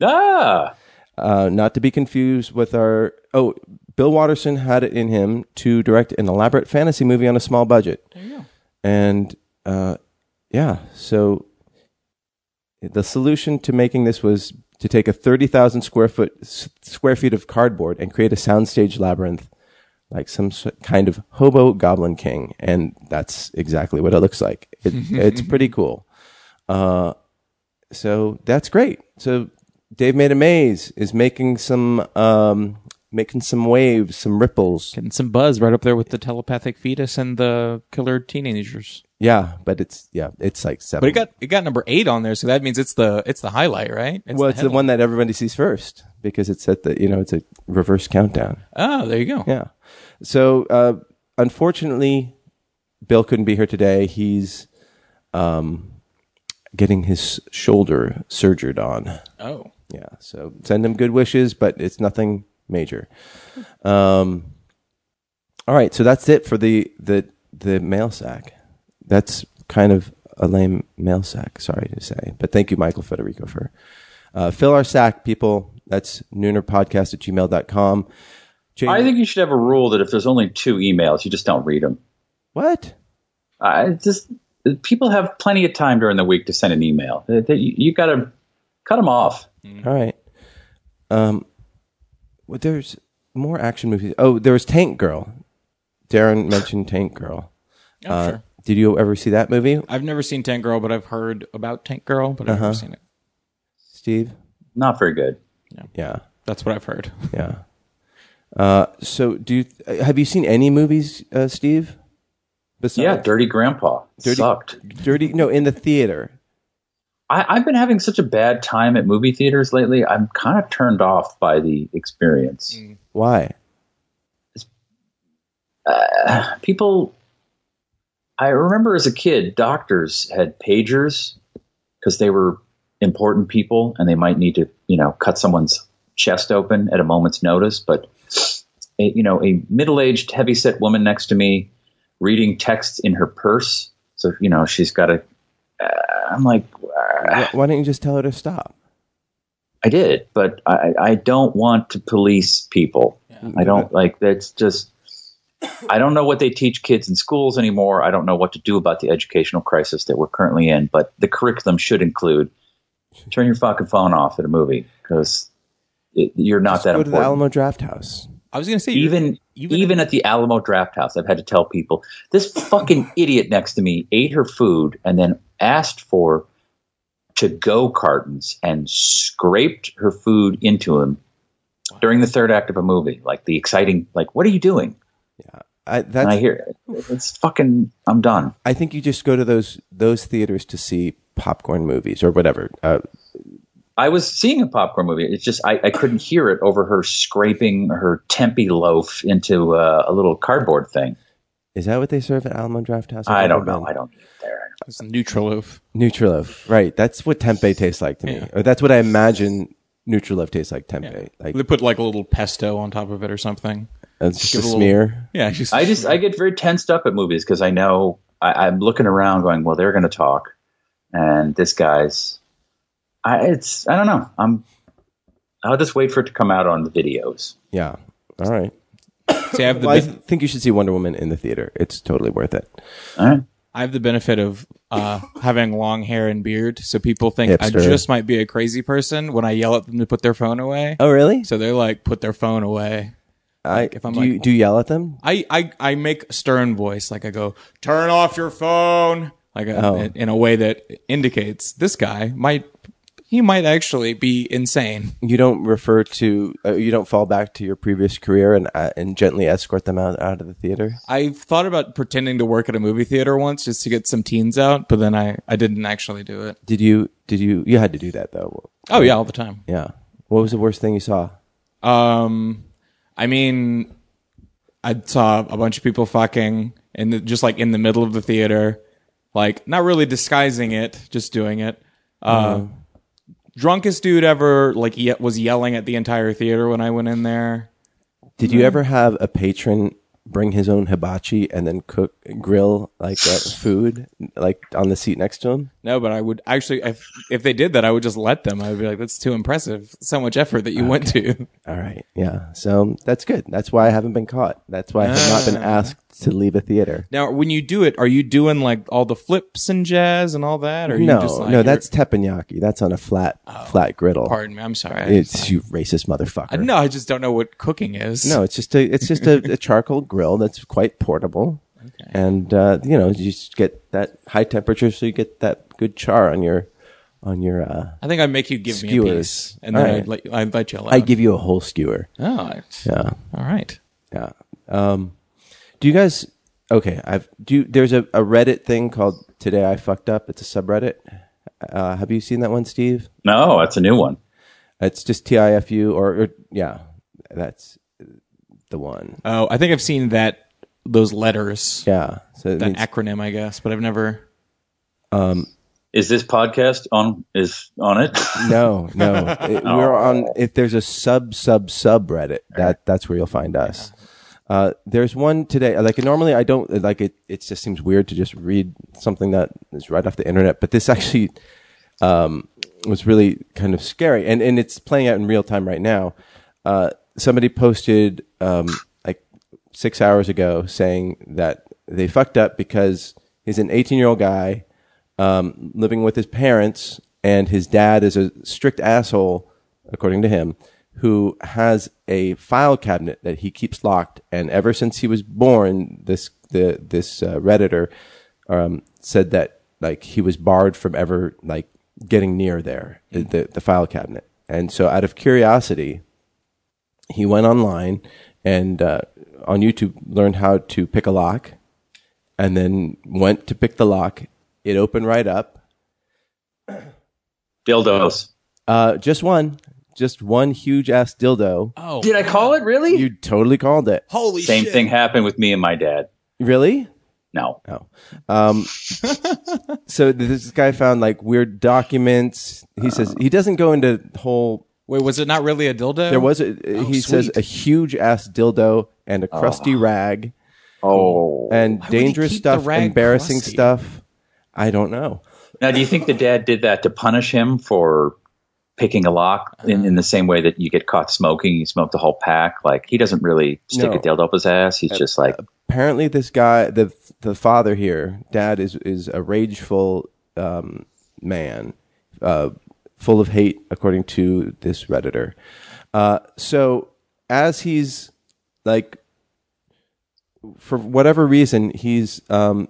[SPEAKER 2] Ah,
[SPEAKER 3] Uh, not to be confused with our. Oh, Bill Watterson had it in him to direct an elaborate fantasy movie on a small budget. There you
[SPEAKER 4] go.
[SPEAKER 3] And uh, yeah, so the solution to making this was to take a 30,000 square foot s- square feet of cardboard and create a soundstage labyrinth like some s- kind of hobo goblin king, and that's exactly what it looks like. It, it's pretty cool. Uh, so that's great. So Dave Made a Maze is making some um, making some waves, some ripples.
[SPEAKER 4] Getting some buzz right up there with the telepathic fetus and the killer teenagers.
[SPEAKER 3] Yeah, but it's yeah, it's like seven.
[SPEAKER 4] But it got it got number eight on there, so that means it's the it's the highlight, right?
[SPEAKER 3] well, it's the one that everybody sees first because it's at the you know it's a reverse countdown.
[SPEAKER 4] Oh, there you go.
[SPEAKER 3] Yeah. So uh, unfortunately, Bill couldn't be here today. He's um, getting his shoulder surgered on.
[SPEAKER 4] Oh,
[SPEAKER 3] Yeah. So send him good wishes, but it's nothing major. Um, all right. So that's it for the the the mail sack. That's kind of a lame mail sack. Sorry to say, but thank you, Michael Federico, for uh, fill our sack, people. That's noonerpodcast at gmail.com. Jane,
[SPEAKER 2] I think you should have a rule that if there's only two emails, you just don't read them.
[SPEAKER 3] what?
[SPEAKER 2] I just people have plenty of time during the week to send an email. They- they- You, got to cut them off.
[SPEAKER 3] All right. Um, well, there's more action movies. Oh, there was Tank Girl. Darren mentioned Tank Girl. Uh,
[SPEAKER 4] Oh, sure.
[SPEAKER 3] Did you ever see that movie,
[SPEAKER 4] I've never seen Tank Girl, but I've heard about Tank Girl, but I've
[SPEAKER 3] Uh-huh.
[SPEAKER 4] never seen it.
[SPEAKER 3] Steve?
[SPEAKER 2] Not very good.
[SPEAKER 3] Yeah,
[SPEAKER 4] That's what I've heard.
[SPEAKER 3] yeah. Uh, so, do you uh, have you seen any movies, uh, Steve? Besides
[SPEAKER 2] Yeah, Dirty Grandpa sucked.
[SPEAKER 3] Dirty. No, in the theater.
[SPEAKER 2] I, I've been having such a bad time at movie theaters lately. I'm kind of turned off by the experience.
[SPEAKER 3] Why?
[SPEAKER 2] people i remember as a kid doctors had pagers because they were important people and they might need to you know cut someone's chest open at a moment's notice but a, you know a middle-aged heavy-set woman next to me reading texts in her purse so you know she's got a uh, i'm like uh,
[SPEAKER 3] Why don't you just tell her to stop?
[SPEAKER 2] i did but i i don't want to police people i don't like that's just I don't know what they teach kids in schools anymore. I don't know what to do about the educational crisis that we're currently in, but the curriculum should include turn your fucking phone off at a movie because you're not
[SPEAKER 3] Just
[SPEAKER 2] that
[SPEAKER 3] go to the
[SPEAKER 2] important.
[SPEAKER 3] Alamo Draft House.
[SPEAKER 4] I was gonna say
[SPEAKER 2] Even
[SPEAKER 4] even-
[SPEAKER 2] even, at the Alamo Draft House, I've had to tell people this fucking idiot next to me ate her food and then asked for to go cartons and scraped her food into him during the third act of a movie. Like the exciting, like what are you doing?
[SPEAKER 3] I, that's
[SPEAKER 2] and I hear it's fucking. I'm done.
[SPEAKER 3] I think you just go to those those theaters to see popcorn movies or whatever. Uh,
[SPEAKER 2] I was seeing a popcorn movie. It's just I, I couldn't hear it over her scraping her tempeh loaf into uh, a little cardboard thing.
[SPEAKER 3] is that what they serve at Alamo Draft House?
[SPEAKER 2] I don't know. I don't get there.
[SPEAKER 4] it's Nutriloaf.
[SPEAKER 3] Nutriloaf, right? That's what tempeh tastes like to me, or that's what I imagine Nutriloaf tastes like tempeh. Like
[SPEAKER 4] They put like a little pesto on top of it or something.
[SPEAKER 3] it's just a,
[SPEAKER 4] give it a little-
[SPEAKER 3] smear.
[SPEAKER 4] Yeah, she's,
[SPEAKER 2] I just I get very tensed up at movies because I know I, I'm looking around going, well, they're going to talk, and this guy's. I it's I don't know. I'm. I'll just wait for it to come out on the videos.
[SPEAKER 3] Yeah. All right.
[SPEAKER 4] See, I have the
[SPEAKER 3] Well, I
[SPEAKER 4] ben-
[SPEAKER 3] th- think you should see Wonder Woman in the theater. It's totally worth it.
[SPEAKER 2] All right.
[SPEAKER 4] I have the benefit of uh, having long hair and beard, so people think I
[SPEAKER 3] Hipster.
[SPEAKER 4] just might be a crazy person when I yell at them to put their phone away.
[SPEAKER 3] Oh, really?
[SPEAKER 4] So they're like, put their phone away.
[SPEAKER 3] I,
[SPEAKER 4] if I'm
[SPEAKER 3] do,
[SPEAKER 4] like-
[SPEAKER 3] you, do you yell at them?
[SPEAKER 4] I, I, I make stern voice. Like I go, turn off your phone. Like a, in a way that indicates this guy might, he might actually be insane.
[SPEAKER 3] You don't refer to, uh, you don't fall back to your previous career and uh, and gently escort them out, out of the theater.
[SPEAKER 4] I thought about pretending to work at a movie theater once just to get some teens out, but then I, I didn't actually do it.
[SPEAKER 3] Did you? Did you? You had to do that though.
[SPEAKER 4] Oh yeah, all the time.
[SPEAKER 3] Yeah. What was the worst thing you saw?
[SPEAKER 4] Um, I mean, I saw a bunch of people fucking and the, just like in the middle of the theater, like not really disguising it, just doing it. Uh,
[SPEAKER 3] Uh-huh.
[SPEAKER 4] Drunkest dude ever, like ye- was yelling at the entire theater when I went in there.
[SPEAKER 3] Did you ever have a patron bring his own hibachi and then cook grill like uh, food like on the seat next to him?
[SPEAKER 4] No, but I would actually if if they did that, I would just let them. I would be like, that's too impressive. So much effort that you went to.
[SPEAKER 3] All right, yeah. So that's good. That's why I haven't been caught. That's why I have not been asked to leave a theater.
[SPEAKER 4] Now, when you do it, are you doing like all the flips and jazz and all that? Or are you
[SPEAKER 3] No,
[SPEAKER 4] just like, Oh,
[SPEAKER 3] no, that's teppanyaki. That's on a flat, flat griddle.
[SPEAKER 4] pardon me. I'm sorry. I just-
[SPEAKER 3] It's you racist motherfucker.
[SPEAKER 4] no, I just don't know what cooking is.
[SPEAKER 3] No, it's just a it's just a, a charcoal grill that's quite portable, and uh, you know you just get that high temperature, so you get that good char on your on your. Uh,
[SPEAKER 4] I think I'd make you give me a
[SPEAKER 3] Skewers.
[SPEAKER 4] piece, and then
[SPEAKER 3] All right.
[SPEAKER 4] I'd, let, I'd let you alone.
[SPEAKER 3] I give you a whole skewer.
[SPEAKER 4] Oh,
[SPEAKER 3] Yeah,
[SPEAKER 4] all right.
[SPEAKER 3] yeah. Um, do you guys? Okay, I've do. You, there's a, a Reddit thing called "Today I Fucked Up." It's a subreddit. Uh, have you seen that one, Steve?
[SPEAKER 2] No, that's a new one.
[SPEAKER 3] It's just TIFU, or, or yeah, that's the one.
[SPEAKER 4] Oh, I think I've seen that those letters,
[SPEAKER 3] Yeah. So it
[SPEAKER 4] that
[SPEAKER 3] means-
[SPEAKER 4] acronym, I guess, but I've never.
[SPEAKER 2] Is this podcast on? Is on it?
[SPEAKER 3] No, no. It- We're on. If there's a sub sub subreddit, that that's where you'll find us. Uh, there's one today. uh, Like normally, I don't like it. It just seems weird to just read something that is right off the internet. But this actually um, was really kind of scary, and and it's playing out in real time right now. Uh, somebody posted um, like six hours ago saying that they fucked up because he's an 18 year old guy um, living with his parents, and his dad is a strict asshole, according to him, who has a file cabinet that he keeps locked. And ever since he was born, this the this uh, redditor um, said that like he was barred from ever like getting near there the, the the file cabinet. And so, out of curiosity, he went online and uh, on YouTube learned how to pick a lock, and then went to pick the lock. It opened right up.
[SPEAKER 2] Dildos.
[SPEAKER 3] Uh, just one, just one huge ass dildo.
[SPEAKER 4] Oh,
[SPEAKER 2] Did I call it really?
[SPEAKER 3] You totally called it.
[SPEAKER 4] holy
[SPEAKER 2] Same
[SPEAKER 4] shit.
[SPEAKER 2] thing happened with me and my dad.
[SPEAKER 3] Really?
[SPEAKER 2] No.
[SPEAKER 3] No. Um, so this guy found like weird documents. He says he doesn't go into whole.
[SPEAKER 4] Wait, was it not really a dildo?
[SPEAKER 3] There was a, he says
[SPEAKER 4] Oh, sweet.
[SPEAKER 3] a huge ass dildo and a crusty rag.
[SPEAKER 2] Oh.
[SPEAKER 3] and
[SPEAKER 4] would he
[SPEAKER 3] dangerous
[SPEAKER 4] keep the
[SPEAKER 3] stuff,
[SPEAKER 4] rag
[SPEAKER 3] embarrassing
[SPEAKER 4] crusty?
[SPEAKER 3] stuff. I don't know.
[SPEAKER 2] Now, do you think the dad did that to punish him for picking a lock in, in the same way that you get caught smoking? You smoked a whole pack. Like, he doesn't really stick
[SPEAKER 3] No.
[SPEAKER 2] a dildo up his ass. He's just like,
[SPEAKER 3] Apparently, this guy, the the father here, dad is is a rageful um, man, uh, full of hate, according to this redditor. Uh, so, as he's like, for whatever reason, he's um,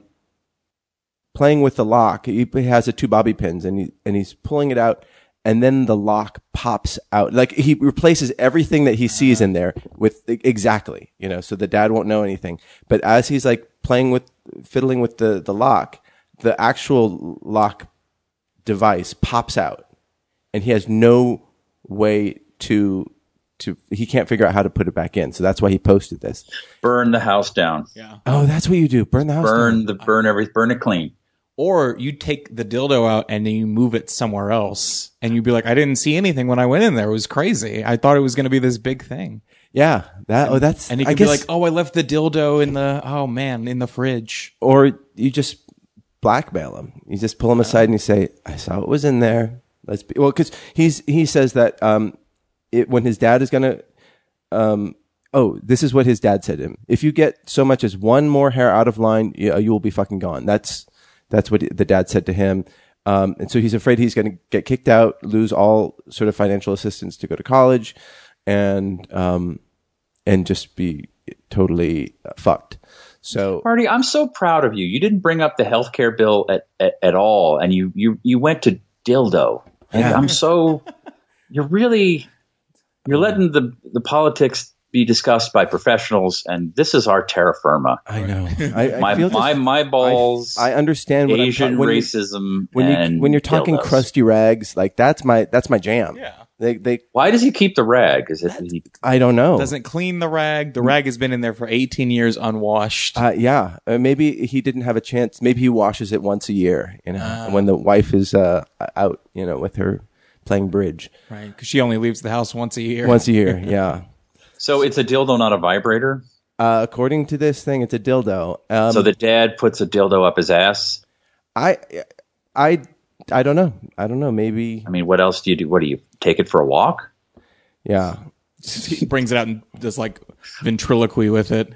[SPEAKER 3] playing with the lock. He he has the two bobby pins and he and he's pulling it out and then the lock pops out. Like he replaces everything that he sees in there with e, exactly, you know, so the dad won't know anything. But as he's like playing with fiddling with the the lock, the actual lock device pops out and he has no way to to he can't figure out how to put it back in. So that's why he posted this.
[SPEAKER 2] burn the house down.
[SPEAKER 3] Oh, that's what you do. Burn the house down.
[SPEAKER 2] Burn the, burn every, burn it clean.
[SPEAKER 4] Or you take the dildo out and then you move it somewhere else, and you'd be like, "I didn't see anything when I went in there. It was crazy. I thought it was going to be this big thing."
[SPEAKER 3] Yeah. That oh that's
[SPEAKER 4] And you
[SPEAKER 3] I
[SPEAKER 4] could be
[SPEAKER 3] guess-
[SPEAKER 4] like, "Oh, I left the dildo in the oh man in the fridge."
[SPEAKER 3] or you just blackmail him. You just pull him aside and you say, "I saw what was in there." Let's be well, because he's he says that um, it, when his dad is gonna, um, oh, this is what his dad said to him: if you get so much as one more hair out of line, you, uh, you will be fucking gone. That's that's what the dad said to him. Um, and so he's afraid he's going to get kicked out, lose all sort of financial assistance to go to college, and um, and just be totally uh, fucked. So
[SPEAKER 2] Marty, I'm so proud of you. You didn't bring up the health care bill at, at, at all, and you, you, you went to dildo. And
[SPEAKER 3] Yeah.
[SPEAKER 2] I'm so. You're really. You're letting the, the politics be discussed by professionals, and this is our terra firma.
[SPEAKER 3] I know. I, I
[SPEAKER 2] My,
[SPEAKER 3] feel
[SPEAKER 2] my,
[SPEAKER 3] this-
[SPEAKER 2] my balls.
[SPEAKER 3] I, I understand what
[SPEAKER 2] Asian
[SPEAKER 3] I'm ta- when you-
[SPEAKER 2] racism.
[SPEAKER 3] when you
[SPEAKER 2] and
[SPEAKER 3] when you're talking
[SPEAKER 2] dildos.
[SPEAKER 3] crusty rags, like that's my that's my jam.
[SPEAKER 4] Yeah.
[SPEAKER 3] They they
[SPEAKER 2] why does he keep the rag? Is it he,
[SPEAKER 3] I don't know.
[SPEAKER 4] Doesn't clean the rag. The rag has been in there for 18 years unwashed.
[SPEAKER 3] uh, yeah, uh, maybe he didn't have a chance. Maybe he washes it once a year, you know, when the wife is uh, out, you know, with her playing bridge
[SPEAKER 4] Right, because she only leaves the house once a year.
[SPEAKER 3] once a year. Yeah,
[SPEAKER 2] so? It's a dildo, not a vibrator.
[SPEAKER 3] Uh, according to this thing, it's a dildo. Um,
[SPEAKER 2] so the dad puts a dildo up his ass.
[SPEAKER 3] I, I, I don't know. I don't know. Maybe.
[SPEAKER 2] I mean, what else do you do? What do you take it for a walk?
[SPEAKER 3] Yeah.
[SPEAKER 4] he brings it out and does like ventriloquy with it.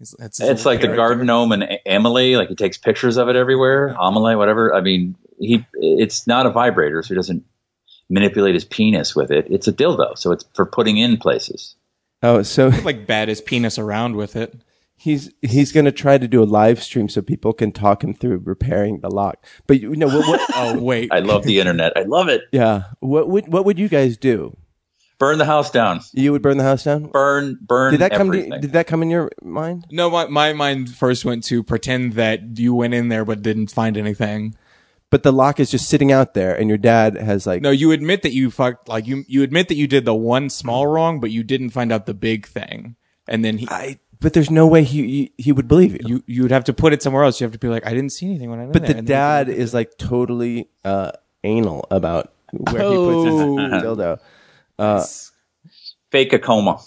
[SPEAKER 4] It's, it's,
[SPEAKER 2] It's like the garden gnome and A- Amelie. Like he takes pictures of it everywhere. Amelie, whatever. I mean, he. It's not a vibrator, so he doesn't manipulate his penis with it. It's a dildo, so it's for putting in places.
[SPEAKER 3] Oh, so
[SPEAKER 4] like bat his penis around with it.
[SPEAKER 3] he's he's going to try to do a live stream so people can talk him through repairing the lock. But you know what? what
[SPEAKER 4] Oh wait,
[SPEAKER 2] I love the internet. I love it.
[SPEAKER 3] yeah. What would what would you guys do?
[SPEAKER 2] Burn the house down.
[SPEAKER 3] You would burn the house down.
[SPEAKER 2] Burn. Burn.
[SPEAKER 3] Did that come?
[SPEAKER 2] everything.
[SPEAKER 3] To, did that come in your mind?
[SPEAKER 4] no, my my mind first went to pretend that you went in there but didn't find anything.
[SPEAKER 3] But the lock is just sitting out there, and your dad has like
[SPEAKER 4] No, you admit that you fucked. Like you you admit that you did the one small wrong, but you didn't find out the big thing. And then he,
[SPEAKER 3] I, but there's no way he he, he would believe you.
[SPEAKER 4] you you would have to put it somewhere else. You have to be like, I didn't see anything when I.
[SPEAKER 3] but the dad is like totally uh, anal about where
[SPEAKER 4] Oh.
[SPEAKER 3] he puts his dildo.
[SPEAKER 2] Fake a coma,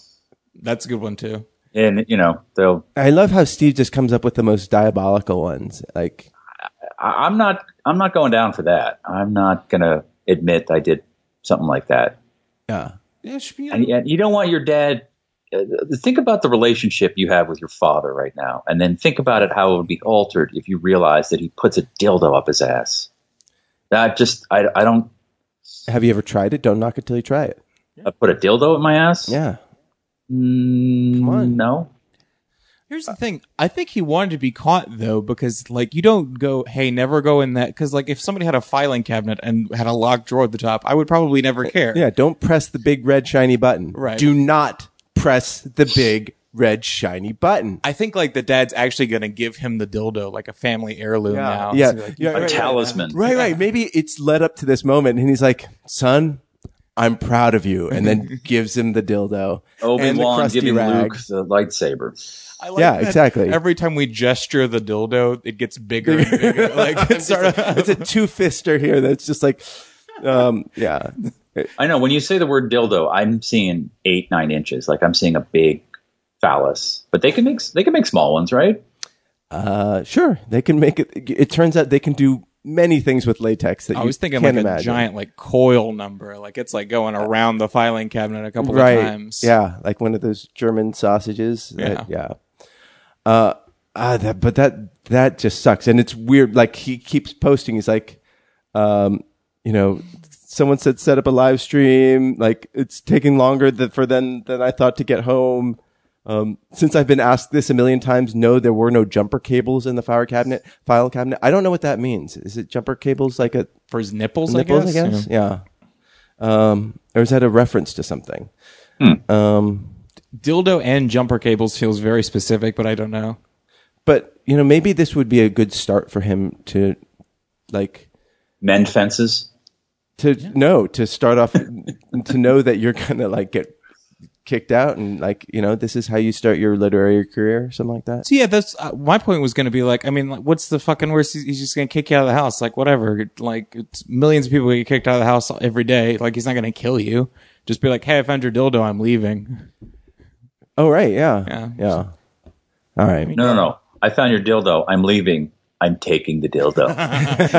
[SPEAKER 4] That's a good one too.
[SPEAKER 2] and you know they'll.
[SPEAKER 3] I love how Steve just comes up with the most diabolical ones. Like,
[SPEAKER 2] I, I'm not. I'm not going down for that. I'm not gonna admit I did something like that.
[SPEAKER 3] yeah,
[SPEAKER 4] Yeah, should be.
[SPEAKER 2] And yet you don't want your dad. uh, Think about the relationship you have with your father right now, and then think about it how it would be altered if you realize that he puts a dildo up his ass. That just I, I don't
[SPEAKER 3] have you ever tried it? Don't knock it till you try it.
[SPEAKER 2] I put a dildo in my ass.
[SPEAKER 3] Yeah,
[SPEAKER 2] Mm,
[SPEAKER 3] Come on.
[SPEAKER 2] No.
[SPEAKER 4] Here's the thing. I think he wanted to be caught though, because like you don't go, hey, never go in that. Because like if somebody had a filing cabinet and had a locked drawer at the top, I would probably never care.
[SPEAKER 3] yeah. Don't press the big red shiny button.
[SPEAKER 4] Right.
[SPEAKER 3] Do not press the big red shiny button.
[SPEAKER 4] I think like the dad's actually gonna give him the dildo, like a family heirloom now.
[SPEAKER 3] yeah,
[SPEAKER 4] So, like,
[SPEAKER 3] yeah,
[SPEAKER 2] A
[SPEAKER 3] right, right.
[SPEAKER 2] talisman.
[SPEAKER 3] Right, right. Maybe it's led up to this moment, and he's like, "Son, I'm proud of you," and then gives him the dildo
[SPEAKER 2] Obi
[SPEAKER 3] and the
[SPEAKER 2] Wan
[SPEAKER 3] crusty
[SPEAKER 2] giving
[SPEAKER 3] rag.
[SPEAKER 2] Luke the lightsaber.
[SPEAKER 4] I like
[SPEAKER 3] Yeah,
[SPEAKER 4] that
[SPEAKER 3] exactly.
[SPEAKER 4] Every time we gesture the dildo, it gets bigger and bigger. Like it's sort of
[SPEAKER 3] it's a two fister here. That's just like, um, yeah,
[SPEAKER 2] I know when you say the word dildo, I'm seeing eight, nine inches. Like I'm seeing a big phallus, but they can make they can make small ones, right?
[SPEAKER 3] uh, sure. They can make it. It turns out they can do many things with latex that
[SPEAKER 4] I
[SPEAKER 3] you
[SPEAKER 4] was thinking like
[SPEAKER 3] can't
[SPEAKER 4] a
[SPEAKER 3] imagine.
[SPEAKER 4] giant like coil number. Like it's like going around the filing cabinet a couple
[SPEAKER 3] right?
[SPEAKER 4] of times.
[SPEAKER 3] Yeah, like one of those German sausages. that- yeah. Uh, ah, that, but that that just sucks, and it's weird. Like he keeps posting. He's like, um, you know, someone said set up a live stream. Like it's taking longer than for than than I thought to get home. Um, since I've been asked this a million times, no, there were no jumper cables in the fire cabinet, file cabinet. I don't know what that means. Is it jumper cables like a
[SPEAKER 4] For his nipples,
[SPEAKER 3] nipples,
[SPEAKER 4] I guess. Yeah.
[SPEAKER 3] Yeah. Um, or is that a reference to something? Um,
[SPEAKER 4] Dildo and jumper cables feels very specific, but I don't know.
[SPEAKER 3] but you know, maybe this would be a good start for him to, like,
[SPEAKER 2] Mend fences.
[SPEAKER 3] to know to start off to know that you're gonna like get kicked out and like you know this is how you start your literary career or something like that.
[SPEAKER 4] So yeah, that's uh, my point was going to be like, I mean, like, what's the fucking worst? He's, he's just going to kick you out of the house, like whatever. Like it's millions of people get kicked out of the house every day. Like he's not going to kill you. Just be like, hey, I found your dildo. I'm leaving.
[SPEAKER 3] Oh right, yeah,
[SPEAKER 4] Yeah.
[SPEAKER 3] All right,
[SPEAKER 2] No, no, no. I found your dildo. I'm leaving. I'm taking the dildo.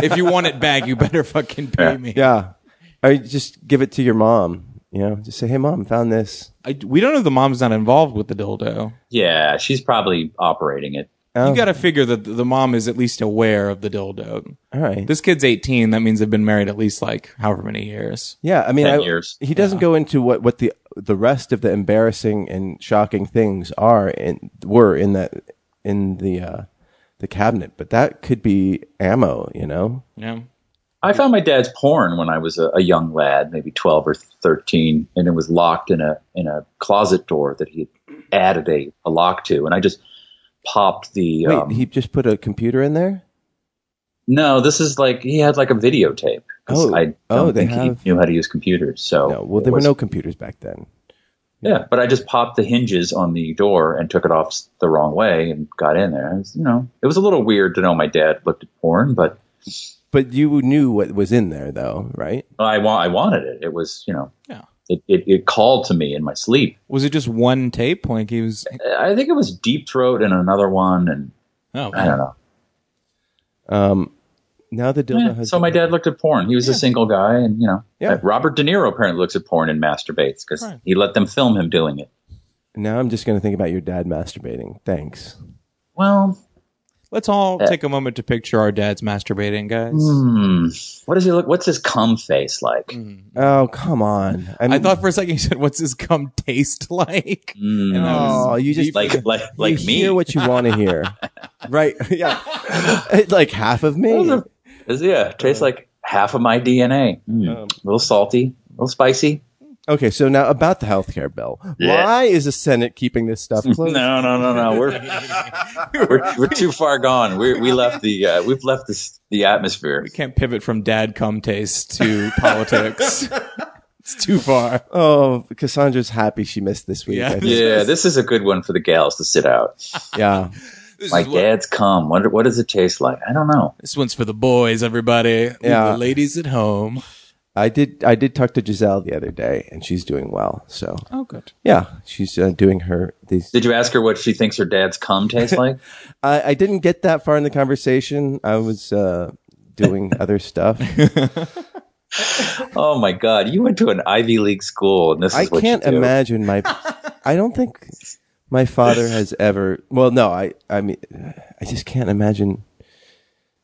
[SPEAKER 4] if you want it back, you better fucking pay me.
[SPEAKER 3] yeah. Or you just give it to your mom. You know, just say, "Hey, mom, found this."
[SPEAKER 4] I, we don't know if the mom's not involved with the dildo.
[SPEAKER 2] yeah, she's probably operating it.
[SPEAKER 3] Oh,
[SPEAKER 4] You got to figure that the the mom is at least aware of the dildo.
[SPEAKER 3] all right.
[SPEAKER 4] This kid's 18. That means they've been married at least like however many years.
[SPEAKER 3] Yeah, I mean,
[SPEAKER 2] 10
[SPEAKER 3] I-
[SPEAKER 2] years.
[SPEAKER 3] he doesn't go into what, what the the rest of the embarrassing and shocking things are and were in that in the uh, the cabinet, but that could be ammo, you know.
[SPEAKER 4] Yeah.
[SPEAKER 2] I found my dad's porn when I was a, a young lad, maybe twelve or thirteen, and it was locked in a in a closet door that he had added a, a lock to, and I just popped the.
[SPEAKER 3] Wait,
[SPEAKER 2] um,
[SPEAKER 3] he just put a computer in there.
[SPEAKER 2] no, this is like he had like a videotape. 'cause
[SPEAKER 3] Oh.
[SPEAKER 2] I don't
[SPEAKER 3] Oh, they
[SPEAKER 2] think
[SPEAKER 3] have-
[SPEAKER 2] he knew how to use computers. So
[SPEAKER 3] No, well,
[SPEAKER 2] Oh, it
[SPEAKER 3] there were
[SPEAKER 2] was-
[SPEAKER 3] no computers back then.
[SPEAKER 2] Yeah, but I just popped the hinges on the door and took it off s- the wrong way and got in there. It was, you know, it was a little weird to know my dad looked at porn, but
[SPEAKER 3] But you knew what was in there, though, right?
[SPEAKER 2] I wa- I wanted it. It was, you know,
[SPEAKER 4] Yeah.
[SPEAKER 2] It, it, it called to me in my sleep.
[SPEAKER 4] Was it just one tape? Like he was.
[SPEAKER 2] I think it was Deep Throat and another one, and
[SPEAKER 4] Oh,
[SPEAKER 2] I don't know.
[SPEAKER 3] Um, now the dildo
[SPEAKER 2] Yeah,
[SPEAKER 3] has.
[SPEAKER 2] So my dad looked at porn. He was a single guy, and you know,
[SPEAKER 3] Yeah.
[SPEAKER 2] uh, Robert De Niro apparently looks at porn and masturbates because
[SPEAKER 4] Right.
[SPEAKER 2] he let them film him doing it.
[SPEAKER 3] Now I'm just going to think about your dad masturbating. Thanks.
[SPEAKER 2] Well,
[SPEAKER 4] Let's all
[SPEAKER 2] Uh,
[SPEAKER 4] take a moment to picture our dads masturbating, guys.
[SPEAKER 2] hmm, what does he look? What's his cum face like?
[SPEAKER 4] Mm.
[SPEAKER 3] Oh come on! I,
[SPEAKER 4] I
[SPEAKER 3] mean,
[SPEAKER 4] thought for a second you said, "What's his cum taste like?"
[SPEAKER 2] Mm.
[SPEAKER 4] And I
[SPEAKER 3] Oh, you just
[SPEAKER 2] Like like like
[SPEAKER 3] you
[SPEAKER 2] me?
[SPEAKER 3] Hear what you want to hear, right? Yeah, It's like half of me.
[SPEAKER 2] Those Is- yeah, tastes like half of my DNA. Mm.
[SPEAKER 4] Um,
[SPEAKER 2] a little salty, a little spicy.
[SPEAKER 3] Okay, so now about the healthcare bill.
[SPEAKER 2] Yeah.
[SPEAKER 3] Why is the Senate keeping this stuff closed?
[SPEAKER 2] No, no, no, no. We're we're, we're too far gone. We we left the uh, we've left this, the atmosphere.
[SPEAKER 4] we can't pivot from dad cum taste to politics. It's too far.
[SPEAKER 3] Oh, Cassandra's happy she missed this week.
[SPEAKER 4] Yeah.
[SPEAKER 3] I think.
[SPEAKER 2] Yeah, this is a good one for the gals to sit out.
[SPEAKER 3] yeah.
[SPEAKER 4] This,
[SPEAKER 2] My
[SPEAKER 4] is what-
[SPEAKER 2] dad's cum. What what does it taste like? I don't know.
[SPEAKER 4] this one's for the boys, everybody. Yeah,
[SPEAKER 3] Yeah.
[SPEAKER 4] the ladies at home.
[SPEAKER 3] I did. I did talk to Giselle the other day, and she's doing well. So
[SPEAKER 4] Oh, good.
[SPEAKER 3] yeah, she's uh, doing her these.
[SPEAKER 2] Did you ask her what she thinks her dad's cum tastes like?
[SPEAKER 3] I, I didn't get that far in the conversation. I was uh, doing other stuff.
[SPEAKER 2] oh my god, you went to an Ivy League school, and this is
[SPEAKER 3] I
[SPEAKER 2] what
[SPEAKER 3] can't
[SPEAKER 2] you do.
[SPEAKER 3] imagine my. I don't think my father has ever. Well, no, I. I mean, I just can't imagine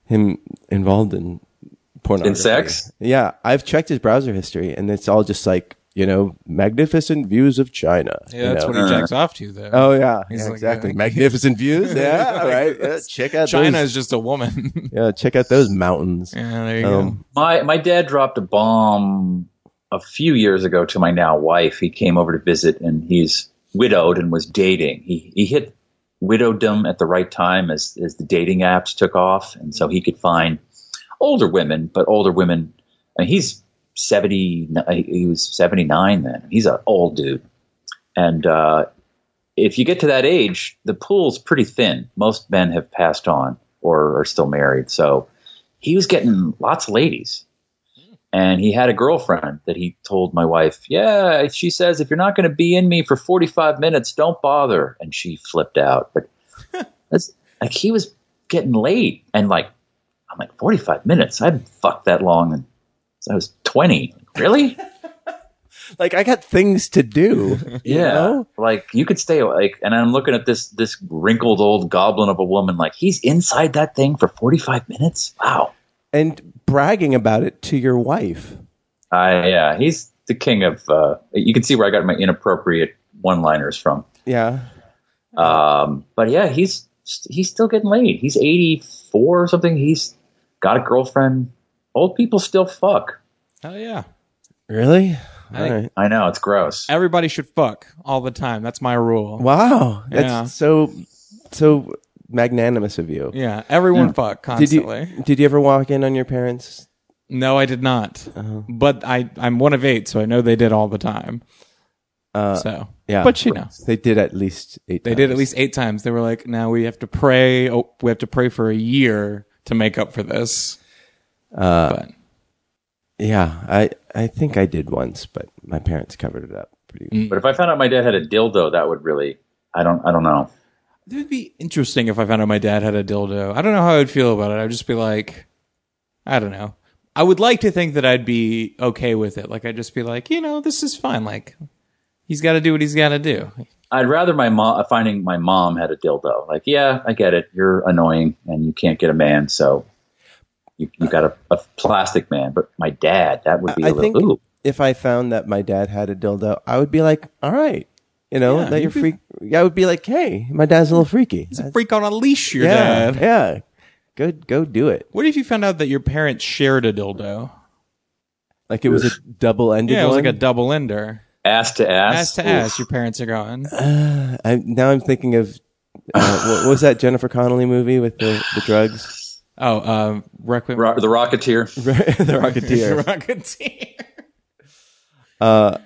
[SPEAKER 3] him involved in pornography.
[SPEAKER 2] In sex?
[SPEAKER 3] Yeah, I've checked his browser history, and it's all just like you know, magnificent views of China.
[SPEAKER 4] Yeah, Uh, that's
[SPEAKER 3] you
[SPEAKER 4] what
[SPEAKER 3] know?
[SPEAKER 4] he jacks off to, though.
[SPEAKER 3] Oh yeah,
[SPEAKER 4] He's
[SPEAKER 3] yeah,
[SPEAKER 4] like,
[SPEAKER 3] exactly.
[SPEAKER 4] uh,
[SPEAKER 3] Magnificent views. Yeah, all right. Yeah, check out
[SPEAKER 4] China
[SPEAKER 3] Those,
[SPEAKER 4] is just a woman.
[SPEAKER 3] yeah, check out those mountains.
[SPEAKER 4] yeah, there you go.
[SPEAKER 3] Um,
[SPEAKER 2] My my dad dropped a bomb a few years ago to my now wife. He came over to visit, and he's widowed and was dating. He he hit widowdom at the right time as as the dating apps took off, and so he could find older women, but older women. And he's seventy. He was seventy nine then. He's an old dude, and uh, if you get to that age, the pool's pretty thin. Most men have passed on or are still married, so he was getting lots of ladies. And he had a girlfriend that he told my wife, Yeah, she says, if you're not going to be in me for 45 minutes, don't bother. And she flipped out. But that's like he was getting late. And like, I'm like, 45 minutes? I'd fucked that long. And so I was 20. Really?
[SPEAKER 3] like I got things to do. you
[SPEAKER 2] yeah.
[SPEAKER 3] know?
[SPEAKER 2] Like, you could stay like, and I'm looking at this, this wrinkled old goblin of a woman. Like, he's inside that thing for 45 minutes? Wow.
[SPEAKER 3] and bragging about it to your wife.
[SPEAKER 2] I yeah, he's the king of. Uh, you can see where I got my inappropriate one-liners from.
[SPEAKER 3] Yeah.
[SPEAKER 2] Um, but yeah, he's he's still getting laid. He's eighty-four or something. He's got a girlfriend. Old people still fuck.
[SPEAKER 4] Hell yeah.
[SPEAKER 3] Really? All
[SPEAKER 4] think-
[SPEAKER 3] right.
[SPEAKER 2] I know it's gross.
[SPEAKER 4] Everybody should fuck all the time. That's my rule.
[SPEAKER 3] Wow. That's
[SPEAKER 4] Yeah.
[SPEAKER 3] so so magnanimous of you.
[SPEAKER 4] Yeah, everyone fuck
[SPEAKER 3] Did you
[SPEAKER 4] constantly.
[SPEAKER 3] did you ever walk in on your parents?
[SPEAKER 4] No, I did not. But I, I'm one of eight, so I know they did all the time.
[SPEAKER 3] Uh,
[SPEAKER 4] so
[SPEAKER 3] Yeah.
[SPEAKER 4] but you know,
[SPEAKER 3] They did at least eight
[SPEAKER 4] they did at least eight times. They were like, now we have to pray. Oh, we have to pray for a year to make up for this. Uh, but
[SPEAKER 3] Yeah. I I think I did once, but my parents covered it up pretty
[SPEAKER 4] Mm.
[SPEAKER 2] But if I found out my dad had a dildo, that would really. I don't. I don't know.
[SPEAKER 4] it would be interesting if I found out my dad had a dildo. I don't know how I'd feel about it. I'd just be like, I don't know. I would like to think that I'd be okay with it. Like I'd just be like, you know, this is fine. Like he's got to do what he's got to do.
[SPEAKER 2] I'd rather my mom finding my mom had a dildo. Like, yeah, I get it. You're annoying and you can't get a man, so you you got a, a plastic man. But my dad, that would be a
[SPEAKER 3] I
[SPEAKER 2] little.
[SPEAKER 3] think
[SPEAKER 2] ooh.
[SPEAKER 3] if I found that my dad had a dildo, I would be like, All right. You know, that you're freak I would be like, Hey, my dad's a little freaky.
[SPEAKER 4] He's a freak on a leash, your
[SPEAKER 3] yeah.
[SPEAKER 4] dad.
[SPEAKER 3] Yeah. Go go do it.
[SPEAKER 4] What if you found out that your parents shared a dildo?
[SPEAKER 3] Like it was a double ended
[SPEAKER 4] Yeah, it was
[SPEAKER 3] one.
[SPEAKER 4] like a double ender.
[SPEAKER 2] ass to ass.
[SPEAKER 4] Ass to
[SPEAKER 2] Oof.
[SPEAKER 4] ass, your parents are going.
[SPEAKER 3] I, now I'm thinking of uh, what, what was that Jennifer Connelly movie with the, the drugs?
[SPEAKER 4] Oh, uh, Requiem.
[SPEAKER 2] Ro- the Rocketeer.
[SPEAKER 3] the Rocketeer.
[SPEAKER 4] Rocketeer.
[SPEAKER 3] Uh,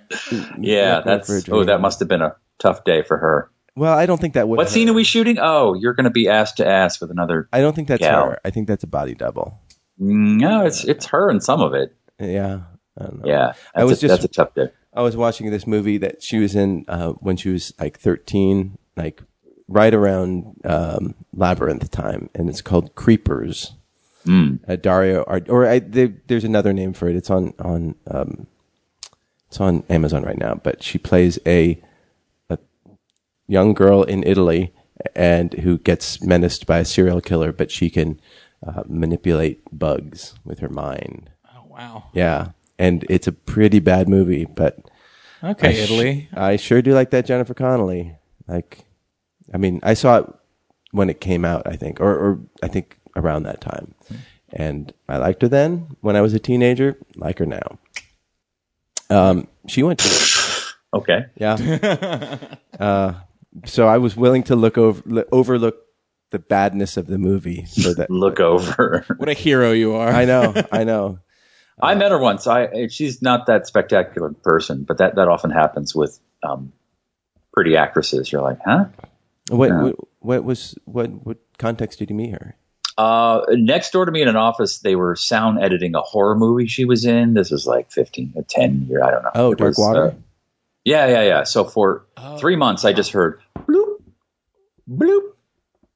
[SPEAKER 2] Yeah,
[SPEAKER 3] Requiem
[SPEAKER 2] that's.
[SPEAKER 3] for a Dream.
[SPEAKER 2] Oh, that must have been a tough day for her.
[SPEAKER 3] well, I don't think that would.
[SPEAKER 2] What scene are we shooting? Oh, you're going to be ass to ass with another.
[SPEAKER 3] I don't think that's
[SPEAKER 2] Yeah.
[SPEAKER 3] her. I think that's a body double.
[SPEAKER 2] No, it's it's her in some of it.
[SPEAKER 3] Yeah, I don't know.
[SPEAKER 2] Yeah,
[SPEAKER 3] I was
[SPEAKER 2] that's a-
[SPEAKER 3] just-
[SPEAKER 2] that's a tough day.
[SPEAKER 3] I was watching this movie that she was in uh, when she was like 13, like right around um, Labyrinth time, and it's called Creepers. Uh, Dario, Ar- or I, they, there's another name for it. It's on on um, it's on Amazon right now. But she plays a young girl in Italy and who gets menaced by a serial killer, but she can uh, manipulate bugs with her mind.
[SPEAKER 4] Oh wow.
[SPEAKER 3] Yeah, and it's a pretty bad movie, but
[SPEAKER 4] Okay,
[SPEAKER 3] I sh-
[SPEAKER 4] Italy.
[SPEAKER 3] I sure do like that Jennifer Connelly. Like, I mean, I saw it when it came out, I think, or, or I think around that time, and I liked her then when I was a teenager. Like her now. Um, she went to
[SPEAKER 2] Okay.
[SPEAKER 3] yeah. uh, so I was willing to look over l- overlook the badness of the movie so that
[SPEAKER 2] Look over.
[SPEAKER 4] What a hero you are.
[SPEAKER 3] I know, I know.
[SPEAKER 2] I met her once. I she's not that spectacular in person, but that that often happens with um, pretty actresses. You're like, huh?
[SPEAKER 3] What what, what was what what context did you meet her?
[SPEAKER 2] Uh, next door to me in an office, they were sound editing a horror movie she was in. This was like 15 or 10 year, I don't know.
[SPEAKER 3] Oh,
[SPEAKER 2] It
[SPEAKER 3] Dark
[SPEAKER 2] was,
[SPEAKER 3] Water?
[SPEAKER 2] uh, yeah, yeah, yeah. So for three months, I just heard bloop, bloop.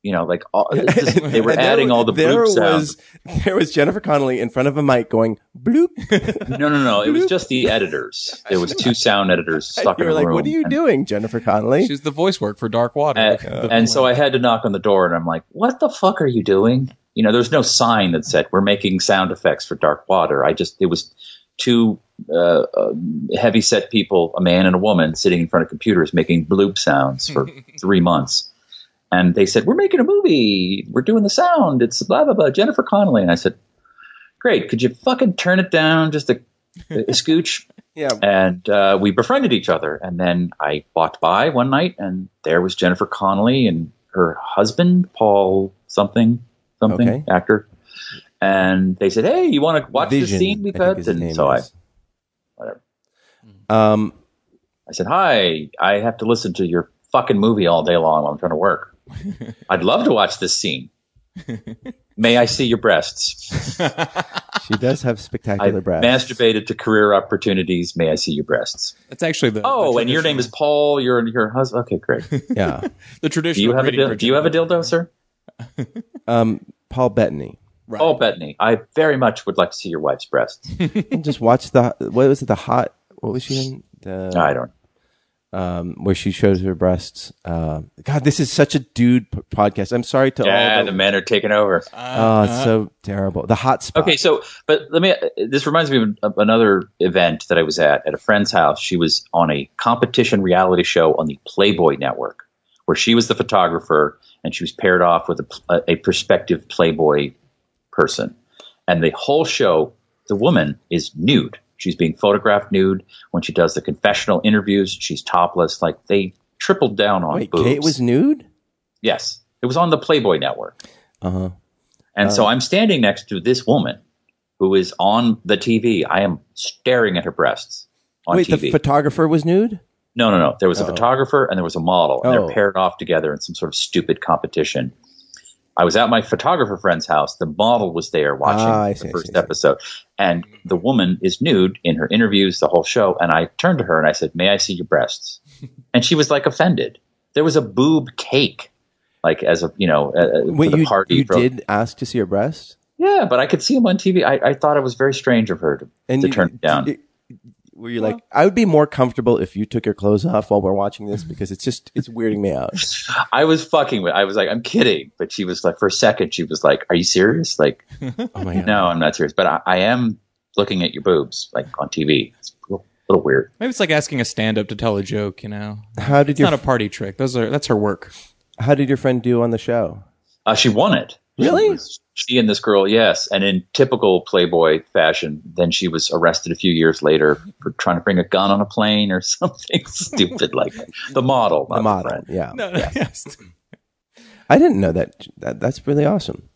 [SPEAKER 2] You know, like all, it's just, they were
[SPEAKER 3] And there
[SPEAKER 2] adding
[SPEAKER 3] wa-
[SPEAKER 2] all the
[SPEAKER 3] there
[SPEAKER 2] bloop sounds.
[SPEAKER 3] was there was Jennifer Connelly in front of a mic going bloop.
[SPEAKER 2] No, no, no. It was just the editors. There was two sound editors stuck
[SPEAKER 3] you
[SPEAKER 2] in
[SPEAKER 3] were
[SPEAKER 2] a
[SPEAKER 3] like,
[SPEAKER 2] room.
[SPEAKER 3] "What are you
[SPEAKER 2] and-
[SPEAKER 3] doing, Jennifer Connelly?"
[SPEAKER 4] She's the voice work for Dark Water. uh,
[SPEAKER 2] and,
[SPEAKER 4] The-
[SPEAKER 2] Uh, and so I had to knock on the door, and I'm like, "What the fuck are you doing?" You know, there's no sign that said we're making sound effects for Dark Water. I just it was two uh, heavy set people, a man and a woman, sitting in front of computers making bloop sounds for three months, and they said, "We're making a movie. We're doing the sound. It's blah blah blah." Jennifer Connelly, and I said, "Great. Could you fucking turn it down just a, a scooch?"
[SPEAKER 3] yeah,
[SPEAKER 2] and uh, we befriended each other. And then I walked by one night, and there was Jennifer Connelly and her husband, Paul something, something
[SPEAKER 3] Okay.
[SPEAKER 2] actor. And they said, "Hey, you want to watch the
[SPEAKER 3] Vision,
[SPEAKER 2] scene we
[SPEAKER 3] I think
[SPEAKER 2] cut?"
[SPEAKER 3] his name
[SPEAKER 2] And so I,
[SPEAKER 3] is.
[SPEAKER 2] whatever.
[SPEAKER 3] Um,
[SPEAKER 2] I said, "Hi, I have to listen to your fucking movie all day long while I'm trying to work. I'd love to watch this scene. May I see your breasts?
[SPEAKER 3] she does have
[SPEAKER 2] I
[SPEAKER 3] spectacular breasts.
[SPEAKER 2] masturbated to career opportunities. May I see your breasts?
[SPEAKER 4] That's actually the.
[SPEAKER 2] Oh,
[SPEAKER 4] the
[SPEAKER 2] and
[SPEAKER 4] tradition-
[SPEAKER 2] your name is Paul. You're your husband. Okay, great."
[SPEAKER 3] yeah,
[SPEAKER 4] the
[SPEAKER 2] Do
[SPEAKER 4] traditional.
[SPEAKER 2] you have a
[SPEAKER 4] greeting
[SPEAKER 2] dil-
[SPEAKER 4] for
[SPEAKER 2] do you have a
[SPEAKER 4] gender.
[SPEAKER 2] dildo, sir?
[SPEAKER 3] um, Paul Bettany.
[SPEAKER 4] Right.
[SPEAKER 2] Oh, Bettany, I very much would like to see your wife's breasts.
[SPEAKER 3] Just watch the what was it? The hot what was she in? The
[SPEAKER 2] I don't.
[SPEAKER 3] um, where she shows her breasts. Um God, this is such a dude p- podcast. I'm sorry to
[SPEAKER 2] Yeah,
[SPEAKER 3] all.
[SPEAKER 2] the
[SPEAKER 3] The,
[SPEAKER 2] men are taking over.
[SPEAKER 3] oh, it's so terrible. The hot spot.
[SPEAKER 2] Okay, so but let me. This reminds me of of another event that I was at at a friend's house. She was on a competition reality show on the Playboy Network, where she was the photographer and she was paired off with a, pl- a prospective Playboy person, and the whole show, the woman is nude. She's being photographed nude. When she does the confessional interviews, she's topless. Like they tripled down on
[SPEAKER 3] Wait,
[SPEAKER 2] boobs.
[SPEAKER 3] Kate was nude.
[SPEAKER 2] Yes. It was on the Playboy network.
[SPEAKER 3] Uh huh.
[SPEAKER 2] And so
[SPEAKER 3] Uh-huh.
[SPEAKER 2] I'm standing next to this woman who is on the TV. I am staring at her breasts on
[SPEAKER 3] Wait,
[SPEAKER 2] TV.
[SPEAKER 3] the photographer was nude.
[SPEAKER 2] no, no, no. There was a photographer and there was a model, and
[SPEAKER 3] Oh.
[SPEAKER 2] they're paired off together in some sort of stupid competition. I was at my photographer friend's house. The model was there watching
[SPEAKER 3] Ah, I
[SPEAKER 2] the
[SPEAKER 3] see, I see,
[SPEAKER 2] first
[SPEAKER 3] I see.
[SPEAKER 2] episode. And the woman is nude in her interviews, the whole show. And I turned to her and I said, May I see your breasts? and she was like offended. There was a boob cake, like as a, you know, uh, uh,
[SPEAKER 3] Wait,
[SPEAKER 2] for the
[SPEAKER 3] you
[SPEAKER 2] party.
[SPEAKER 3] you
[SPEAKER 2] for-
[SPEAKER 3] did ask to see her breasts,
[SPEAKER 2] yeah, but I could see him on TV. I, I thought it was very strange of her to, to
[SPEAKER 3] you,
[SPEAKER 2] turn it down.
[SPEAKER 3] d- were you like, I would be more comfortable if you took your clothes off while we're watching this because it's just it's weirding me out.
[SPEAKER 2] I was fucking with. I was like, I'm kidding. But she was like, for a second, she was like, Are you serious? Like,
[SPEAKER 3] Oh my god.
[SPEAKER 2] no, I'm not serious. But I, I am looking at your boobs, like on TV. It's a little, little weird.
[SPEAKER 4] Maybe it's like asking a stand-up to tell a joke. You know,
[SPEAKER 3] How did
[SPEAKER 4] it's not
[SPEAKER 3] your
[SPEAKER 4] a party trick. Those are that's her work.
[SPEAKER 3] How did your friend do on the show?
[SPEAKER 2] Uh, she won it.
[SPEAKER 3] Really?
[SPEAKER 2] She, was- she and this girl, yes. And in typical Playboy fashion, then she was arrested a few years later for trying to bring a gun on a plane or something stupid like that. The model. not
[SPEAKER 3] The model.
[SPEAKER 2] friend.
[SPEAKER 3] Yeah.
[SPEAKER 4] No, no, yes.
[SPEAKER 3] I didn't know that. that that's really awesome.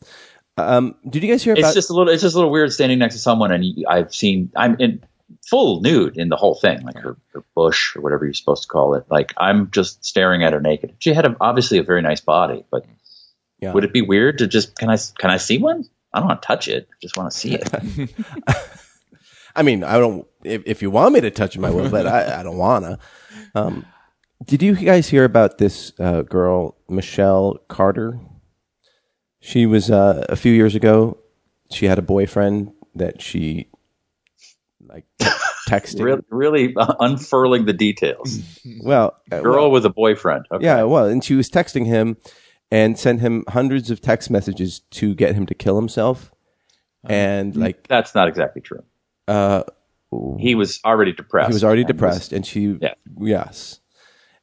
[SPEAKER 3] Um, did you guys hear
[SPEAKER 2] it's
[SPEAKER 3] about?
[SPEAKER 2] just a little it's just a little weird standing next to someone and you- i've seen i'm in full nude in the whole thing like her, her bush or whatever you're supposed to call it like i'm just staring at her naked she had a, obviously a very nice body but
[SPEAKER 3] Yeah.
[SPEAKER 2] would it be weird to just can i can i see one i don't want to touch it i just want to see it
[SPEAKER 3] I mean, I don't. If, if you want me to touch him, I will. But I, I don't wanna. Um, did you guys hear about this uh, girl, Michelle Carter? She was uh, a few years ago. She had a boyfriend that she like te- texted.
[SPEAKER 2] Really, really unfurling the details.
[SPEAKER 3] Well, uh,
[SPEAKER 2] Girl
[SPEAKER 3] well,
[SPEAKER 2] with a boyfriend. Okay.
[SPEAKER 3] yeah, well, and she was texting him and sent him hundreds of text messages to get him to kill himself. And like
[SPEAKER 2] That's not exactly true. Uh, he was already depressed.
[SPEAKER 3] He was already
[SPEAKER 2] and
[SPEAKER 3] depressed, and she,
[SPEAKER 2] Yeah.
[SPEAKER 3] yes,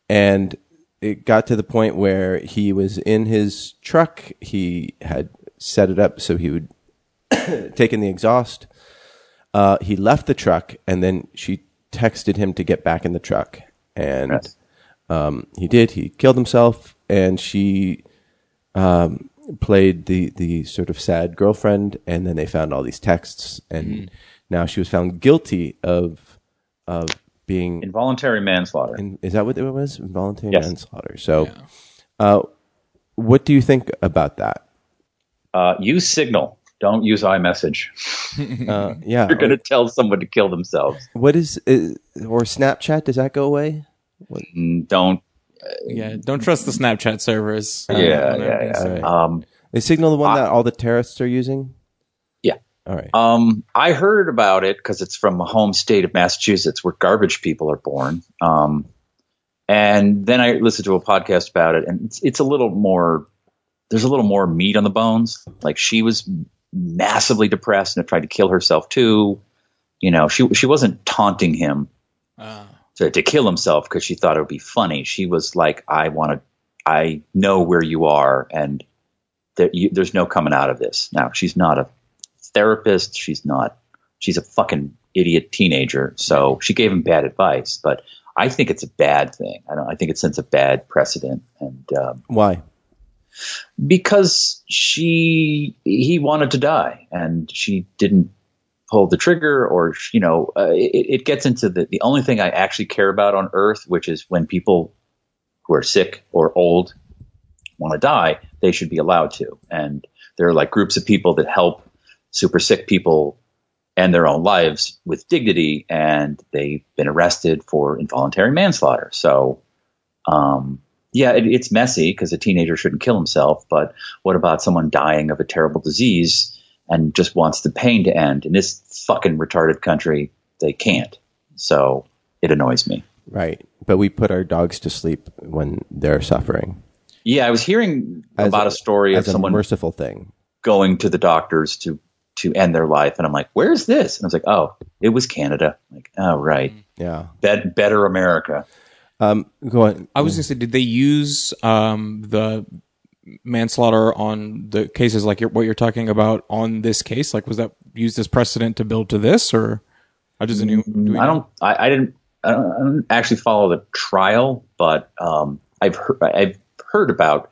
[SPEAKER 3] and it got to the point where he was in his truck. He had set it up so he would taken the exhaust. Uh, he left the truck, and then she texted him to get back in the truck, and
[SPEAKER 2] Yes.
[SPEAKER 3] um, he did. He killed himself, and she um, played the the sort of sad girlfriend, and then they found all these texts, and
[SPEAKER 2] Mm-hmm.
[SPEAKER 3] now she was found guilty of of being.
[SPEAKER 2] Involuntary manslaughter.
[SPEAKER 3] In, is that what it was? Involuntary
[SPEAKER 2] Yes.
[SPEAKER 3] manslaughter. So, uh, what do you think about that?
[SPEAKER 2] uh, use Signal. Don't use iMessage.
[SPEAKER 3] Uh, yeah.
[SPEAKER 2] Mm-hmm. You're going to tell someone to kill themselves.
[SPEAKER 3] What is, is or Snapchat? Does that go away?
[SPEAKER 2] Mm, Don't.
[SPEAKER 4] Yeah, don't trust the Snapchat servers.
[SPEAKER 2] Yeah,
[SPEAKER 4] Uh,
[SPEAKER 2] yeah, yeah.
[SPEAKER 3] Right.
[SPEAKER 2] Um,
[SPEAKER 3] Is Signal the one that all the terrorists are using?
[SPEAKER 2] Yeah.
[SPEAKER 3] All right.
[SPEAKER 2] Um, I heard about it because it's from my home state of Massachusetts, where garbage people are born. Um, and then I listened to a podcast about it, and it's, it's a little more. There's a little more meat on the bones. Like she was massively depressed and tried to kill herself too. You know, she she wasn't taunting him to to kill himself because she thought it would be funny. She was like, "I want to. I know where you are, and that you, there's no coming out of this." Now she's not a therapist. She's not. She's a fucking idiot teenager. So she gave him bad advice, but I think it's a bad thing. I don't. I think it sets a bad precedent, and um,
[SPEAKER 3] Why?
[SPEAKER 2] because she he wanted to die and she didn't pull the trigger or you know uh, it, it gets into the the only thing i actually care about on earth which is when people who are sick or old want to die they should be allowed to and there are like groups of people that help super sick people and their own lives with dignity and they've been arrested for involuntary manslaughter so um, yeah, it, it's messy because a teenager shouldn't kill himself, but what about someone dying of a terrible disease and just wants the pain to end? In this fucking retarded country, they can't. So it annoys me.
[SPEAKER 3] Right. But we put our dogs to sleep when they're suffering.
[SPEAKER 2] Yeah, I was hearing
[SPEAKER 3] As
[SPEAKER 2] about a, story of
[SPEAKER 3] As a
[SPEAKER 2] someone
[SPEAKER 3] merciful thing.
[SPEAKER 2] going to the doctors to to end their life, and I'm like, "Where's this?" And I was like, "Oh, it was Canada." I'm like, oh right,
[SPEAKER 3] Yeah.
[SPEAKER 2] Bet better America.
[SPEAKER 3] Um, go on.
[SPEAKER 4] I was gonna say, did they use um, the manslaughter on the cases like you're, what you're talking about on this case? Like, was that used as precedent to build to this, or I just knew? Do we
[SPEAKER 2] Mm,
[SPEAKER 4] know?
[SPEAKER 2] I don't. I, I didn't. I don't, I don't actually follow the trial, but um, I've heard, I've heard about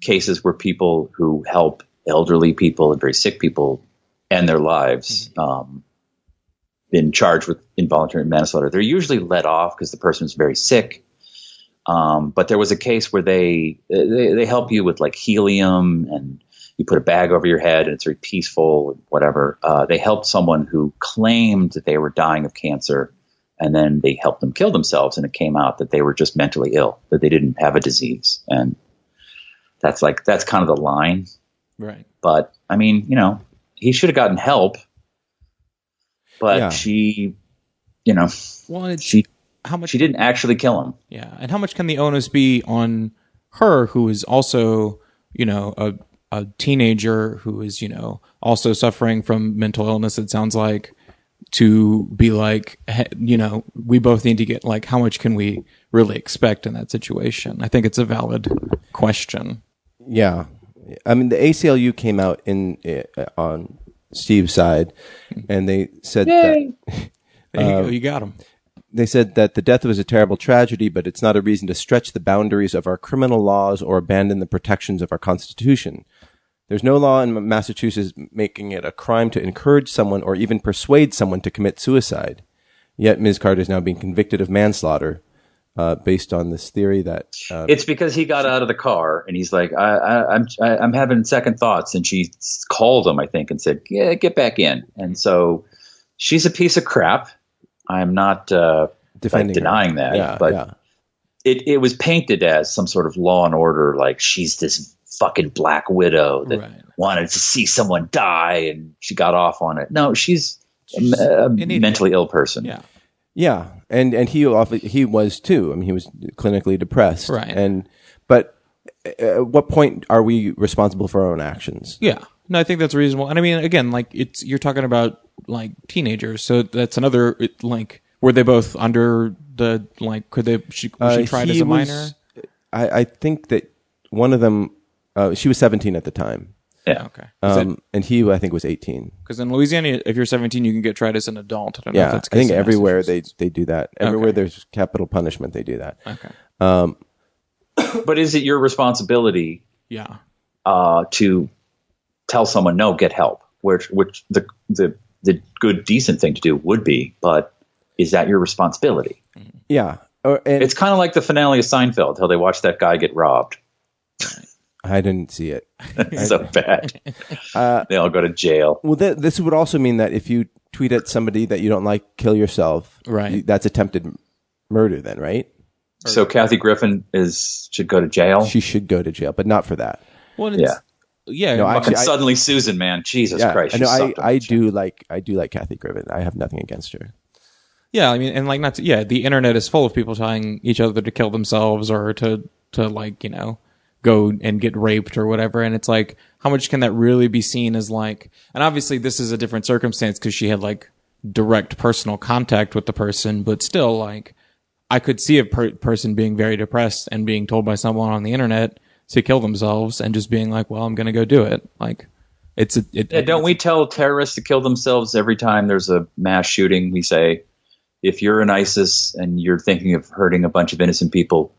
[SPEAKER 2] cases where people who help elderly people and very sick people end their lives
[SPEAKER 4] Mm-hmm.
[SPEAKER 2] um, been charged with involuntary manslaughter. They're usually let off because the person is very sick. Um, but there was a case where they, they they help you with like helium and you put a bag over your head and it's very peaceful and whatever. Uh, they helped someone who claimed that they were dying of cancer and then they helped them kill themselves and it came out that they were just mentally ill, that they didn't have a disease. And that's like that's kind of the line.
[SPEAKER 4] Right.
[SPEAKER 2] But I mean, you know, he should have gotten help. But
[SPEAKER 3] Yeah.
[SPEAKER 2] she you know,
[SPEAKER 4] Well, it's,
[SPEAKER 2] she
[SPEAKER 4] how much?
[SPEAKER 2] she didn't actually kill him.
[SPEAKER 4] Yeah, and how much can the onus be on her, who is also, you know, a a teenager who is, you know, also suffering from mental illness? It sounds like to be like, he- you know, we both need to get like, how much can we really expect in that situation? I think it's a valid question.
[SPEAKER 3] Yeah, I mean the ACLU came out in uh, on Steve's side, and they said that
[SPEAKER 4] There you go, you got him.
[SPEAKER 3] they said that the death was a terrible tragedy, but it's not a reason to stretch the boundaries of our criminal laws or abandon the protections of our Constitution. There's no law in Massachusetts making it a crime to encourage someone or even persuade someone to commit suicide. Yet Ms. Carter is now being convicted of manslaughter uh, based on this theory that uh,
[SPEAKER 2] It's because he got out of the car and he's like, I, I, I'm, I, I'm having second thoughts. And she s- called him, I think, and said, yeah, get back in. And so she's a piece of crap. I'm not uh,
[SPEAKER 3] Defending her.
[SPEAKER 2] denying that,
[SPEAKER 3] Yeah,
[SPEAKER 2] but
[SPEAKER 3] yeah.
[SPEAKER 2] it, it was painted as some sort of law and order, like she's this fucking black widow that
[SPEAKER 4] Right.
[SPEAKER 2] wanted to see someone die and she got off on it. No, she's, a, a
[SPEAKER 4] idiot.
[SPEAKER 2] mentally ill person.
[SPEAKER 4] Yeah.
[SPEAKER 3] Yeah, and and he off he was too. I mean, he was clinically depressed,
[SPEAKER 4] Right.
[SPEAKER 3] And but uh, at what point are we responsible for our own actions?
[SPEAKER 4] Yeah. No, I think that's reasonable. And I mean, again, like it's you're talking about like teenagers, so that's another it, like were they both under the like could they she, was she
[SPEAKER 3] Uh,
[SPEAKER 4] tried
[SPEAKER 3] he
[SPEAKER 4] as a
[SPEAKER 3] was-
[SPEAKER 4] minor?
[SPEAKER 3] I, I think that one of them, uh, she was seventeen at the time,
[SPEAKER 2] Yeah.
[SPEAKER 4] Okay.
[SPEAKER 3] um, and he I think was eighteen.
[SPEAKER 4] Because in Louisiana, if you're 17, you can get tried as an adult. I don't know if
[SPEAKER 3] Yeah,
[SPEAKER 4] that's
[SPEAKER 3] I
[SPEAKER 4] the
[SPEAKER 3] think
[SPEAKER 4] case in
[SPEAKER 3] everywhere
[SPEAKER 4] Massachusetts.
[SPEAKER 3] they they do that. Everywhere
[SPEAKER 4] Okay.
[SPEAKER 3] there's capital punishment, they do that.
[SPEAKER 4] Okay.
[SPEAKER 2] But is it your responsibility
[SPEAKER 4] Yeah.
[SPEAKER 2] uh, to tell someone no, get help, which which the the the good decent thing to do would be, but is that your responsibility?
[SPEAKER 3] Yeah, or, and
[SPEAKER 2] It's kind of like the finale of Seinfeld, how they watch that guy get robbed.
[SPEAKER 3] I didn't see it.
[SPEAKER 2] It's so bad.
[SPEAKER 3] Uh,
[SPEAKER 2] they all go to jail.
[SPEAKER 3] Well, th- this would also mean that if you tweet at somebody that you don't like, kill yourself.
[SPEAKER 4] Right.
[SPEAKER 3] you- that's attempted m- murder, then, right?
[SPEAKER 2] So Kathy Griffin is should go to
[SPEAKER 4] Oh.
[SPEAKER 2] jail.
[SPEAKER 3] She should go to jail, but not for that.
[SPEAKER 4] Well, it's, yeah.
[SPEAKER 3] No,
[SPEAKER 2] Fucking
[SPEAKER 3] actually, I-
[SPEAKER 2] suddenly Susan, man, Jesus
[SPEAKER 3] Yeah,
[SPEAKER 2] Christ,
[SPEAKER 3] I know.
[SPEAKER 2] she
[SPEAKER 3] I,
[SPEAKER 2] sucked.
[SPEAKER 3] I do like I do like Kathy Griffin. I have nothing against her.
[SPEAKER 4] Yeah, I mean, and like not to, yeah, the internet is full of people telling each other to kill themselves or to to like you know go and get raped or whatever, and it's like how much can that really be seen as like? And obviously, this is a different circumstance because she had like direct personal contact with the person, but still, like I could see a per- person being very depressed and being told by someone on the internet to kill themselves and just being like, well, I'm gonna go do it. Like it's a, it,
[SPEAKER 2] Yeah, don't we tell terrorists to kill themselves every time there's a mass shooting? We say, if you're in ISIS and you're thinking of hurting a bunch of innocent people,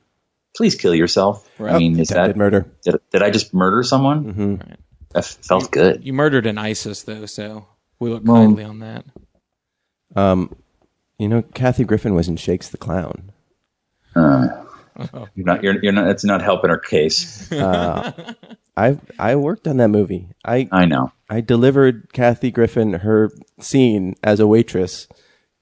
[SPEAKER 2] please kill yourself. I mean, is
[SPEAKER 3] Attempted
[SPEAKER 2] that
[SPEAKER 3] murder?
[SPEAKER 2] Did, did I just murder someone? Mm-hmm. That felt good.
[SPEAKER 4] you murdered an ISIS though, so we look kindly on that.
[SPEAKER 3] Um, You know, Kathy Griffin was in Shakes the Clown.
[SPEAKER 2] You're not. You're, you're not. It's not helping her case.
[SPEAKER 3] I I worked on that movie. I
[SPEAKER 2] I know.
[SPEAKER 3] I delivered Kathy Griffin her scene as a waitress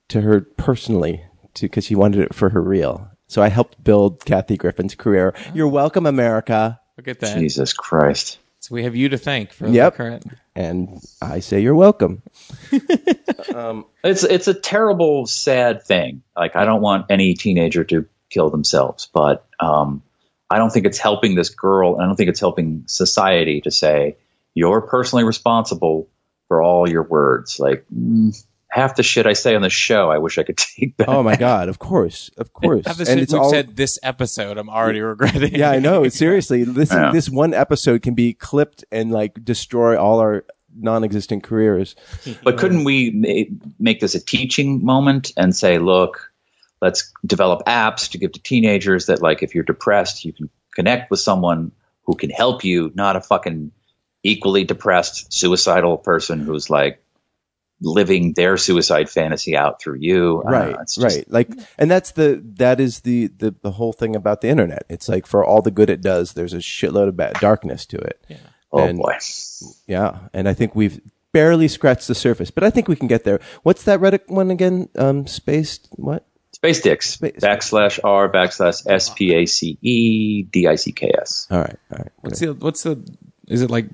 [SPEAKER 3] to her personally because she wanted it for her reel. So I helped build Kathy Griffin's career. You're welcome, America.
[SPEAKER 4] Look at that.
[SPEAKER 2] Jesus Christ.
[SPEAKER 4] So we have you to thank for
[SPEAKER 3] Yep.
[SPEAKER 4] the current.
[SPEAKER 3] And I say you're welcome.
[SPEAKER 2] It's it's a terrible, sad thing. Like I don't want any teenager to kill themselves, but um, I don't think it's helping this girl. and I don't think it's helping society to say you're personally responsible for all your words. Like mm, half the shit I say on the show, I wish I could take back.
[SPEAKER 3] Oh my God! Of course, of course.
[SPEAKER 4] Have this, we've said this episode. I'm already regretting.
[SPEAKER 3] yeah, I know. Seriously, this
[SPEAKER 2] Yeah.
[SPEAKER 3] this one episode can be clipped and like destroy all our non-existent careers.
[SPEAKER 2] But couldn't we ma- make this a teaching moment and say, look, let's develop apps to give to teenagers that, like, if you're depressed, you can connect with someone who can help you, not a fucking equally depressed, suicidal person who's like living their suicide fantasy out through you. I don't
[SPEAKER 3] right
[SPEAKER 2] know, it's just-
[SPEAKER 3] right like and that's the that is the, the the whole thing about the internet it's like for all the good it does there's a shitload of bad darkness to it yeah.
[SPEAKER 2] Oh
[SPEAKER 3] and,
[SPEAKER 2] boy.
[SPEAKER 3] yeah and i think we've barely scratched the surface but i think we can get there what's that reddit one again um spaced what
[SPEAKER 2] Space dicks.
[SPEAKER 3] Space-
[SPEAKER 2] Backslash R backslash S P A C E D I C K S.
[SPEAKER 3] all right all right
[SPEAKER 4] What's the, what's the? Is it like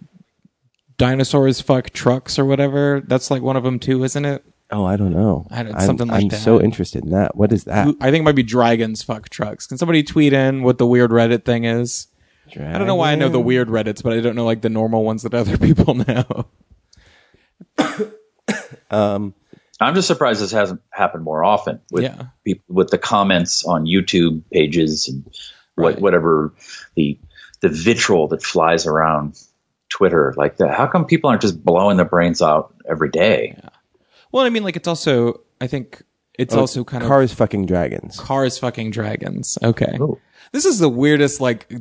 [SPEAKER 4] dinosaurs fuck trucks or whatever? That's like one of them too, isn't it?
[SPEAKER 3] oh i don't know
[SPEAKER 4] I don't-
[SPEAKER 3] I'm-
[SPEAKER 4] something like
[SPEAKER 3] I'm
[SPEAKER 4] that.
[SPEAKER 3] so interested in that what is that
[SPEAKER 4] I think it might be dragons fuck trucks. Can somebody tweet in what the weird Reddit thing is? I don't know why I know the weird Reddits, but I don't know like the normal ones that other people know.
[SPEAKER 2] I'm just surprised this hasn't happened more often with
[SPEAKER 4] Yeah.
[SPEAKER 2] peop- with the comments on YouTube pages and what
[SPEAKER 4] Right.
[SPEAKER 2] whatever the the vitriol that flies around Twitter like that. How come people aren't just blowing their brains out every day?
[SPEAKER 4] Well, I mean, like it's also I think it's
[SPEAKER 3] Oh,
[SPEAKER 4] also kind of
[SPEAKER 3] cars fucking dragons
[SPEAKER 4] cars fucking dragons. Okay, this is the weirdest like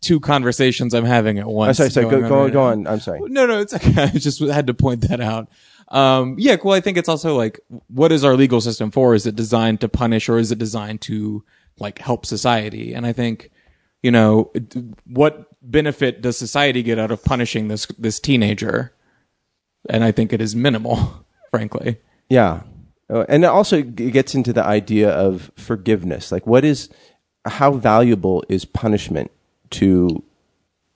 [SPEAKER 4] two conversations I'm having at once.
[SPEAKER 3] i'm sorry sorry go,
[SPEAKER 4] going
[SPEAKER 3] go, on,
[SPEAKER 4] right
[SPEAKER 3] go
[SPEAKER 4] now.
[SPEAKER 3] on i'm sorry
[SPEAKER 4] No, no, it's okay. I just had to point that out. Um, yeah, well, I think it's also like, what is our legal system for? Is it designed to punish or is it designed to like help society? And I think, you know, what benefit does society get out of punishing this this teenager? And I think it is minimal, frankly.
[SPEAKER 3] Yeah. Uh, And it also g- gets into the idea of forgiveness. Like what is how valuable is punishment to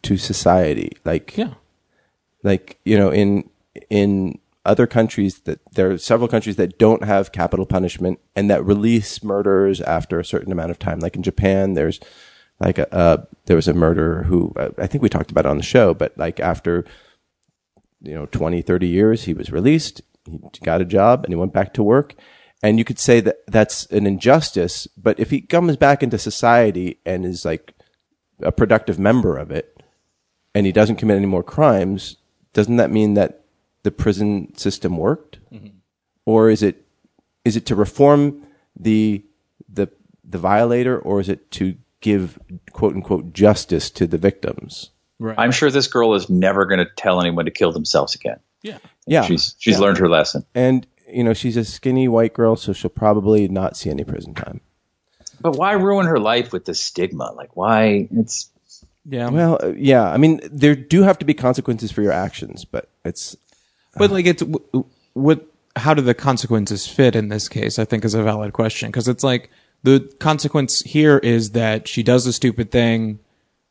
[SPEAKER 3] to society? Like
[SPEAKER 4] Yeah.
[SPEAKER 3] like you know in in other countries that there are several countries that don't have capital punishment and that release murderers after a certain amount of time like in japan there's like a uh, there was a murderer who uh, i think we talked about it on the show but like after you know 20 30 years he was released he got a job and he went back to work and you could say that that's an injustice but if he comes back into society and is like a productive member of it and he doesn't commit any more crimes, doesn't that mean that the prison system worked? Or is it is it to reform the the the violator or is it to give quote unquote justice to the victims?
[SPEAKER 2] I'm sure this girl is never going to tell anyone to kill themselves again.
[SPEAKER 4] Yeah.
[SPEAKER 3] Yeah.
[SPEAKER 2] She's she's learned her lesson.
[SPEAKER 3] and you know, she's a skinny white girl, so she'll probably not see any prison time.
[SPEAKER 2] But why ruin her life with this stigma? Like why it's
[SPEAKER 4] Yeah.
[SPEAKER 3] Well, uh, yeah, I mean, there do have to be consequences for your actions, but it's
[SPEAKER 4] But like it's w- w- what how do the consequences fit in this case? I think is a valid question because it's like the consequence here is that she does a stupid thing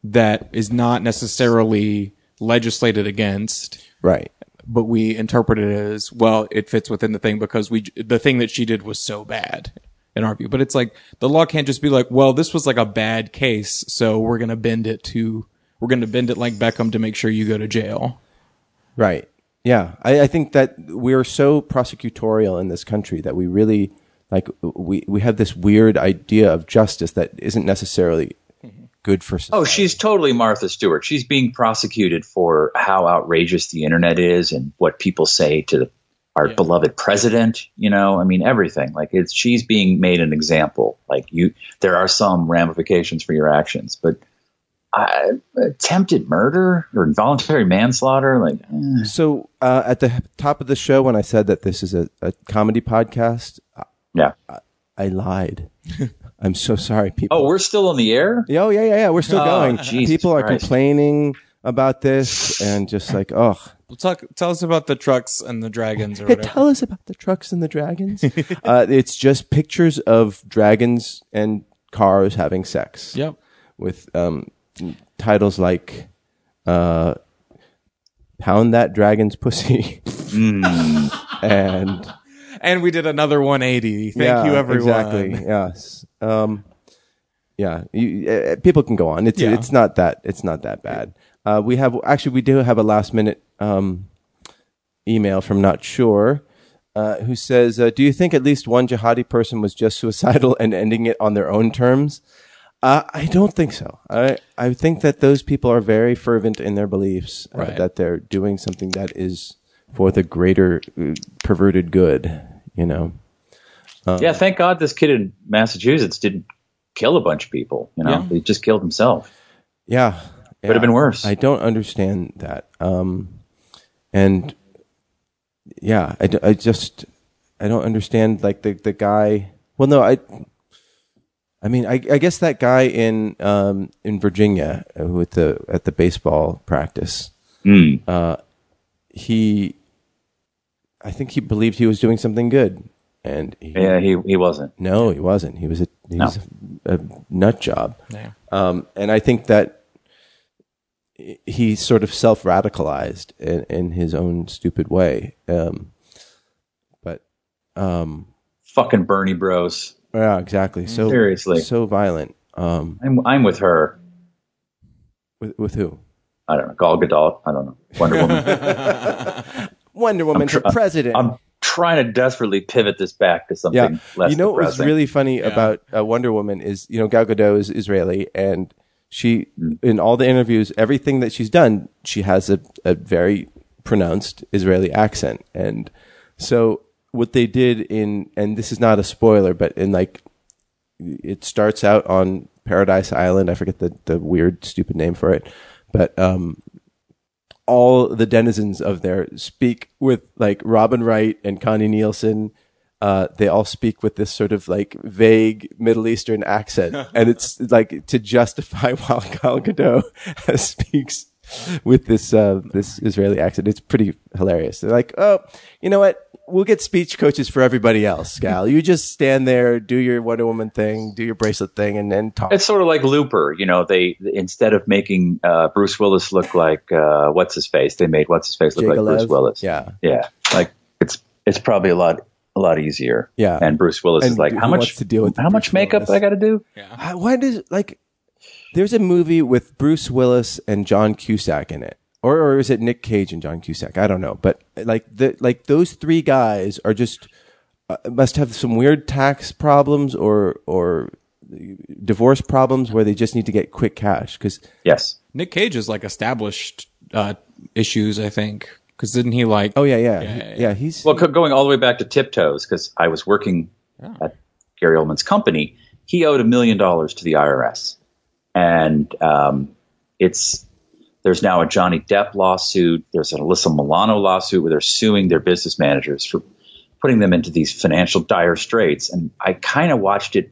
[SPEAKER 4] that is not necessarily legislated against,
[SPEAKER 3] right.
[SPEAKER 4] but we interpret it as well it fits within the thing because we j- the thing that she did was so bad in our view. But it's like the law can't just be like, well, this was like a bad case, so we're going to bend it to we're going to bend it like Beckham to make sure you go to jail.
[SPEAKER 3] Right. Yeah. I, I think that we're so prosecutorial in this country that we really like we we have this weird idea of justice that isn't necessarily good for
[SPEAKER 2] Oh,
[SPEAKER 3] society.
[SPEAKER 2] she's totally Martha Stewart. She's being prosecuted for how outrageous the internet is and what people say to the, our beloved president. You know, I mean, everything. Like it's she's being made an example. Like you, there are some ramifications for your actions, but I, attempted murder or involuntary manslaughter, like eh.
[SPEAKER 3] So uh, at the top of the show, when I said that this is a, a comedy podcast, I,
[SPEAKER 2] yeah.
[SPEAKER 3] I lied. I'm so sorry, people.
[SPEAKER 2] Oh, we're still on the air.
[SPEAKER 3] Yeah, Oh yeah, yeah, yeah. We're still going.
[SPEAKER 2] Jesus
[SPEAKER 3] people are
[SPEAKER 2] Christ.
[SPEAKER 3] complaining about this and just like, oh,
[SPEAKER 4] Well, talk, tell us about the trucks and the dragons or whatever.
[SPEAKER 3] Tell us about the trucks and the dragons. uh, it's just pictures of dragons and cars having sex.
[SPEAKER 4] Yep.
[SPEAKER 3] With um, titles like uh, "Pound That Dragon's Pussy"
[SPEAKER 4] Mm.
[SPEAKER 3] and
[SPEAKER 4] And we did another 180. Thank
[SPEAKER 3] yeah,
[SPEAKER 4] you, everyone.
[SPEAKER 3] Exactly. Yes. Um, yeah. You, uh, people can go on. It's
[SPEAKER 4] Yeah.
[SPEAKER 3] it's not that it's not that bad. Uh, we have actually we do have a last minute um, email from not sure. Uh, who says, uh, Do you think at least one jihadi person was just suicidal and ending it on their own terms? Uh, I don't think so. I, I think that those people are very fervent in their beliefs uh,
[SPEAKER 4] Right.
[SPEAKER 3] that they're doing something that is for the greater uh, perverted good, you know?
[SPEAKER 2] yeah. Thank God this kid in Massachusetts didn't kill a bunch of people. You know,
[SPEAKER 4] Yeah.
[SPEAKER 2] he just killed himself.
[SPEAKER 3] Yeah. Could
[SPEAKER 2] have been worse.
[SPEAKER 3] I don't understand that. Um, and yeah, I, d- I just, I don't understand like the, the guy. Well, no, I, I mean, I, I guess that guy in, um, in Virginia uh, with the, at the baseball practice,
[SPEAKER 2] Hmm.
[SPEAKER 3] uh, he, I think he believed he was doing something good and he,
[SPEAKER 2] Yeah, he he wasn't.
[SPEAKER 3] no, he wasn't. He was a he was a, a nut job.
[SPEAKER 4] Yeah.
[SPEAKER 3] Um, and I think that i- he sort of self radicalized in, in his own stupid way. Um, but um,
[SPEAKER 2] Fucking Bernie Bros.
[SPEAKER 3] yeah, exactly. So
[SPEAKER 2] Seriously.
[SPEAKER 3] so violent. Um,
[SPEAKER 2] I'm I'm with her.
[SPEAKER 3] with, with who?
[SPEAKER 2] I don't know. Gal Gadot. I don't know. Wonder Woman.
[SPEAKER 3] Wonder Woman for president.
[SPEAKER 2] I'm trying to desperately pivot this back to something
[SPEAKER 3] yeah,
[SPEAKER 2] less.
[SPEAKER 3] you know what was
[SPEAKER 2] depressing.
[SPEAKER 3] really funny about uh, Wonder Woman is you know Gal Gadot is Israeli and she
[SPEAKER 2] Mm.
[SPEAKER 3] in all the interviews everything that she's done she has a, a very pronounced Israeli accent and so what they did in and this is not a spoiler but in like it starts out on Paradise Island I forget the the weird stupid name for it but um all the denizens of there speak with like Robin Wright and Connie Nielsen. Uh, they all speak with this sort of like vague Middle Eastern accent, and it's like to justify while Gal Gadot speaks with this uh, this Israeli accent. It's pretty hilarious. They're like, oh, you know what? We'll get speech coaches for everybody else, Gal. You just stand there, do your Wonder Woman thing, do your bracelet thing, and then talk.
[SPEAKER 2] It's sort of like Looper, you know. They instead of making uh, Bruce Willis look like uh, what's his face, they made what's his face look like Bruce
[SPEAKER 3] Jagalev?
[SPEAKER 2] Willis.
[SPEAKER 3] Yeah.
[SPEAKER 2] yeah. Like it's it's probably a lot a lot easier.
[SPEAKER 3] Yeah.
[SPEAKER 2] And Bruce Willis
[SPEAKER 3] And
[SPEAKER 2] is like,
[SPEAKER 3] who
[SPEAKER 2] how much
[SPEAKER 3] wants to deal with
[SPEAKER 2] how
[SPEAKER 3] Bruce
[SPEAKER 2] much makeup
[SPEAKER 3] Willis?
[SPEAKER 2] I got to do?
[SPEAKER 3] Uh, why does like? There's a movie with Bruce Willis and John Cusack in it, or or is it Nick Cage and John Cusack? I don't know, but like the like those three guys are just uh, must have some weird tax problems or or divorce problems where they just need to get quick cash because
[SPEAKER 2] Yes.
[SPEAKER 4] Nick Cage is like established uh, issues, I think, because didn't he like?
[SPEAKER 3] oh yeah yeah yeah,
[SPEAKER 4] Yeah, yeah,
[SPEAKER 3] he's
[SPEAKER 2] Well, co- going all the way back to Tiptoes, because I was working at Gary Oldman's company, he owed a million dollars to the IRS, and um, it's there's now a Johnny Depp lawsuit, there's an Alyssa Milano lawsuit where they're suing their business managers for putting them into these financial dire straits, and I kind of watched it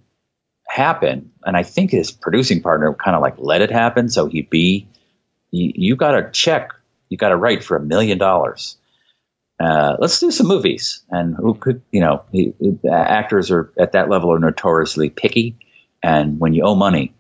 [SPEAKER 2] happen, and I think his producing partner kind of like let it happen, so he'd be you, you got to check, you got to write for a million dollars uh, let's do some movies. And who could, you know, he, uh, actors are at that level are notoriously picky. And when you owe money,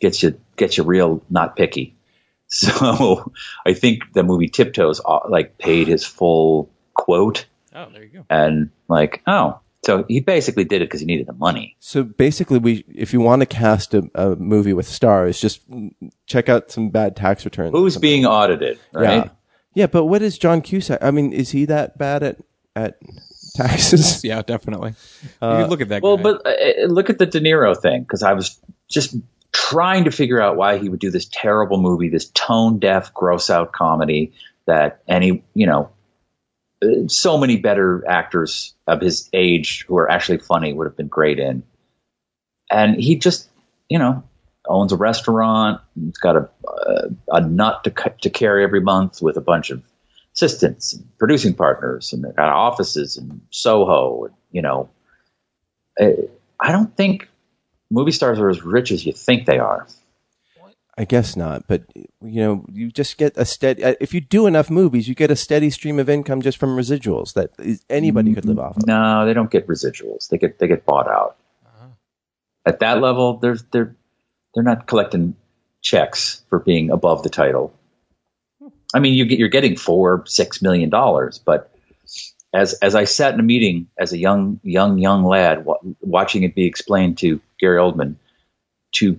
[SPEAKER 2] gets you gets you real not picky. So I think the movie Tiptoes uh, like paid his full quote
[SPEAKER 4] Oh, there you go.
[SPEAKER 2] and like oh, so he basically did it because he needed the money.
[SPEAKER 3] so basically we if you want to cast a, a movie with stars just mm, check out some bad tax returns
[SPEAKER 2] Who's being audited? Right?
[SPEAKER 3] yeah yeah but what is John Cusack I mean is he that bad at at taxes
[SPEAKER 4] Yeah, definitely. you could look at that.
[SPEAKER 2] Well,
[SPEAKER 4] guy.
[SPEAKER 2] but uh, uh, look at the De Niro thing because I was just trying to figure out why he would do this terrible movie, this tone deaf, gross out comedy that any you know uh, so many better actors of his age who are actually funny would have been great in, and he just you know owns a restaurant, he's got a uh, a nut to cut to carry every month with a bunch of assistants and producing partners and they've got offices in Soho and you know I don't think movie stars are as rich as you think they are.
[SPEAKER 3] I guess not, but you know, you just get a steady. uh, If you do enough movies, you get a steady stream of income just from residuals that is, anybody could live off of.
[SPEAKER 2] No, they don't get residuals. They get they get bought out. At that level, they're they're they're not collecting checks for being above the title. I mean, you get you're getting four six million dollars, but as as I sat in a meeting as a young young young lad wa- watching it be explained to Gary Oldman, to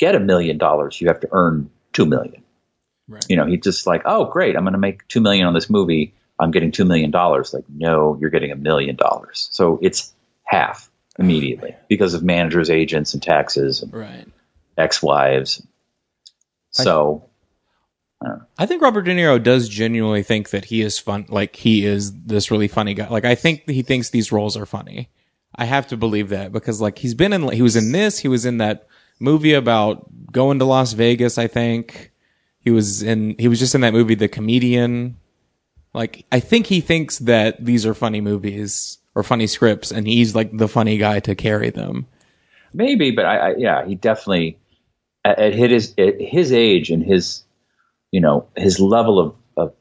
[SPEAKER 2] get a million dollars, you have to earn two million.
[SPEAKER 4] Right.
[SPEAKER 2] You know, he just like, oh great, I'm going to make two million on this movie. I'm getting two million dollars. Like, no, you're getting a million dollars. So it's half immediately because of managers, agents, and taxes, and
[SPEAKER 4] right.
[SPEAKER 2] ex-wives. So
[SPEAKER 4] I think Robert De Niro does genuinely think that he is fun. Like he is this really funny guy. Like I think he thinks these roles are funny. I have to believe that because like he's been in. He was in this. He was in that movie about going to Las Vegas. I think he was in. He was just in that movie, The Comedian. Like I think he thinks that these are funny movies or funny scripts, and he's like the funny guy to carry them.
[SPEAKER 2] maybe, but I, I yeah, he definitely at, at his at his age and his you know his level of of,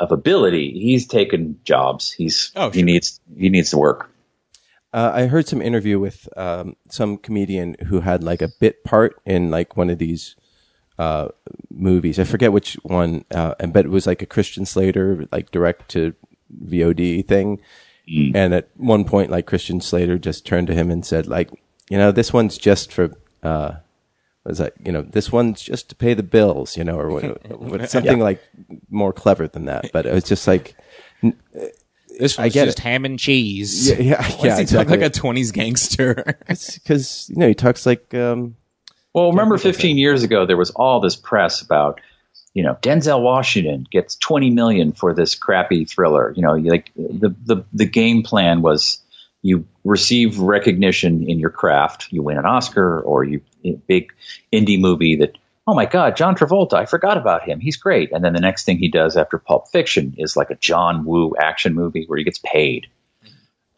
[SPEAKER 2] of ability, he's taken jobs. He's
[SPEAKER 4] Oh,
[SPEAKER 2] he
[SPEAKER 4] sure.
[SPEAKER 2] needs he needs to work.
[SPEAKER 3] Uh, I heard some interview with um, some comedian who had like a bit part in like one of these uh, movies. I forget which one, uh, and but it was like a Christian Slater like direct to VOD thing.
[SPEAKER 4] Mm.
[SPEAKER 3] And at one point, like Christian Slater just turned to him and said, like, you know, this one's just for. Uh, was that you know this one's just to pay the bills you know or what, what- something like more clever than that but it was just like
[SPEAKER 4] This one's
[SPEAKER 3] get
[SPEAKER 4] just
[SPEAKER 3] it.
[SPEAKER 4] ham and cheese.
[SPEAKER 3] yeah yeah,
[SPEAKER 4] Why does
[SPEAKER 3] yeah
[SPEAKER 4] he
[SPEAKER 3] exactly.
[SPEAKER 4] talk like a '20s gangster?
[SPEAKER 3] because you know he talks like um,
[SPEAKER 2] Well, remember 15 years ago, there was all this press about, you know, Denzel Washington gets 20 million for this crappy thriller. You know, you like the, the, the game plan was you receive recognition in your craft. You win an Oscar or you a big indie movie that, oh my God, John Travolta, I forgot about him. He's great. And then the next thing he does after Pulp Fiction is like a John Woo action movie where he gets paid.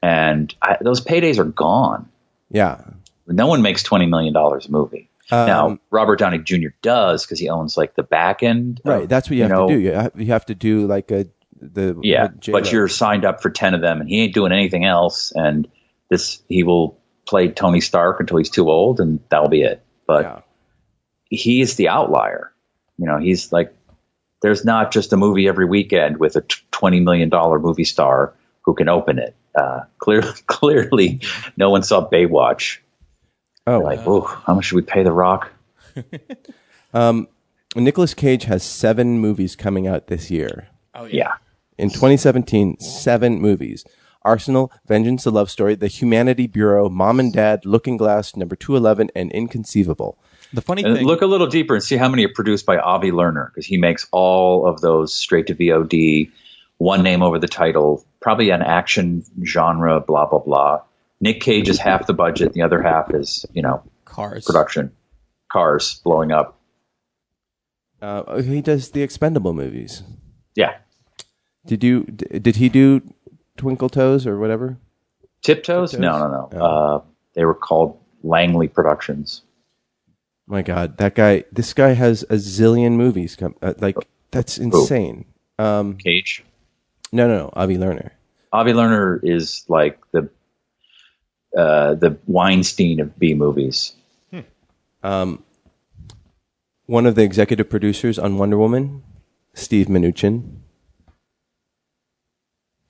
[SPEAKER 2] And I, those paydays are gone.
[SPEAKER 3] yeah Um,
[SPEAKER 2] No one makes $20 million a movie. now Robert Downey Jr. does because he owns like the back end. of,
[SPEAKER 3] Right. That's what you have
[SPEAKER 2] know,
[SPEAKER 3] to do. You have, you have to do like a the
[SPEAKER 2] Yeah,
[SPEAKER 3] the J-Lo.
[SPEAKER 2] but you're signed up for ten of them, and he ain't doing anything else. And this, he will play Tony Stark until he's too old, and that'll be it. But
[SPEAKER 3] Yeah.
[SPEAKER 2] he's the outlier. You know, he's like, there's not just a movie every weekend with a t- twenty million dollar movie star who can open it. Uh, clearly, clearly, no one saw Baywatch.
[SPEAKER 3] Oh,
[SPEAKER 2] Like, ooh, how much should we pay The Rock?
[SPEAKER 3] Nicolas Cage has seven movies coming out this year.
[SPEAKER 2] Yeah,
[SPEAKER 3] In 2017, seven movies. Arsenal, Vengeance, The Love Story, The Humanity Bureau, Mom and Dad, Looking Glass, Number 211, and Inconceivable.
[SPEAKER 4] The funny
[SPEAKER 2] and
[SPEAKER 4] thing,
[SPEAKER 2] look a little deeper and see how many are produced by Avi Lerner because he makes all of those straight to VOD, one name over the title, probably an action genre, blah blah blah. Nick Cage is half the budget, the other half is you know
[SPEAKER 4] cars.
[SPEAKER 2] production, cars blowing up.
[SPEAKER 3] Uh, he does the Expendable movies.
[SPEAKER 2] Yeah,
[SPEAKER 3] Did you? d- Did he do Twinkle Toes or whatever?
[SPEAKER 2] Tiptoes? No, no, no. Uh, they were called Langley Productions.
[SPEAKER 3] My God, that guy! This guy has a zillion movies. Come, uh, like that's insane. Um,
[SPEAKER 2] Cage.
[SPEAKER 3] no, no, no. Avi Lerner.
[SPEAKER 2] Avi Lerner is like the uh, the Weinstein of B movies.
[SPEAKER 3] One of the executive producers on Wonder Woman, Steve Mnuchin.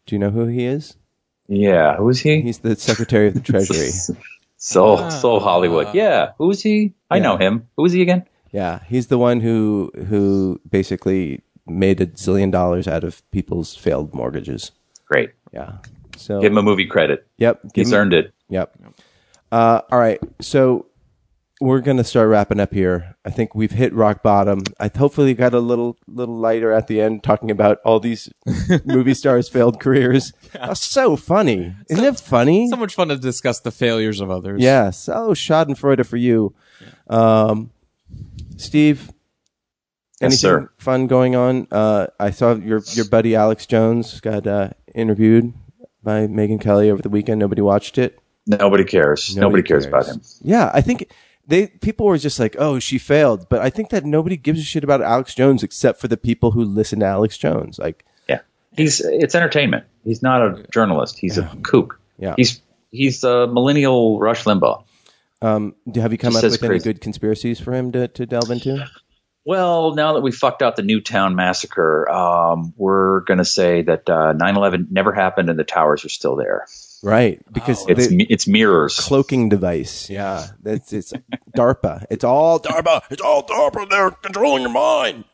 [SPEAKER 3] Do you know who he is?
[SPEAKER 2] Yeah, who is he?
[SPEAKER 3] He's the Secretary of the Treasury.
[SPEAKER 2] So so Hollywood. Yeah. Who is he? I know him. Who is he again?
[SPEAKER 3] Yeah, he's the one who who basically made a zillion dollars out of people's failed mortgages.
[SPEAKER 2] Great.
[SPEAKER 3] Yeah. So
[SPEAKER 2] Give him a movie credit.
[SPEAKER 3] yep, Oh. give
[SPEAKER 2] He's
[SPEAKER 3] him-
[SPEAKER 2] earned it.
[SPEAKER 3] Yep. Uh, all right. So we're gonna start wrapping up here. I think we've hit rock bottom. I hopefully got a little little lighter at the end, talking about all these movie stars' failed careers. That's so funny, isn't it funny?
[SPEAKER 4] So much fun to discuss the failures of others.
[SPEAKER 3] yeah. So Schadenfreude for you, um, Steve.
[SPEAKER 2] Yes,
[SPEAKER 3] Anything
[SPEAKER 2] sir.
[SPEAKER 3] fun going on? Uh, I saw your your buddy Alex Jones got uh, interviewed by Megan Kelly over the weekend. Nobody watched it.
[SPEAKER 2] Nobody cares. Nobody, cares. about him.
[SPEAKER 3] Yeah, I think they people were just like, "Oh, she failed," but I think that nobody gives a shit about Alex Jones except for the people who listen to Alex Jones. Like,
[SPEAKER 2] Yeah. He's it's entertainment. He's not a journalist. He's a kook.
[SPEAKER 3] Yeah.
[SPEAKER 2] He's he's a millennial Rush Limbaugh.
[SPEAKER 3] do, have you come
[SPEAKER 2] Just
[SPEAKER 3] up
[SPEAKER 2] says
[SPEAKER 3] with any
[SPEAKER 2] crazy.
[SPEAKER 3] good conspiracies for him to, to delve into?
[SPEAKER 2] Well, now that we fucked out the Newtown massacre, um, we're going to say that uh, 9/11 never happened and the towers are still there.
[SPEAKER 3] Right, because
[SPEAKER 2] It's
[SPEAKER 3] the
[SPEAKER 2] mi- it's mirrors.
[SPEAKER 3] cloaking device. Yeah, that's it's DARPA. It's all DARPA.
[SPEAKER 1] It's all DARPA. They're controlling your mind.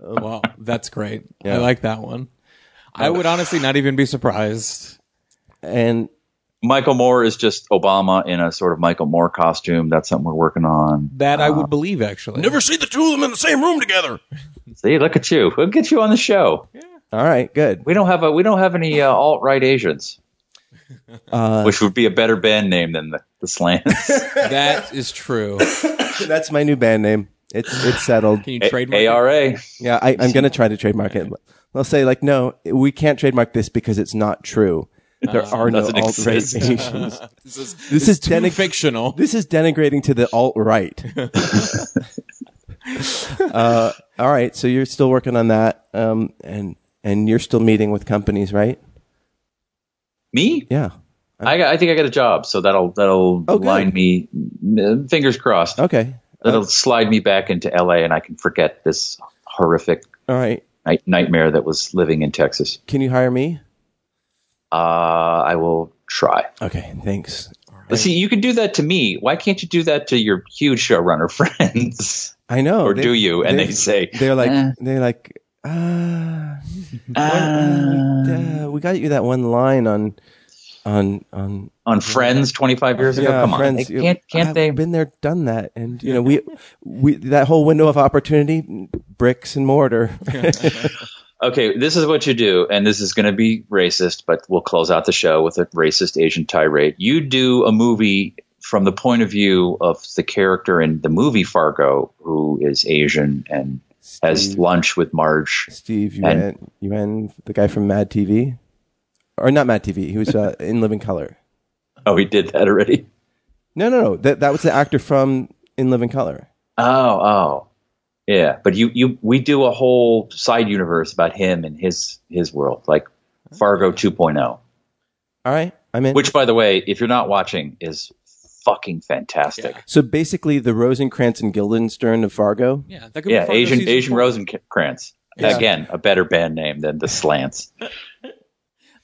[SPEAKER 4] Wow, that's great.
[SPEAKER 3] Yeah.
[SPEAKER 4] I like that one. I would honestly not even be surprised.
[SPEAKER 3] And
[SPEAKER 2] Michael Moore is just Obama in a sort of Michael Moore costume. That's something we're working on.
[SPEAKER 4] That I would believe actually.
[SPEAKER 1] Never see the two of them in the same room together.
[SPEAKER 2] See, look at you. We'll get you on the show.
[SPEAKER 3] all right, good.
[SPEAKER 2] We don't have a we don't have any uh, alt right Asians, which would be a better band name than the, the Slants.
[SPEAKER 4] That is true.
[SPEAKER 3] That's my new band name. It's it's settled.
[SPEAKER 4] Can you trademark?
[SPEAKER 2] A-
[SPEAKER 4] it?
[SPEAKER 2] ARA.
[SPEAKER 3] Yeah, I, I'm going to try to trademark it. They'll say like, no, we can't trademark this because it's not true. There are no
[SPEAKER 2] Uh, doesn't
[SPEAKER 3] alt right
[SPEAKER 2] exist.
[SPEAKER 3] Asians.
[SPEAKER 4] This is
[SPEAKER 3] This is
[SPEAKER 4] too
[SPEAKER 3] denig-
[SPEAKER 4] fictional.
[SPEAKER 3] This is denigrating to the alt right. uh, all right, so you're still working on that, um, and and you're still meeting with companies, right?
[SPEAKER 2] Me?
[SPEAKER 3] Yeah.
[SPEAKER 2] I got, I think I got a job, so that'll that'll
[SPEAKER 3] Oh, good.
[SPEAKER 2] line me. mm, Fingers crossed.
[SPEAKER 3] Okay.
[SPEAKER 2] That'll slide me back into LA, and I can forget this horrific
[SPEAKER 3] All right.
[SPEAKER 2] night- nightmare that was living in Texas.
[SPEAKER 3] Can you hire me?
[SPEAKER 2] Uh, I will try.
[SPEAKER 3] Okay. Thanks.
[SPEAKER 2] But See, you can do that to me. Why can't you do that to your huge showrunner friends?
[SPEAKER 3] I know.
[SPEAKER 2] Or do you? And they say,
[SPEAKER 3] they're like
[SPEAKER 2] "Eh."
[SPEAKER 3] they're like. Uh,
[SPEAKER 2] Ah.
[SPEAKER 3] we, uh, we got you that one line on on on
[SPEAKER 2] on Friends 25 years ago.
[SPEAKER 3] Yeah,
[SPEAKER 2] Come on,
[SPEAKER 3] friends,
[SPEAKER 2] They
[SPEAKER 3] you-
[SPEAKER 2] can't can't
[SPEAKER 3] I've
[SPEAKER 2] they?
[SPEAKER 3] been there, done that, and you know we we that whole window of opportunity, bricks and mortar.
[SPEAKER 2] Okay, this is what you do, and this is going to be racist, but we'll close out the show with a racist Asian tirade. You do a movie from the point of view of the character in the movie Fargo, who is Asian and has lunch with Marge.
[SPEAKER 3] Steve
[SPEAKER 2] And-
[SPEAKER 3] Yuen, Yuen, the guy from Mad TV, or not Mad TV? He was uh, in Living Color.
[SPEAKER 2] Oh, he did that already.
[SPEAKER 3] No, no, no. That that was the actor from in Living Color.
[SPEAKER 2] Oh, oh, yeah. But you, you, we do a whole side universe about him and his his world, like Fargo oh. 2.0.
[SPEAKER 3] All right, I'm in.
[SPEAKER 2] Which, by the way, if you're not watching, is fucking fantastic.
[SPEAKER 3] so basically, the Rosencrantz and Guildenstern of Fargo.
[SPEAKER 4] Yeah, that could
[SPEAKER 2] Yeah,
[SPEAKER 4] be Fargo
[SPEAKER 2] Asian
[SPEAKER 4] season
[SPEAKER 2] Asian
[SPEAKER 4] four.
[SPEAKER 2] Rosencrantz. Again, a better band name than the Slants.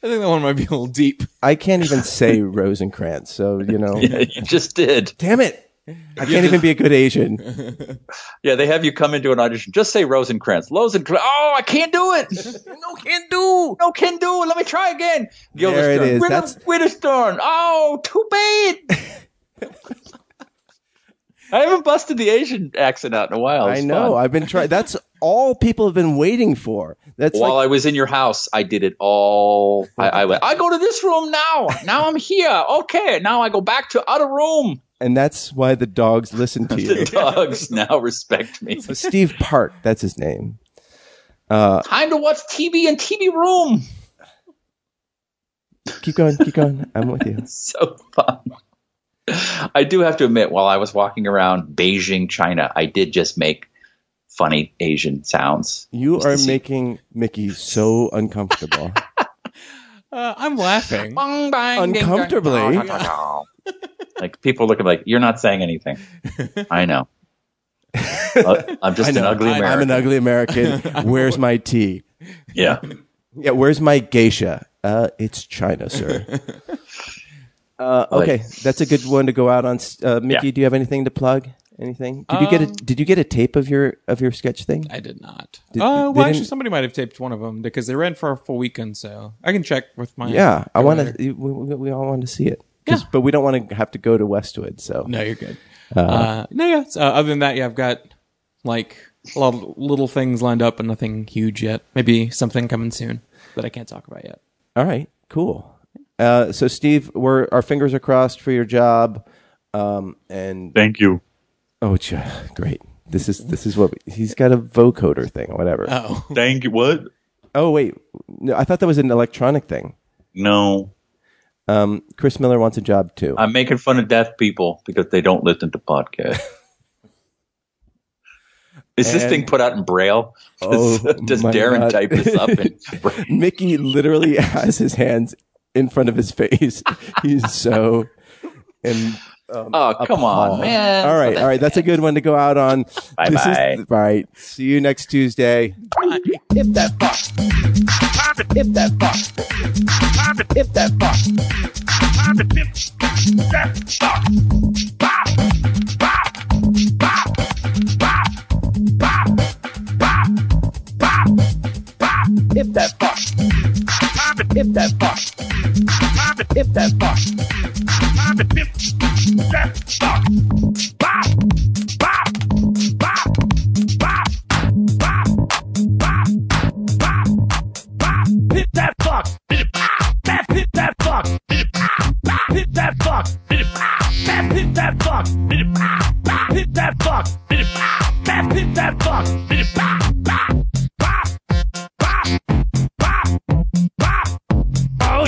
[SPEAKER 4] I think that one might be a little deep.
[SPEAKER 3] I can't even say Rosencrantz, so you know.
[SPEAKER 2] you just did.
[SPEAKER 3] Damn it! I can't even be a good Asian.
[SPEAKER 2] Yeah, they have you come into an audition. Just say Rosencrantz. Rosencrantz. Oh, I can't do it. no, can do. No, can do. Let me try again.
[SPEAKER 3] There it is.
[SPEAKER 2] Witter-
[SPEAKER 3] That's-
[SPEAKER 2] Witterstern. Oh, too bad. I haven't busted the Asian accent out in a while.
[SPEAKER 3] I
[SPEAKER 2] It's
[SPEAKER 3] know.
[SPEAKER 2] fun.
[SPEAKER 3] I've been trying. That's all people have been waiting for. That's
[SPEAKER 2] While
[SPEAKER 3] like,
[SPEAKER 2] I was in your house, I did it all. I, I went. I go to this room now. Now I'm here. Okay. Now I go back to other room.
[SPEAKER 3] and that's why the dogs listen to
[SPEAKER 2] The
[SPEAKER 3] you.
[SPEAKER 2] dogs now respect me.
[SPEAKER 3] So Steve Part, that's his name. Uh,
[SPEAKER 2] Time to watch TV in TV room.
[SPEAKER 3] Keep going, keep going. I'm with you.
[SPEAKER 2] so fun. I do have to admit, while I was walking around Beijing, China, I did just make funny Asian sounds.
[SPEAKER 3] You
[SPEAKER 2] Just to
[SPEAKER 3] are
[SPEAKER 2] see-
[SPEAKER 3] making Mickey so uncomfortable.
[SPEAKER 4] Uh, I'm laughing.
[SPEAKER 2] Bong, bang, ding, dong.
[SPEAKER 3] Uncomfortably?
[SPEAKER 2] Dong, dong, dong. like people look at me like you're not saying anything. I know. Uh, I'm just an ugly American.
[SPEAKER 3] I'm an ugly American. Where's my tea?
[SPEAKER 2] yeah.
[SPEAKER 3] Yeah, where's my geisha? Uh, it's China, sir. Uh,
[SPEAKER 2] Like-
[SPEAKER 3] okay, that's a good one to go out on. S- Uh, Mickey, do you have anything to plug? Anything? Did you get a
[SPEAKER 4] Um,
[SPEAKER 3] Did you get a tape of your of your sketch thing?
[SPEAKER 4] I did not.
[SPEAKER 3] Did-
[SPEAKER 4] uh,
[SPEAKER 3] they
[SPEAKER 4] well, actually,
[SPEAKER 3] didn't-
[SPEAKER 4] somebody might have taped one of them because they ran for a full weekend, so I can check with my.
[SPEAKER 3] yeah, I want
[SPEAKER 4] provider.
[SPEAKER 3] to. We, we we all want to see it. 'Cause-
[SPEAKER 4] Yeah.
[SPEAKER 3] but we don't want to have to go to Westwood. So
[SPEAKER 4] No, you're good. Uh,
[SPEAKER 3] Uh-huh.
[SPEAKER 4] no, yeah. it's- uh, other than that, yeah, I've got like a lot of little things lined up, but nothing huge yet. Maybe something coming soon that I can't talk about yet.
[SPEAKER 3] All right, cool. Uh, so, Steve, we're our fingers are crossed for your job. Um, and
[SPEAKER 1] Thank you.
[SPEAKER 3] oh, ja- great. This is this is what we, he's got a vocoder thing, or whatever.
[SPEAKER 4] Oh,
[SPEAKER 1] Thank you. What?
[SPEAKER 3] oh wait, no, I thought that was an electronic thing.
[SPEAKER 2] No.
[SPEAKER 3] Um, Chris Miller wants a job too.
[SPEAKER 2] I'm making fun of deaf people because they don't listen to podcasts. Is this
[SPEAKER 3] And-
[SPEAKER 2] thing put out in braille?
[SPEAKER 3] Oh,
[SPEAKER 2] Does
[SPEAKER 3] my
[SPEAKER 2] Darren
[SPEAKER 3] God.
[SPEAKER 2] type this up in braille?
[SPEAKER 3] Mickey literally has his hands in front of his face. he's so and
[SPEAKER 2] Oh, come on, man.
[SPEAKER 3] All right, all right. That's a good one to go out on. This is-
[SPEAKER 2] Bye-bye.
[SPEAKER 3] Right. See you next Tuesday.
[SPEAKER 7] If that box. If that box. If that box. If that box. Bop. Bop. Bop. Bop. Bop. Bop. Bop. Bop. If that box. If that box. If that box. If that box. Bop. Bop. Bop. Bop. Bop. Bop, bop, bop. Hit that fuck. Hit it, bop. That hit that fuck. Hit it, bop, bop. Hit that fuck. Hit it, bop. That hit that fuck. Hit it, bop, bop. Hit that fuck. Hit it, bop. That hit that fuck. Hit it, bop, bop, bop, bop, bop, bop. Oh